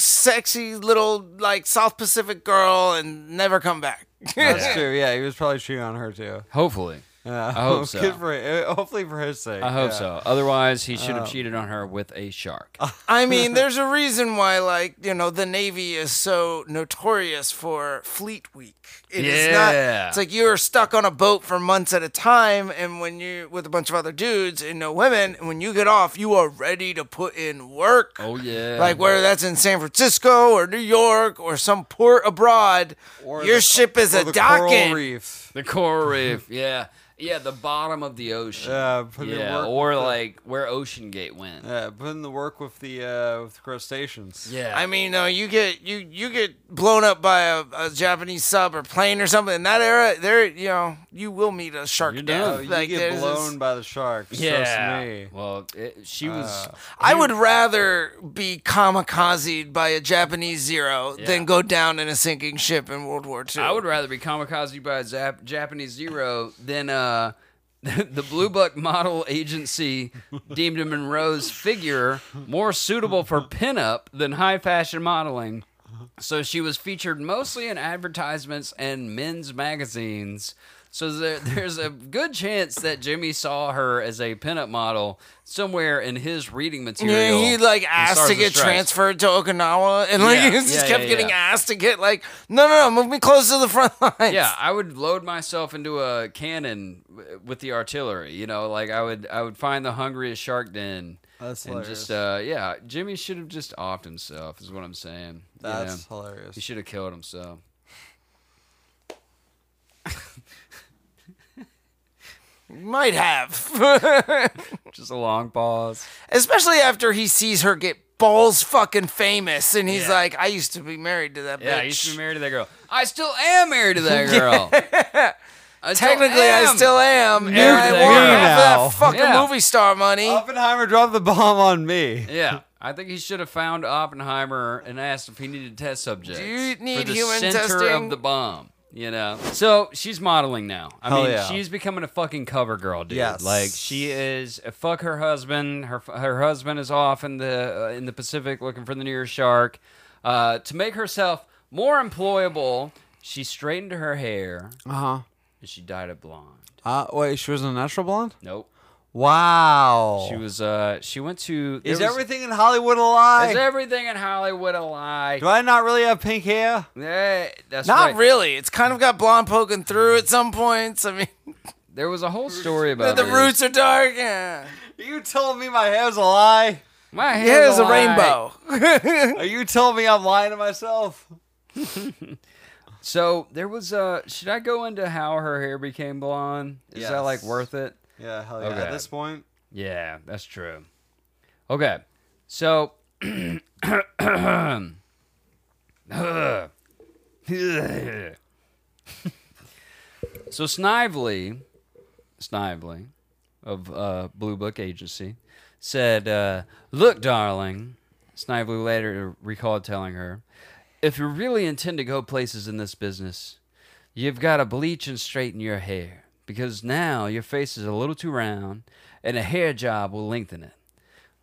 Speaker 5: sexy little like South Pacific girl and never come back. *laughs*
Speaker 1: That's true. Yeah, he was probably cheating on her too.
Speaker 3: Hopefully.
Speaker 1: *laughs* Yeah. I
Speaker 3: hope so.
Speaker 1: Good for, uh, hopefully for his sake.
Speaker 3: I hope
Speaker 1: yeah.
Speaker 3: so. Otherwise, he should have cheated on her with a shark.
Speaker 5: I
Speaker 1: *laughs*
Speaker 5: mean, there's a reason why, like, you know, the Navy is so notorious for Fleet Week. It is
Speaker 3: Yeah.
Speaker 5: not, it's like you're stuck on a boat for months at a time, and when you with a bunch of other dudes and no women, and when you get off, you are ready to put in work.
Speaker 3: oh yeah.
Speaker 5: Like whether that's in San Francisco or New York or some port abroad, your
Speaker 1: the-
Speaker 5: ship is
Speaker 1: Or
Speaker 5: a
Speaker 1: the
Speaker 5: docking.
Speaker 1: coral reef.
Speaker 3: the coral reef. Yeah. Yeah, the bottom of the ocean.
Speaker 1: Yeah, put in
Speaker 3: yeah,
Speaker 1: work
Speaker 3: or
Speaker 1: with the-
Speaker 3: like where Ocean Gate went.
Speaker 1: Yeah, put in the work with the uh, with the crustaceans.
Speaker 3: yeah.
Speaker 5: I mean, uh, you get you you get blown up by a, a Japanese sub or plane or something in that era. There, you know, you will meet a shark.
Speaker 3: You're
Speaker 1: Oh,
Speaker 3: done.
Speaker 5: death.
Speaker 1: you
Speaker 5: Like,
Speaker 1: get
Speaker 5: there's
Speaker 1: blown
Speaker 5: this-
Speaker 1: by the sharks.
Speaker 3: yeah.
Speaker 1: Trust me.
Speaker 3: Well, it, she was.
Speaker 5: I would rather be kamikazed by a Japanese zero than go down in a sinking ship in World War II.
Speaker 3: I would rather be kamikaze by a Zap- Japanese Zero than uh, *laughs* the Blue Buck Model Agency deemed a Monroe's figure more suitable for pinup than high fashion modeling. So she was featured mostly in advertisements and men's magazines. So there, *laughs* there's a good chance that Jimmy saw her as a pinup model somewhere in his reading
Speaker 5: Yeah,
Speaker 3: material.
Speaker 5: he like asked
Speaker 3: Stars
Speaker 5: to
Speaker 3: and
Speaker 5: get
Speaker 3: Stripes.
Speaker 5: transferred to Okinawa, and like
Speaker 3: Yeah,
Speaker 5: he just
Speaker 3: yeah,
Speaker 5: kept
Speaker 3: yeah,
Speaker 5: getting
Speaker 3: yeah.
Speaker 5: asked to get like, no, no, no, move me close to the front line.
Speaker 3: Yeah, I would load myself into a cannon w- with the artillery. You know, like I would, I would find the hungriest shark den.
Speaker 1: That's
Speaker 3: and just, uh, yeah, Jimmy should have just offed himself. Is what I'm saying. You
Speaker 1: That's
Speaker 3: know?
Speaker 1: hilarious.
Speaker 3: he should have killed himself.
Speaker 5: might have. *laughs*
Speaker 3: Just a long pause.
Speaker 5: especially after he sees her get balls fucking famous, and he's
Speaker 3: Yeah.
Speaker 5: like, "I used to be married to that bitch."
Speaker 3: Yeah, I used to be married to that girl. I still am married to
Speaker 5: *laughs*
Speaker 3: that girl. I still
Speaker 5: Technically, I
Speaker 3: am.
Speaker 5: still am, and
Speaker 3: Married
Speaker 5: I
Speaker 3: to that
Speaker 5: want
Speaker 3: girl.
Speaker 5: half
Speaker 1: Now.
Speaker 5: of that fucking
Speaker 3: Yeah.
Speaker 5: movie star money.
Speaker 1: Oppenheimer dropped the bomb on me.
Speaker 3: Yeah, I think he should have found Oppenheimer and asked if he needed test subjects.
Speaker 5: Do you need
Speaker 3: for the
Speaker 5: human
Speaker 3: center
Speaker 5: testing?
Speaker 3: of the bomb? You know. So she's modeling now. I
Speaker 1: Hell
Speaker 3: mean,
Speaker 1: yeah.
Speaker 3: she's becoming a fucking cover girl, dude.
Speaker 1: Yes.
Speaker 3: Like she is. Fuck her husband. Her her husband is off in the uh, in the Pacific looking for the nearest shark. Uh, to make herself more employable, she straightened her hair
Speaker 1: Uh-huh.
Speaker 3: and she dyed it blonde.
Speaker 1: Uh Wait, she was a natural blonde.
Speaker 3: Nope.
Speaker 1: Wow.
Speaker 3: She was. Uh, she went to.
Speaker 1: Oh. Is
Speaker 3: there was-
Speaker 1: everything in Hollywood a lie?
Speaker 3: Is everything in Hollywood a lie?
Speaker 1: Do I not really have pink hair?
Speaker 3: Yeah, that's
Speaker 5: Not
Speaker 3: right.
Speaker 5: really. It's kind of got blonde poking through at some points. I mean,
Speaker 3: There was a whole story about
Speaker 5: the
Speaker 3: this.
Speaker 5: roots are dark. Yeah.
Speaker 1: You told me my hair's a lie.
Speaker 3: My hair's
Speaker 5: Here's a
Speaker 3: lie.
Speaker 5: rainbow.
Speaker 1: Are you telling me I'm lying to myself?
Speaker 3: So there was a. Should I go into how her hair became blonde? Is that like
Speaker 1: Yes.
Speaker 3: worth it?
Speaker 1: Yeah, hell yeah.
Speaker 3: Okay.
Speaker 1: At this point,
Speaker 3: Yeah, that's true. Okay, so. *coughs* so Snively, Snively, of uh, Blue Book Agency, said, uh, "Look, darling." Snively later recalled telling her, "If you really intend to go places in this business, You've got to bleach and straighten your hair because now your face is a little too round and a hair job will lengthen it.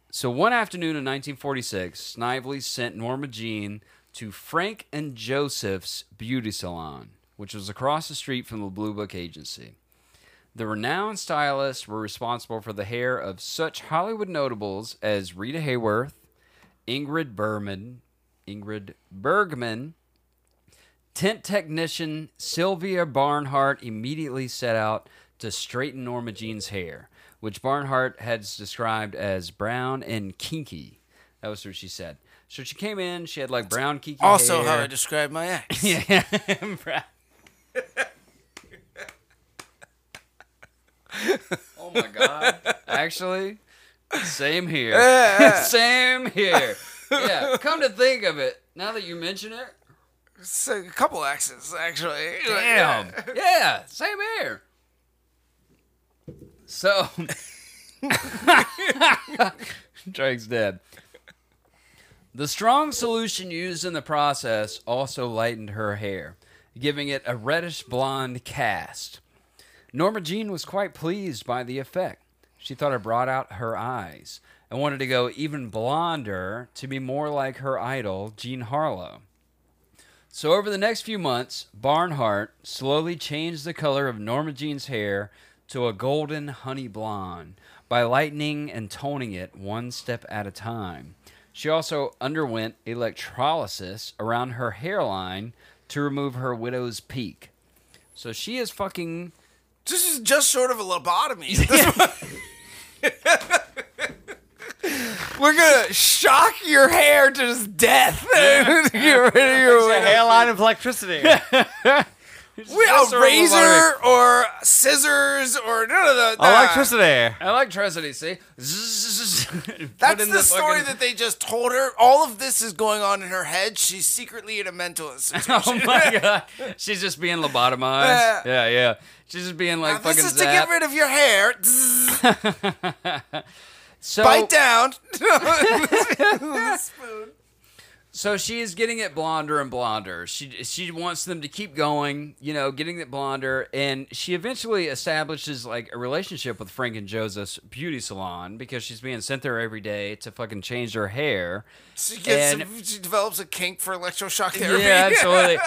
Speaker 3: So one afternoon in 1946, Snively sent Norma Jean to Frank and Joseph's beauty salon, which was across the street from the Blue Book agency. The renowned stylists were responsible for the hair of such Hollywood notables as Rita Hayworth, Ingrid Bergman, Ingrid Bergman, tent technician Sylvia Barnhart immediately set out to straighten Norma Jean's hair, which Barnhart had described as brown and kinky. That was what she said. So she came in, she had like brown kinky
Speaker 5: *laughs* Also,
Speaker 3: hair.
Speaker 5: how I describe my
Speaker 3: *laughs*
Speaker 5: ex.
Speaker 3: Yeah, Brad. *laughs* oh my god! Actually, same here. same here. Yeah. Come to think of it, now that you mention it,
Speaker 5: It's a couple exes, actually.
Speaker 3: damn. Yeah, same here. So, *laughs* Drake's dead. The strong solution used in the process also lightened her hair, giving it a reddish blonde cast. Norma Jean was quite pleased by the effect. She thought it brought out her eyes and wanted to go even blonder to be more like her idol, Jean Harlow. So over the next few months, Barnhart slowly changed the color of Norma Jean's hair to a golden honey blonde by lightening and toning it one step at a time. She also underwent electrolysis around her hairline to remove her widow's peak. So she is
Speaker 5: *laughs*
Speaker 3: fucking
Speaker 5: This is just short of
Speaker 3: *laughs*
Speaker 5: a lobotomy.
Speaker 7: We're gonna shock your hair to just death. Get rid of your
Speaker 6: hairline of
Speaker 1: *laughs*
Speaker 6: electricity.
Speaker 5: we, a razor or scissors or none of
Speaker 1: Oh,
Speaker 5: the. nah.
Speaker 6: electricity.
Speaker 3: electricity, see? *laughs* Zzzz. Put
Speaker 5: That's
Speaker 3: in
Speaker 5: the, story
Speaker 3: fucking-
Speaker 5: that they just told her. All of this is going on in her head. She's secretly in a
Speaker 3: *laughs*
Speaker 5: mental *laughs* institution.
Speaker 3: Oh my god. She's just being lobotomized. Yeah, yeah. She's just being like
Speaker 5: Now,
Speaker 3: fucking
Speaker 5: this is to
Speaker 3: zapped.
Speaker 5: get rid of your hair. Zzz,
Speaker 3: so, *laughs*
Speaker 5: Bite down. *laughs*
Speaker 3: so she is getting it blonder and blonder. She she wants them to keep going, you know, getting it blonder, and she eventually establishes like a relationship with Frank and Joseph's beauty salon because she's being sent there every day to fucking change her hair.
Speaker 5: She, gets
Speaker 3: And-
Speaker 5: some- she develops a kink for electroshock therapy.
Speaker 3: Yeah,
Speaker 5: *laughs*
Speaker 3: absolutely.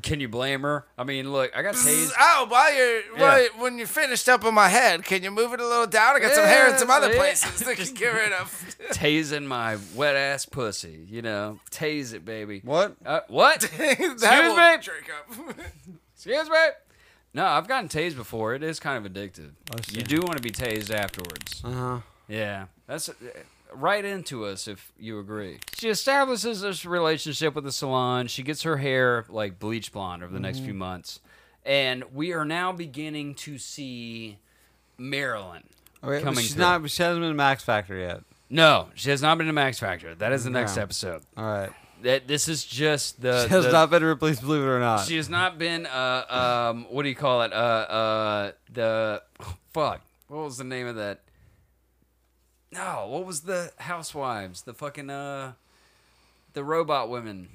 Speaker 3: Can you blame her? I mean, look, I got tased.
Speaker 5: Oh, while you're while, when you're finished up on my head, can you move it a little down? I got some hair in some
Speaker 3: Yeah,
Speaker 5: other
Speaker 3: yeah. *laughs*
Speaker 5: places that can get rid of.
Speaker 3: tasing my wet ass pussy. You know, tase it, baby.
Speaker 1: What?
Speaker 3: Uh, what?
Speaker 5: *laughs* that
Speaker 3: Excuse
Speaker 5: will
Speaker 3: me?
Speaker 5: jerk
Speaker 3: *laughs*
Speaker 5: up.
Speaker 3: Excuse me. No, I've gotten tased before. It is kind of addictive. You do want to be tased afterwards. Uh huh. Yeah, that's uh, right into us if you agree. She establishes this relationship with the salon. She gets her hair like bleach blonde over the
Speaker 1: Mm-hmm.
Speaker 3: next few months, and we are now beginning to see Marilyn.
Speaker 1: Wait,
Speaker 3: Coming
Speaker 1: she's
Speaker 3: to-
Speaker 1: not. She hasn't been to Max Factor yet.
Speaker 3: No, she has not been to Max Factor. That is the next
Speaker 1: No.
Speaker 3: episode.
Speaker 1: All right.
Speaker 3: That this is just the
Speaker 1: She has
Speaker 3: the-
Speaker 1: not been to Ripley's Believe It or Not.
Speaker 3: She has not been uh um what do you call it? Uh uh the fuck. What was the name of that? No, what was the housewives? The fucking uh the robot women.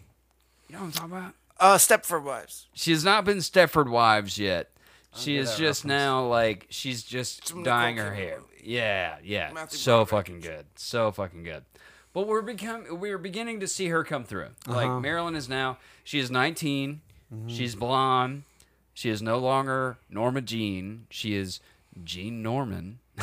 Speaker 3: You know what I'm talking about?
Speaker 5: Uh, Stepford Wives.
Speaker 3: She has not been Stepford Wives yet. She is just now like she's just
Speaker 5: Nicole
Speaker 3: dyeing her
Speaker 5: Kidman
Speaker 3: hair. Yeah, yeah.
Speaker 5: Matthew
Speaker 3: so fucking good. So fucking good. But we're become we're beginning to see her come through. Like Marilyn is now she is 19. She's blonde. She is no longer Norma Jean. She is Jean Norman.
Speaker 1: *laughs*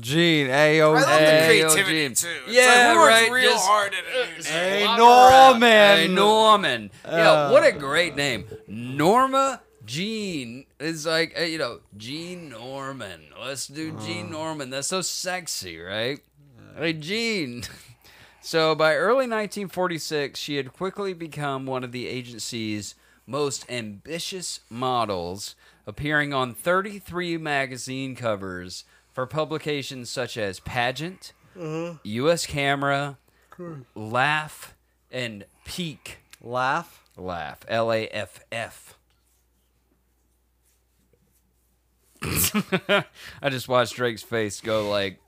Speaker 1: Gene, A O
Speaker 5: I love
Speaker 1: A.
Speaker 5: the
Speaker 3: Hey, yo,
Speaker 5: creativity
Speaker 3: Jim.
Speaker 5: too. It's
Speaker 3: Yeah,
Speaker 5: like we worked
Speaker 3: right,
Speaker 5: real
Speaker 3: just-
Speaker 5: hard at
Speaker 3: *laughs*
Speaker 5: it.
Speaker 1: Hey,
Speaker 3: Flop around.
Speaker 1: Norman.
Speaker 3: Hey, Norman. yeah, what a great name. Norma Jean is like, hey, you know, Jean Norman. Let's do Jean Norman. That's so sexy, right? Hey, Jean. *laughs* So by early 1946, she had quickly become one of the agency's most ambitious models, appearing on 33 magazine covers for publications such as Pageant, U.S. Camera, Laugh, and Peak
Speaker 1: Laugh.
Speaker 3: Laugh. L A F F. *laughs* I just watched Drake's face go like.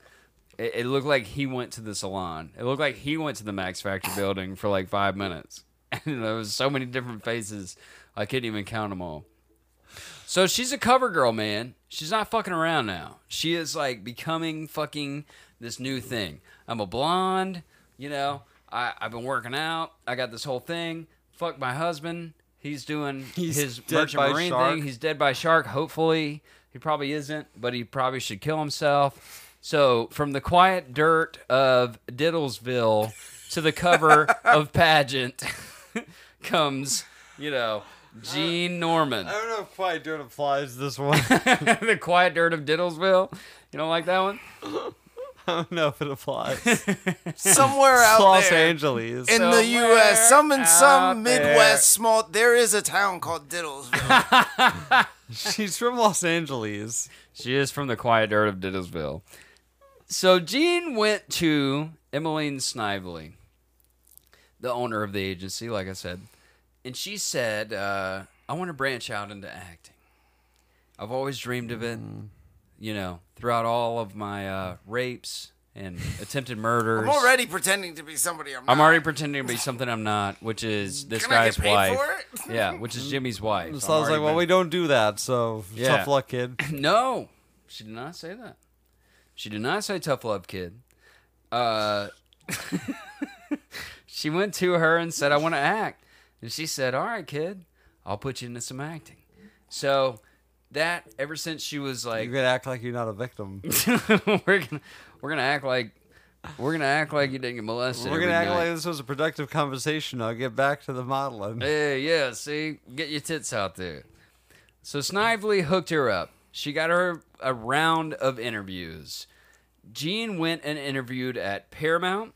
Speaker 3: It, it looked like he went to the salon. It looked like he went to the Max Factor building for like five minutes. *laughs* and there was so many different faces, I couldn't even count them all. So she's a cover girl, man. She's not fucking around now. She is like becoming fucking this new thing. I'm a blonde, you know. I, I've been working out. I got this whole thing. Fuck my husband. He's
Speaker 1: *laughs*
Speaker 3: doing his
Speaker 1: dead by
Speaker 3: merchant marine
Speaker 1: shark.
Speaker 3: thing. He's dead by shark. Hopefully, he probably isn't, but he probably should kill himself. So, from the quiet dirt of Diddlesville to the
Speaker 1: *laughs*
Speaker 3: cover of Pageant *laughs* comes, you know, Gene Norman
Speaker 1: I don't know if quite dirt applies to this one.
Speaker 3: *laughs* the quiet dirt of Diddlesville. You don't like that one?
Speaker 1: *laughs* I don't know if it *laughs* applies.
Speaker 5: Somewhere out
Speaker 1: Los
Speaker 5: there
Speaker 1: Angeles.
Speaker 5: in the U.S., some in some
Speaker 3: out
Speaker 5: Midwest
Speaker 3: there.
Speaker 5: small, there is a town called Diddlesville.
Speaker 1: *laughs* She's from Los Angeles.
Speaker 3: She is from the quiet dirt of Diddlesville. So Jean went to Emmeline Snively, the owner of the agency, like I said, and she said, uh, I want to branch out into acting. I've always dreamed of it,
Speaker 5: Mm.
Speaker 3: you know, throughout all of my uh, rapes and attempted murders.
Speaker 5: I'm already pretending to be somebody I'm.
Speaker 3: I'm
Speaker 5: not.
Speaker 3: already pretending to be something I'm not, which is this
Speaker 5: Can I
Speaker 3: guy's
Speaker 5: get paid
Speaker 3: wife.
Speaker 5: for it?
Speaker 3: Yeah, which is Jimmy's wife.
Speaker 1: So
Speaker 3: I'm
Speaker 1: I was like,
Speaker 3: already
Speaker 1: well, we don't do that, so
Speaker 3: Yeah.
Speaker 1: tough luck,
Speaker 3: *laughs*
Speaker 1: kid.
Speaker 3: No, she did not say that. She did not say tough love, kid. Uh, *laughs* she went to her and said, I want to act. And she said, All right, kid, I'll put you into some acting. So that, ever since she was like, *laughs*
Speaker 1: You could act like you're not a victim.
Speaker 3: we're gonna, we're gonna act like, we're gonna act like you didn't get molested.
Speaker 1: We're gonna
Speaker 3: every
Speaker 1: act
Speaker 3: night.
Speaker 1: like this was a productive conversation. I'll get back to the modeling.
Speaker 3: Yeah, yeah. See, get your tits out there. So Snively hooked her up. She got her a round of interviews. Jean went and interviewed at Paramount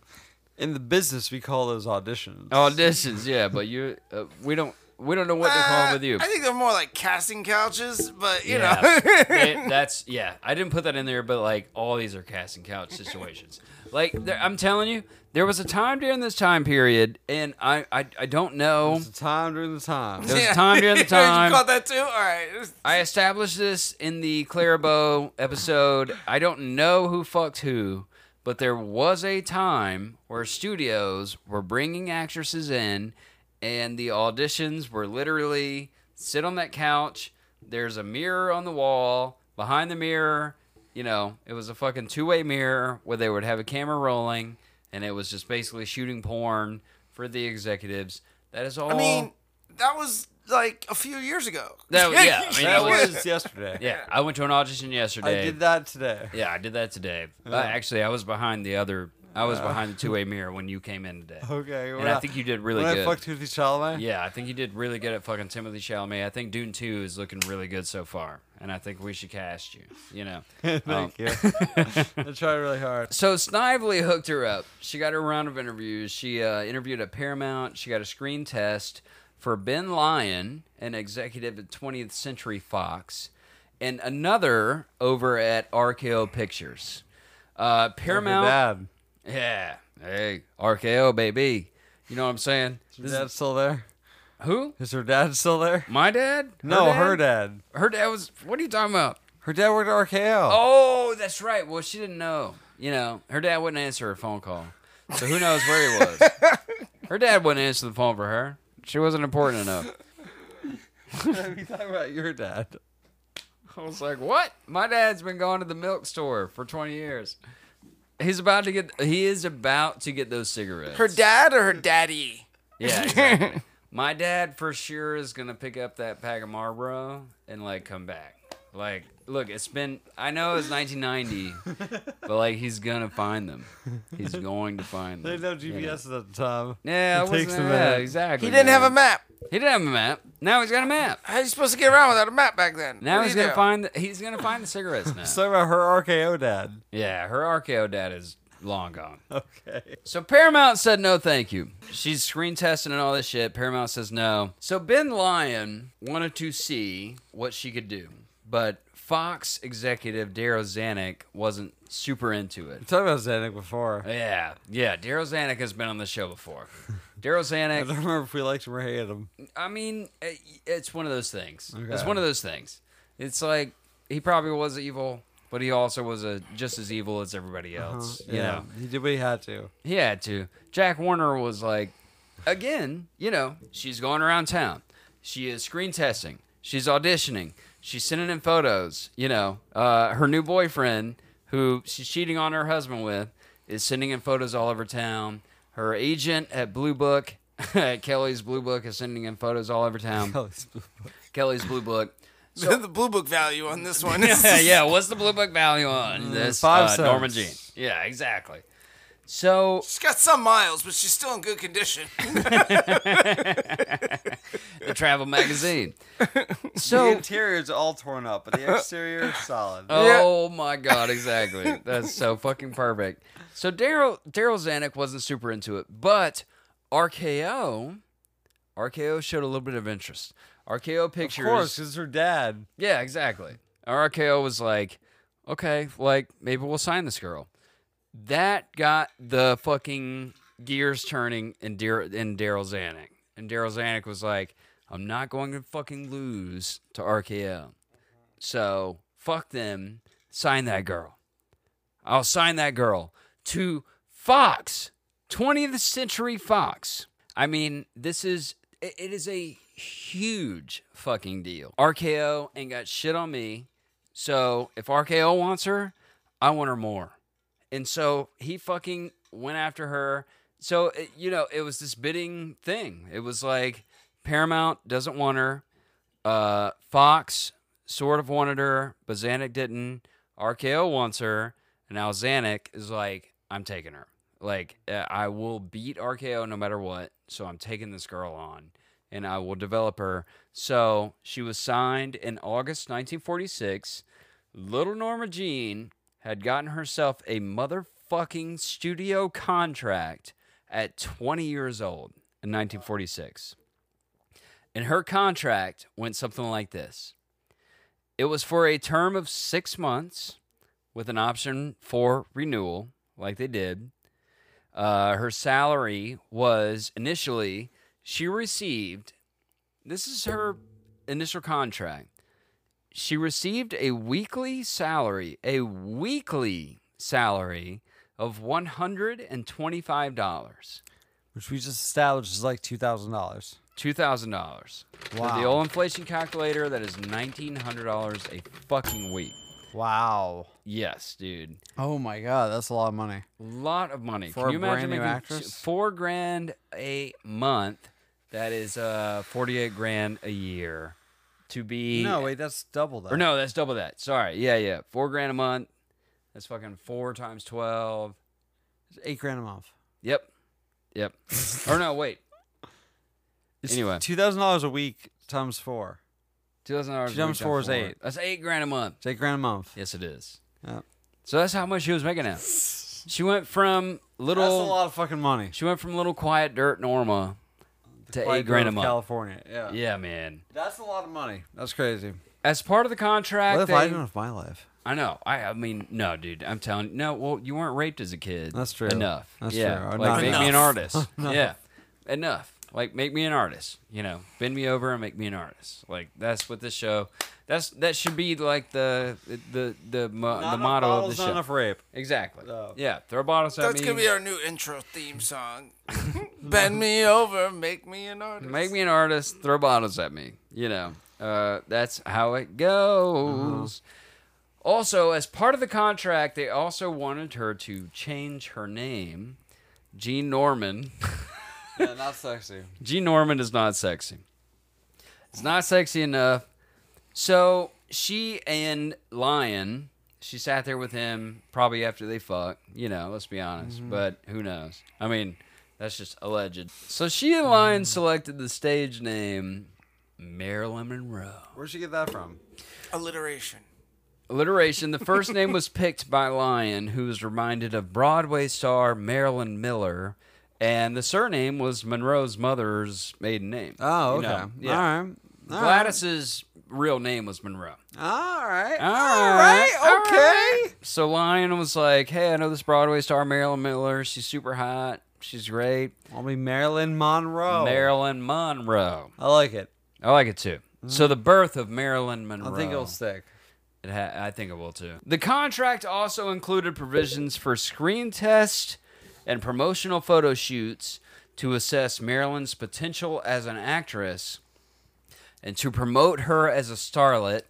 Speaker 1: In the business, we call those auditions.
Speaker 3: Oh, auditions. Yeah, but you, uh, we don't, we don't know what to call 'em with you.
Speaker 5: Uh, I think they're more like casting couches, but you know.
Speaker 3: *laughs* Yeah.
Speaker 5: *laughs*
Speaker 3: They- that's yeah. I didn't put that in there, but like all these are casting couch situations. Like there, I'm telling you, there was a time during this time period, and I, I, I don't know.
Speaker 1: It's the time during
Speaker 3: *laughs*
Speaker 1: the time.
Speaker 3: There was a time
Speaker 5: *laughs*
Speaker 3: during the time.
Speaker 5: you caught that too? All right.
Speaker 3: I established this in the Claribo episode. I don't know who fucked who, but there was a time where studios were bringing actresses in, and the auditions were literally sit on that couch. There's a mirror on the wall. Behind the mirror, you know, it was a fucking two way mirror where they would have a camera rolling, and it was just basically shooting porn for the executives. That is all.
Speaker 5: I mean, that was like a few years ago. *laughs*
Speaker 3: That was- yeah, I mean,
Speaker 1: That was yesterday.
Speaker 3: yeah, I went to an audition
Speaker 1: I
Speaker 3: yesterday.
Speaker 1: did that today.
Speaker 3: Yeah, I did that today. Uh, actually, I was behind the other. I was behind the
Speaker 1: *laughs*
Speaker 3: two-way mirror when you came in today.
Speaker 1: Okay.
Speaker 3: and
Speaker 1: when
Speaker 3: I think you did really
Speaker 1: when
Speaker 3: good.
Speaker 1: I fucked Timothy Chalamet.
Speaker 3: yeah, I think you did really good at fucking Timothy Chalamet. I think Dune Two is looking really good so far, and I think we should cast you. You
Speaker 1: *laughs*
Speaker 3: know. Um,
Speaker 1: Thank you.
Speaker 3: *laughs*
Speaker 1: I tried really hard.
Speaker 3: so Snively hooked her up. She got her round of interviews. She uh, interviewed at Paramount. She got a screen test for Ben Lyon, an executive at 20th Century Fox, and another over at RKO Pictures. Uh, Paramount.
Speaker 1: Dad.
Speaker 3: Yeah. Hey, RKO, baby. You know what I'm saying?
Speaker 1: Is your dad still there?
Speaker 3: Who?
Speaker 1: Is her dad still there?
Speaker 3: My dad?
Speaker 1: no, her dad.
Speaker 3: Her dad was. What are you talking about?
Speaker 1: Her dad worked at RKO.
Speaker 3: Oh, that's right. Well, she didn't know. You know, her dad wouldn't answer her phone call. So who knows where he
Speaker 5: *laughs*
Speaker 3: was? her dad wouldn't answer the phone for her. She wasn't important enough. Oh.
Speaker 1: *laughs* we talking about your dad.
Speaker 3: I was like, what? My dad's been going to the milk store for 20 years. He's about to get. He is about to get those cigarettes.
Speaker 5: Her dad or her daddy?
Speaker 3: Yeah, exactly.
Speaker 5: *laughs*
Speaker 3: My dad for sure is gonna pick up that pack of Marlboro and like come back. Like, look, it's been. I know it's 1990, but like he's gonna find them.
Speaker 5: *laughs*
Speaker 3: He's going to find
Speaker 1: They
Speaker 3: them.
Speaker 1: didn't have
Speaker 3: you know.
Speaker 1: GPS at the time.
Speaker 3: Yeah,
Speaker 1: It
Speaker 3: I wasn't,
Speaker 1: takes a
Speaker 3: yeah,
Speaker 1: minute.
Speaker 3: exactly.
Speaker 5: He didn't have a
Speaker 3: man.
Speaker 5: map.
Speaker 3: He didn't have a map. Now he's got a map.
Speaker 5: How you supposed to get around without a map back then?
Speaker 3: Now
Speaker 5: What do
Speaker 3: he's
Speaker 5: you
Speaker 3: gonna
Speaker 5: do?
Speaker 3: find. The, he's gonna find
Speaker 5: *laughs*
Speaker 3: the cigarettes now.
Speaker 1: Talking about her RKO dad. *laughs*
Speaker 3: yeah, her RKO dad is long gone.
Speaker 1: Okay.
Speaker 3: So Paramount said no, thank you. She's screen testing and all this shit. Paramount says no. So Ben Lyon wanted to see what she could do, but Fox executive Darrow Zanuck wasn't super into
Speaker 5: *laughs*
Speaker 3: it.
Speaker 1: Talking about Zanuck before.
Speaker 3: Yeah, yeah. Darrow Zanuck has been on the show before. Darrow
Speaker 1: I don't
Speaker 3: Zanuck.
Speaker 1: remember if we liked him or hated him.
Speaker 3: I mean, it- it's one of those things. It's
Speaker 1: Okay.
Speaker 3: one of those things. It's like he probably was evil, but he also was a, just as evil as everybody else. You know.
Speaker 1: *laughs* he did what he had to.
Speaker 3: He had to. Jack Warner was like, again, you know, she's going around town. She is screen testing. She's auditioning. She's sending in photos. You know, uh, her new boyfriend, who she's cheating on her husband with, is sending in photos all over town. Her agent at Blue Book, *laughs* at Kelly's Blue Book, is sending in photos all over town. Kelly's
Speaker 1: *laughs*
Speaker 3: Blue Book. Kelly's Blue *laughs* Book.
Speaker 5: *laughs* the blue book value on
Speaker 3: *laughs*
Speaker 5: this one.
Speaker 3: yeah, yeah. What's the blue book value on this?
Speaker 1: five
Speaker 3: uh,
Speaker 1: cents.
Speaker 3: Norma Jean. Yeah, exactly. So
Speaker 5: *laughs* She's got some miles, but she's still in good condition.
Speaker 3: the travel *laughs* magazine. So
Speaker 1: interior's all torn up, but *laughs* the exterior is solid.
Speaker 3: oh my god, exactly. That's so fucking perfect. So Daryl Daryl Zanuck wasn't super into it, but RKO RKO showed a little bit of interest. RKO
Speaker 1: of
Speaker 3: pictures.
Speaker 1: course, because her dad.
Speaker 3: Yeah, exactly. RKO was like, okay, like maybe we'll sign this girl. That got the fucking gears turning in Dar- in Daryl Zanuck, and Daryl Zanuck was like, I'm not going to fucking lose to RKO, so fuck them. Sign that girl. I'll sign that girl to Fox, 20th Century Fox. I mean, this is it, it is a huge fucking deal. RKO ain't got shit on me. So if RKO wants her, I want her more. And so he fucking went after her. So, it, you know, it was this bidding thing. It was like Paramount doesn't want her. Uh, Fox sort of wanted her, but Zanuck didn't. RKO wants her, and now Zanuck is like, I'm taking her. Like, uh, I will beat RKO no matter what, so I'm taking this girl on, and I will develop her. So she was signed in August 1946. Little Norma Jean had gotten herself a motherfucking studio contract at 20 years old in 1946. And her contract went something like this it was for a term of six months with an option for renewal, like they did. Uh, her salary was initially, she received, this is her initial contract. She received a weekly salary, a weekly salary of $125.
Speaker 1: Which we just established is like two thousand dollars.
Speaker 3: Two thousand dollars. With the
Speaker 1: Wow.
Speaker 3: old inflation calculator, that is nineteen hundred dollars a fucking week.
Speaker 1: Wow.
Speaker 3: Yes, dude.
Speaker 1: Oh my god, that's a lot of money.
Speaker 3: lot of money.
Speaker 1: For
Speaker 3: Can
Speaker 1: a
Speaker 3: you imagine
Speaker 1: brand new
Speaker 3: making
Speaker 1: actress?
Speaker 3: s- four grand a month? That is uh forty-eight grand a year to be.
Speaker 1: No, wait, that's double that.
Speaker 3: or no, that's double that. Sorry, yeah, yeah, four grand a month. That's fucking four times twelve.
Speaker 1: It's eight grand a month.
Speaker 3: Yep, yep. or no,
Speaker 1: *laughs*
Speaker 3: wait. Anyway,
Speaker 1: two thousand dollars a week times four.
Speaker 3: two thousand dollars.
Speaker 1: She times four is eight.
Speaker 3: That's eight grand a month.
Speaker 1: It's eight grand a month.
Speaker 3: Yes, it is.
Speaker 1: Yeah.
Speaker 3: So that's how much she was making now. She went from little.
Speaker 1: That's a lot of fucking money.
Speaker 3: She went from little quiet dirt Norma to eight
Speaker 1: Like,
Speaker 3: grand a
Speaker 1: of
Speaker 3: month.
Speaker 1: California. Yeah.
Speaker 3: Yeah, man.
Speaker 1: That's a lot of money. That's crazy.
Speaker 3: As part of the contract,
Speaker 1: What if
Speaker 3: they-
Speaker 1: I didn't have my life?
Speaker 3: I know. I, I mean, no, dude. I'm telling you. No, well, you weren't raped as a kid.
Speaker 1: That's true.
Speaker 3: Enough.
Speaker 1: That's
Speaker 3: yeah.
Speaker 1: true.
Speaker 3: Like,
Speaker 1: Not
Speaker 3: make me an
Speaker 5: enough.
Speaker 1: *laughs*
Speaker 3: artist. yeah. Enough. Like, make me an artist. You know, bend me over and make me an artist. Like, that's what this show. That's that should be like the the the mo- the motto of the
Speaker 1: Not
Speaker 3: show.
Speaker 1: enough rape.
Speaker 3: Exactly. Yeah. Throw bottles at
Speaker 5: That's
Speaker 3: me.
Speaker 5: gonna be our new intro theme *laughs* song. Bend me over, make me an artist.
Speaker 3: Make me an artist, throw bottles at me. You know, uh, that's how it goes. Also, as part of the contract, they also wanted her to change her name. Jean Norman.
Speaker 1: Yeah, not sexy.
Speaker 3: Jean Norman is not sexy. It's not sexy enough. So she and Lion, she sat there with him probably after they fucked. You know, let's be honest. But who knows? I mean, that's just alleged. So she and Lion selected the stage name Marilyn Monroe.
Speaker 1: Where'd she get that from?
Speaker 5: Alliteration.
Speaker 3: Alliteration. The first name was picked by Lion, who was reminded of Broadway star Marilyn Miller, and the surname was Monroe's mother's maiden name.
Speaker 1: Oh,
Speaker 3: You
Speaker 1: okay.
Speaker 3: know, yeah.
Speaker 1: All right. All right.
Speaker 3: Gladys's real name was Monroe.
Speaker 1: All right.
Speaker 3: All
Speaker 1: right, okay.
Speaker 3: So Lion was like, "Hey, I know this Broadway star Marilyn Miller. She's super hot. She's great.
Speaker 1: I'll be Marilyn Monroe.
Speaker 3: Marilyn Monroe.
Speaker 1: I like it.
Speaker 3: I like it too." So the birth of Marilyn
Speaker 1: I
Speaker 3: Monroe.
Speaker 1: think it'll stick.
Speaker 3: It ha- I think it will too. The contract also included provisions for screen test and promotional photo shoots to assess Marilyn's potential as an actress and to promote her as a starlet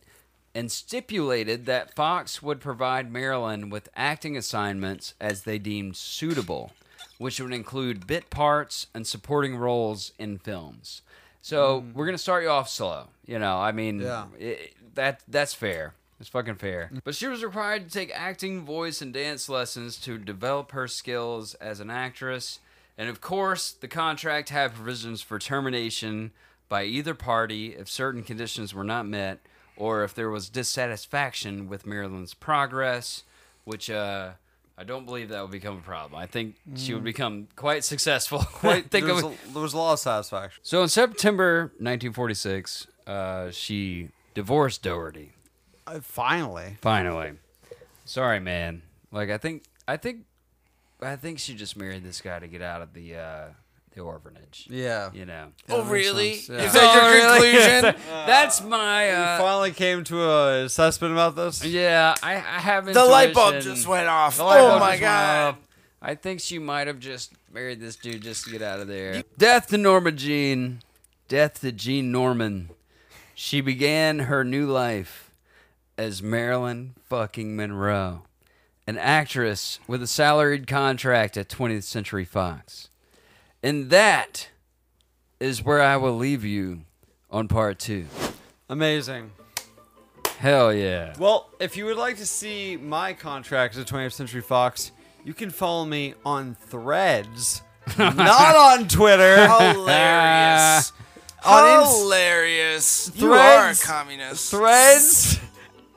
Speaker 3: and stipulated that Fox would provide Marilyn with acting assignments as they deemed suitable, which would include bit parts and supporting roles in films. So we're gonna start you off slow. You know, I mean,
Speaker 1: Yeah.
Speaker 3: it- that that's fair. It's fucking fair. But she was required to take acting, voice, and dance lessons to develop her skills as an actress. And of course, the contract had provisions for termination by either party if certain conditions were not met or if there was dissatisfaction with Marilyn's progress, which uh, I don't believe that would become a problem. I think she would become quite successful.
Speaker 1: *laughs*
Speaker 3: quite think
Speaker 1: there,
Speaker 3: of
Speaker 1: was a, there was a lot of satisfaction.
Speaker 3: so in September 1946, uh, she divorced Doherty.
Speaker 1: finally,
Speaker 3: Finally. Sorry, man. Like I think I think I think she just married this guy to get out of the uh, the orphanage.
Speaker 1: yeah.
Speaker 3: You know.
Speaker 5: oh, really?
Speaker 1: sense, yeah.
Speaker 5: Is that your conclusion?
Speaker 3: *laughs* That's my uh,
Speaker 1: finally came to a assessment about this.
Speaker 3: yeah. I, I have
Speaker 5: the light bulb
Speaker 3: intuition.
Speaker 5: just went off.
Speaker 3: The light
Speaker 5: Oh
Speaker 3: bulb
Speaker 5: my
Speaker 3: just went
Speaker 5: god.
Speaker 3: off. I think she might have just married this dude just to get out of there. Death to Norma Jean. Death to Jean Norman. She began her new life as Marilyn fucking Monroe, an actress with a salaried contract at 20th Century Fox. And that is where I will leave you on part two.
Speaker 1: Amazing.
Speaker 3: Hell yeah.
Speaker 1: Well, if you would like to see my contract at 20th Century Fox, you can follow me on Threads, *laughs* not on Twitter.
Speaker 5: Hilarious.
Speaker 1: *laughs* on Inst-
Speaker 5: Hilarious. You are a
Speaker 1: Threads-
Speaker 5: communist.
Speaker 1: Threads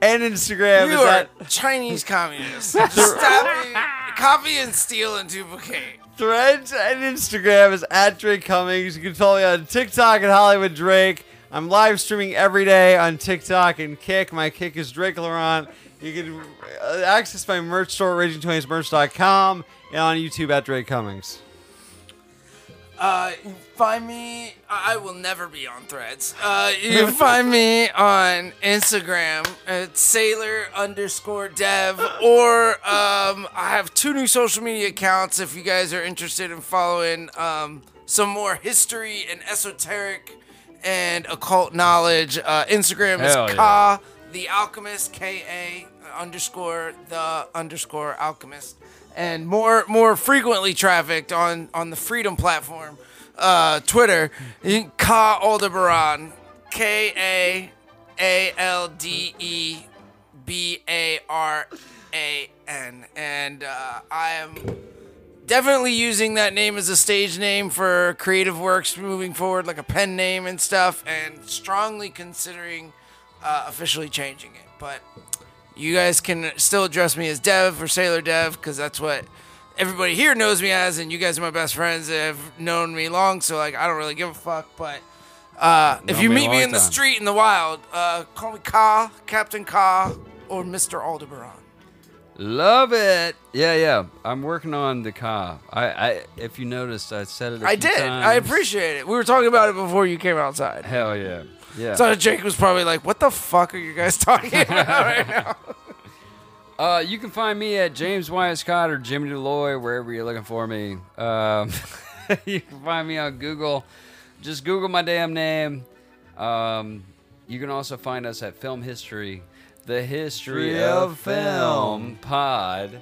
Speaker 1: and Instagram.
Speaker 5: you
Speaker 1: is
Speaker 5: are
Speaker 1: at
Speaker 5: Chinese *laughs* communist. Stop it. Copy and steal and duplicate.
Speaker 1: Threads and Instagram is at Drake Cummings. You can follow me on TikTok at Hollywood Drake. I'm live streaming every day on TikTok and Kick. My Kick is Drake Laurent. You can uh, access my merch store at raging20smerch.com and on YouTube at Drake Cummings.
Speaker 5: Uh, find me. I I will never be on threads. Uh, you *laughs* can find me on Instagram at sailor underscore dev, or um, I have two new social media accounts if you guys are interested in following um, some more history and esoteric and occult knowledge. Uh, Instagram is
Speaker 3: Hell yeah.
Speaker 5: ka the alchemist k a underscore the underscore alchemist, and more more frequently trafficked on on the Freedom platform, uh, Twitter. You can Ka Aldebaran k a a l d e b a r a n, and uh, I am definitely using that name as a stage name for creative works moving forward, like a pen name and stuff, and strongly considering uh, officially changing it. But you guys can still address me as Dev or Sailor Dev because that's what everybody here knows me as, and you guys are my best friends that have known me long, so like I don't really give a fuck. But uh, if
Speaker 3: Known
Speaker 5: you
Speaker 3: me a
Speaker 5: meet me
Speaker 3: long
Speaker 5: in the
Speaker 3: time.
Speaker 5: street in the wild, uh, call me Ka, Captain Ka, or Mr. Aldebaran.
Speaker 3: Love it. Yeah, yeah. I'm working on the car. I, I if you noticed, I said it. I
Speaker 5: I did. I appreciate it. We were talking about it before you came outside.
Speaker 3: Hell yeah. Yeah.
Speaker 5: *laughs* So Jake was probably like, "What the fuck are you guys talking about right now?"
Speaker 3: uh, you can find me at James Wyatt Scott or Jimmy Deloy, wherever you're looking for me. Um, *laughs* you can find me on Google. Just Google my damn name. Um, you can also find us at Film History, The History of Film Pod,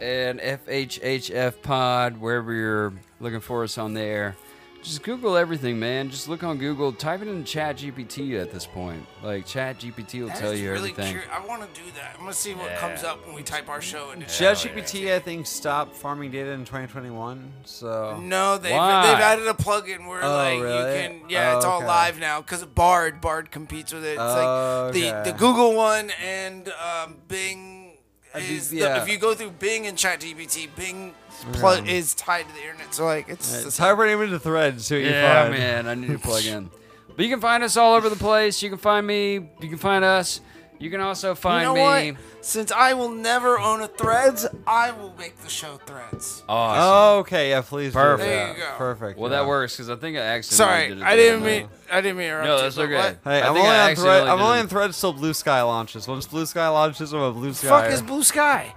Speaker 3: and FHHF Pod, wherever you're looking for us on there. Just Google everything, man. Just look on Google. Type it in Chat GPT at this point. Like Chat GPT will tell
Speaker 5: That's
Speaker 3: you
Speaker 5: really
Speaker 3: everything.
Speaker 5: curi- I want to do that. I'm gonna see what comes up when we type our show into chat.
Speaker 1: ChatGPT, I think, stopped farming data in 2021. So
Speaker 5: No, they've, they've
Speaker 3: Why?
Speaker 5: added a plugin where
Speaker 1: Oh,
Speaker 5: like
Speaker 1: really?
Speaker 5: you can yeah,
Speaker 1: Oh,
Speaker 5: it's all
Speaker 1: okay.
Speaker 5: live now because Bard Bard competes with it. It's like the
Speaker 1: Okay.
Speaker 5: the Google one and um, Bing
Speaker 1: do-
Speaker 5: is
Speaker 1: yeah.
Speaker 5: the, if you go through Bing and ChatGPT, Bing plug is tied to the internet. So like it's,
Speaker 1: it's hard name into Threads. See what
Speaker 3: Yeah,
Speaker 1: you find.
Speaker 3: man, I need to
Speaker 5: *laughs*
Speaker 3: plug in. But you can find us all over the place. You can find me. You can find us. You can also
Speaker 5: you
Speaker 3: find
Speaker 5: know
Speaker 3: me.
Speaker 5: what? Since I will never own a Threads, I will make the show Threads.
Speaker 3: Awesome.
Speaker 1: Oh, okay. Yeah, please. do
Speaker 3: Perfect.
Speaker 1: that.
Speaker 5: There you go.
Speaker 1: Perfect.
Speaker 3: well,
Speaker 1: yeah.
Speaker 3: that works because I think I accidentally.
Speaker 5: Sorry,
Speaker 3: did it
Speaker 5: I
Speaker 3: the
Speaker 5: didn't
Speaker 3: other
Speaker 5: mean
Speaker 3: night.
Speaker 5: I didn't mean to interrupt.
Speaker 3: No,
Speaker 5: you,
Speaker 3: that's
Speaker 5: but
Speaker 3: okay.
Speaker 5: what
Speaker 1: Hey,
Speaker 3: I
Speaker 1: I'm
Speaker 3: think
Speaker 1: only
Speaker 3: I
Speaker 1: on
Speaker 3: accidentally
Speaker 1: thread. I'm
Speaker 3: did
Speaker 1: only
Speaker 3: it.
Speaker 1: on threads till Blue Sky launches. Once Blue Sky launches, I'm a Blue *laughs*
Speaker 5: the
Speaker 1: Sky.
Speaker 5: fuck is Blue Sky?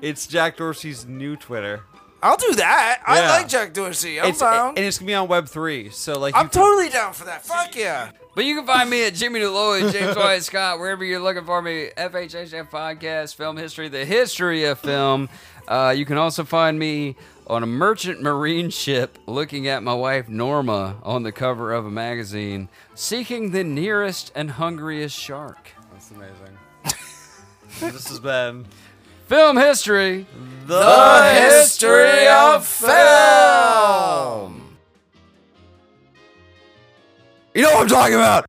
Speaker 1: It's Jack Dorsey's new Twitter.
Speaker 5: I'll do that. I
Speaker 1: Yeah.
Speaker 5: like Jack Dorsey. I'm
Speaker 1: It's,
Speaker 5: down.
Speaker 1: and it's gonna be on Web three. So like,
Speaker 5: I'm
Speaker 1: you-
Speaker 5: totally down for that. Fuck yeah.
Speaker 3: But you can find me
Speaker 5: *laughs*
Speaker 3: at Jimmy Deloy, James White Scott, wherever you're looking for me. FHHF Podcast, Film History, The History of Film. Uh, you can also find me on a merchant marine *laughs* ship looking at my wife Norma on the cover of a magazine, seeking the nearest and hungriest shark.
Speaker 2: That's amazing.
Speaker 1: this has been
Speaker 3: Film History.
Speaker 1: the
Speaker 5: History of film.
Speaker 6: You know what I'm talking about.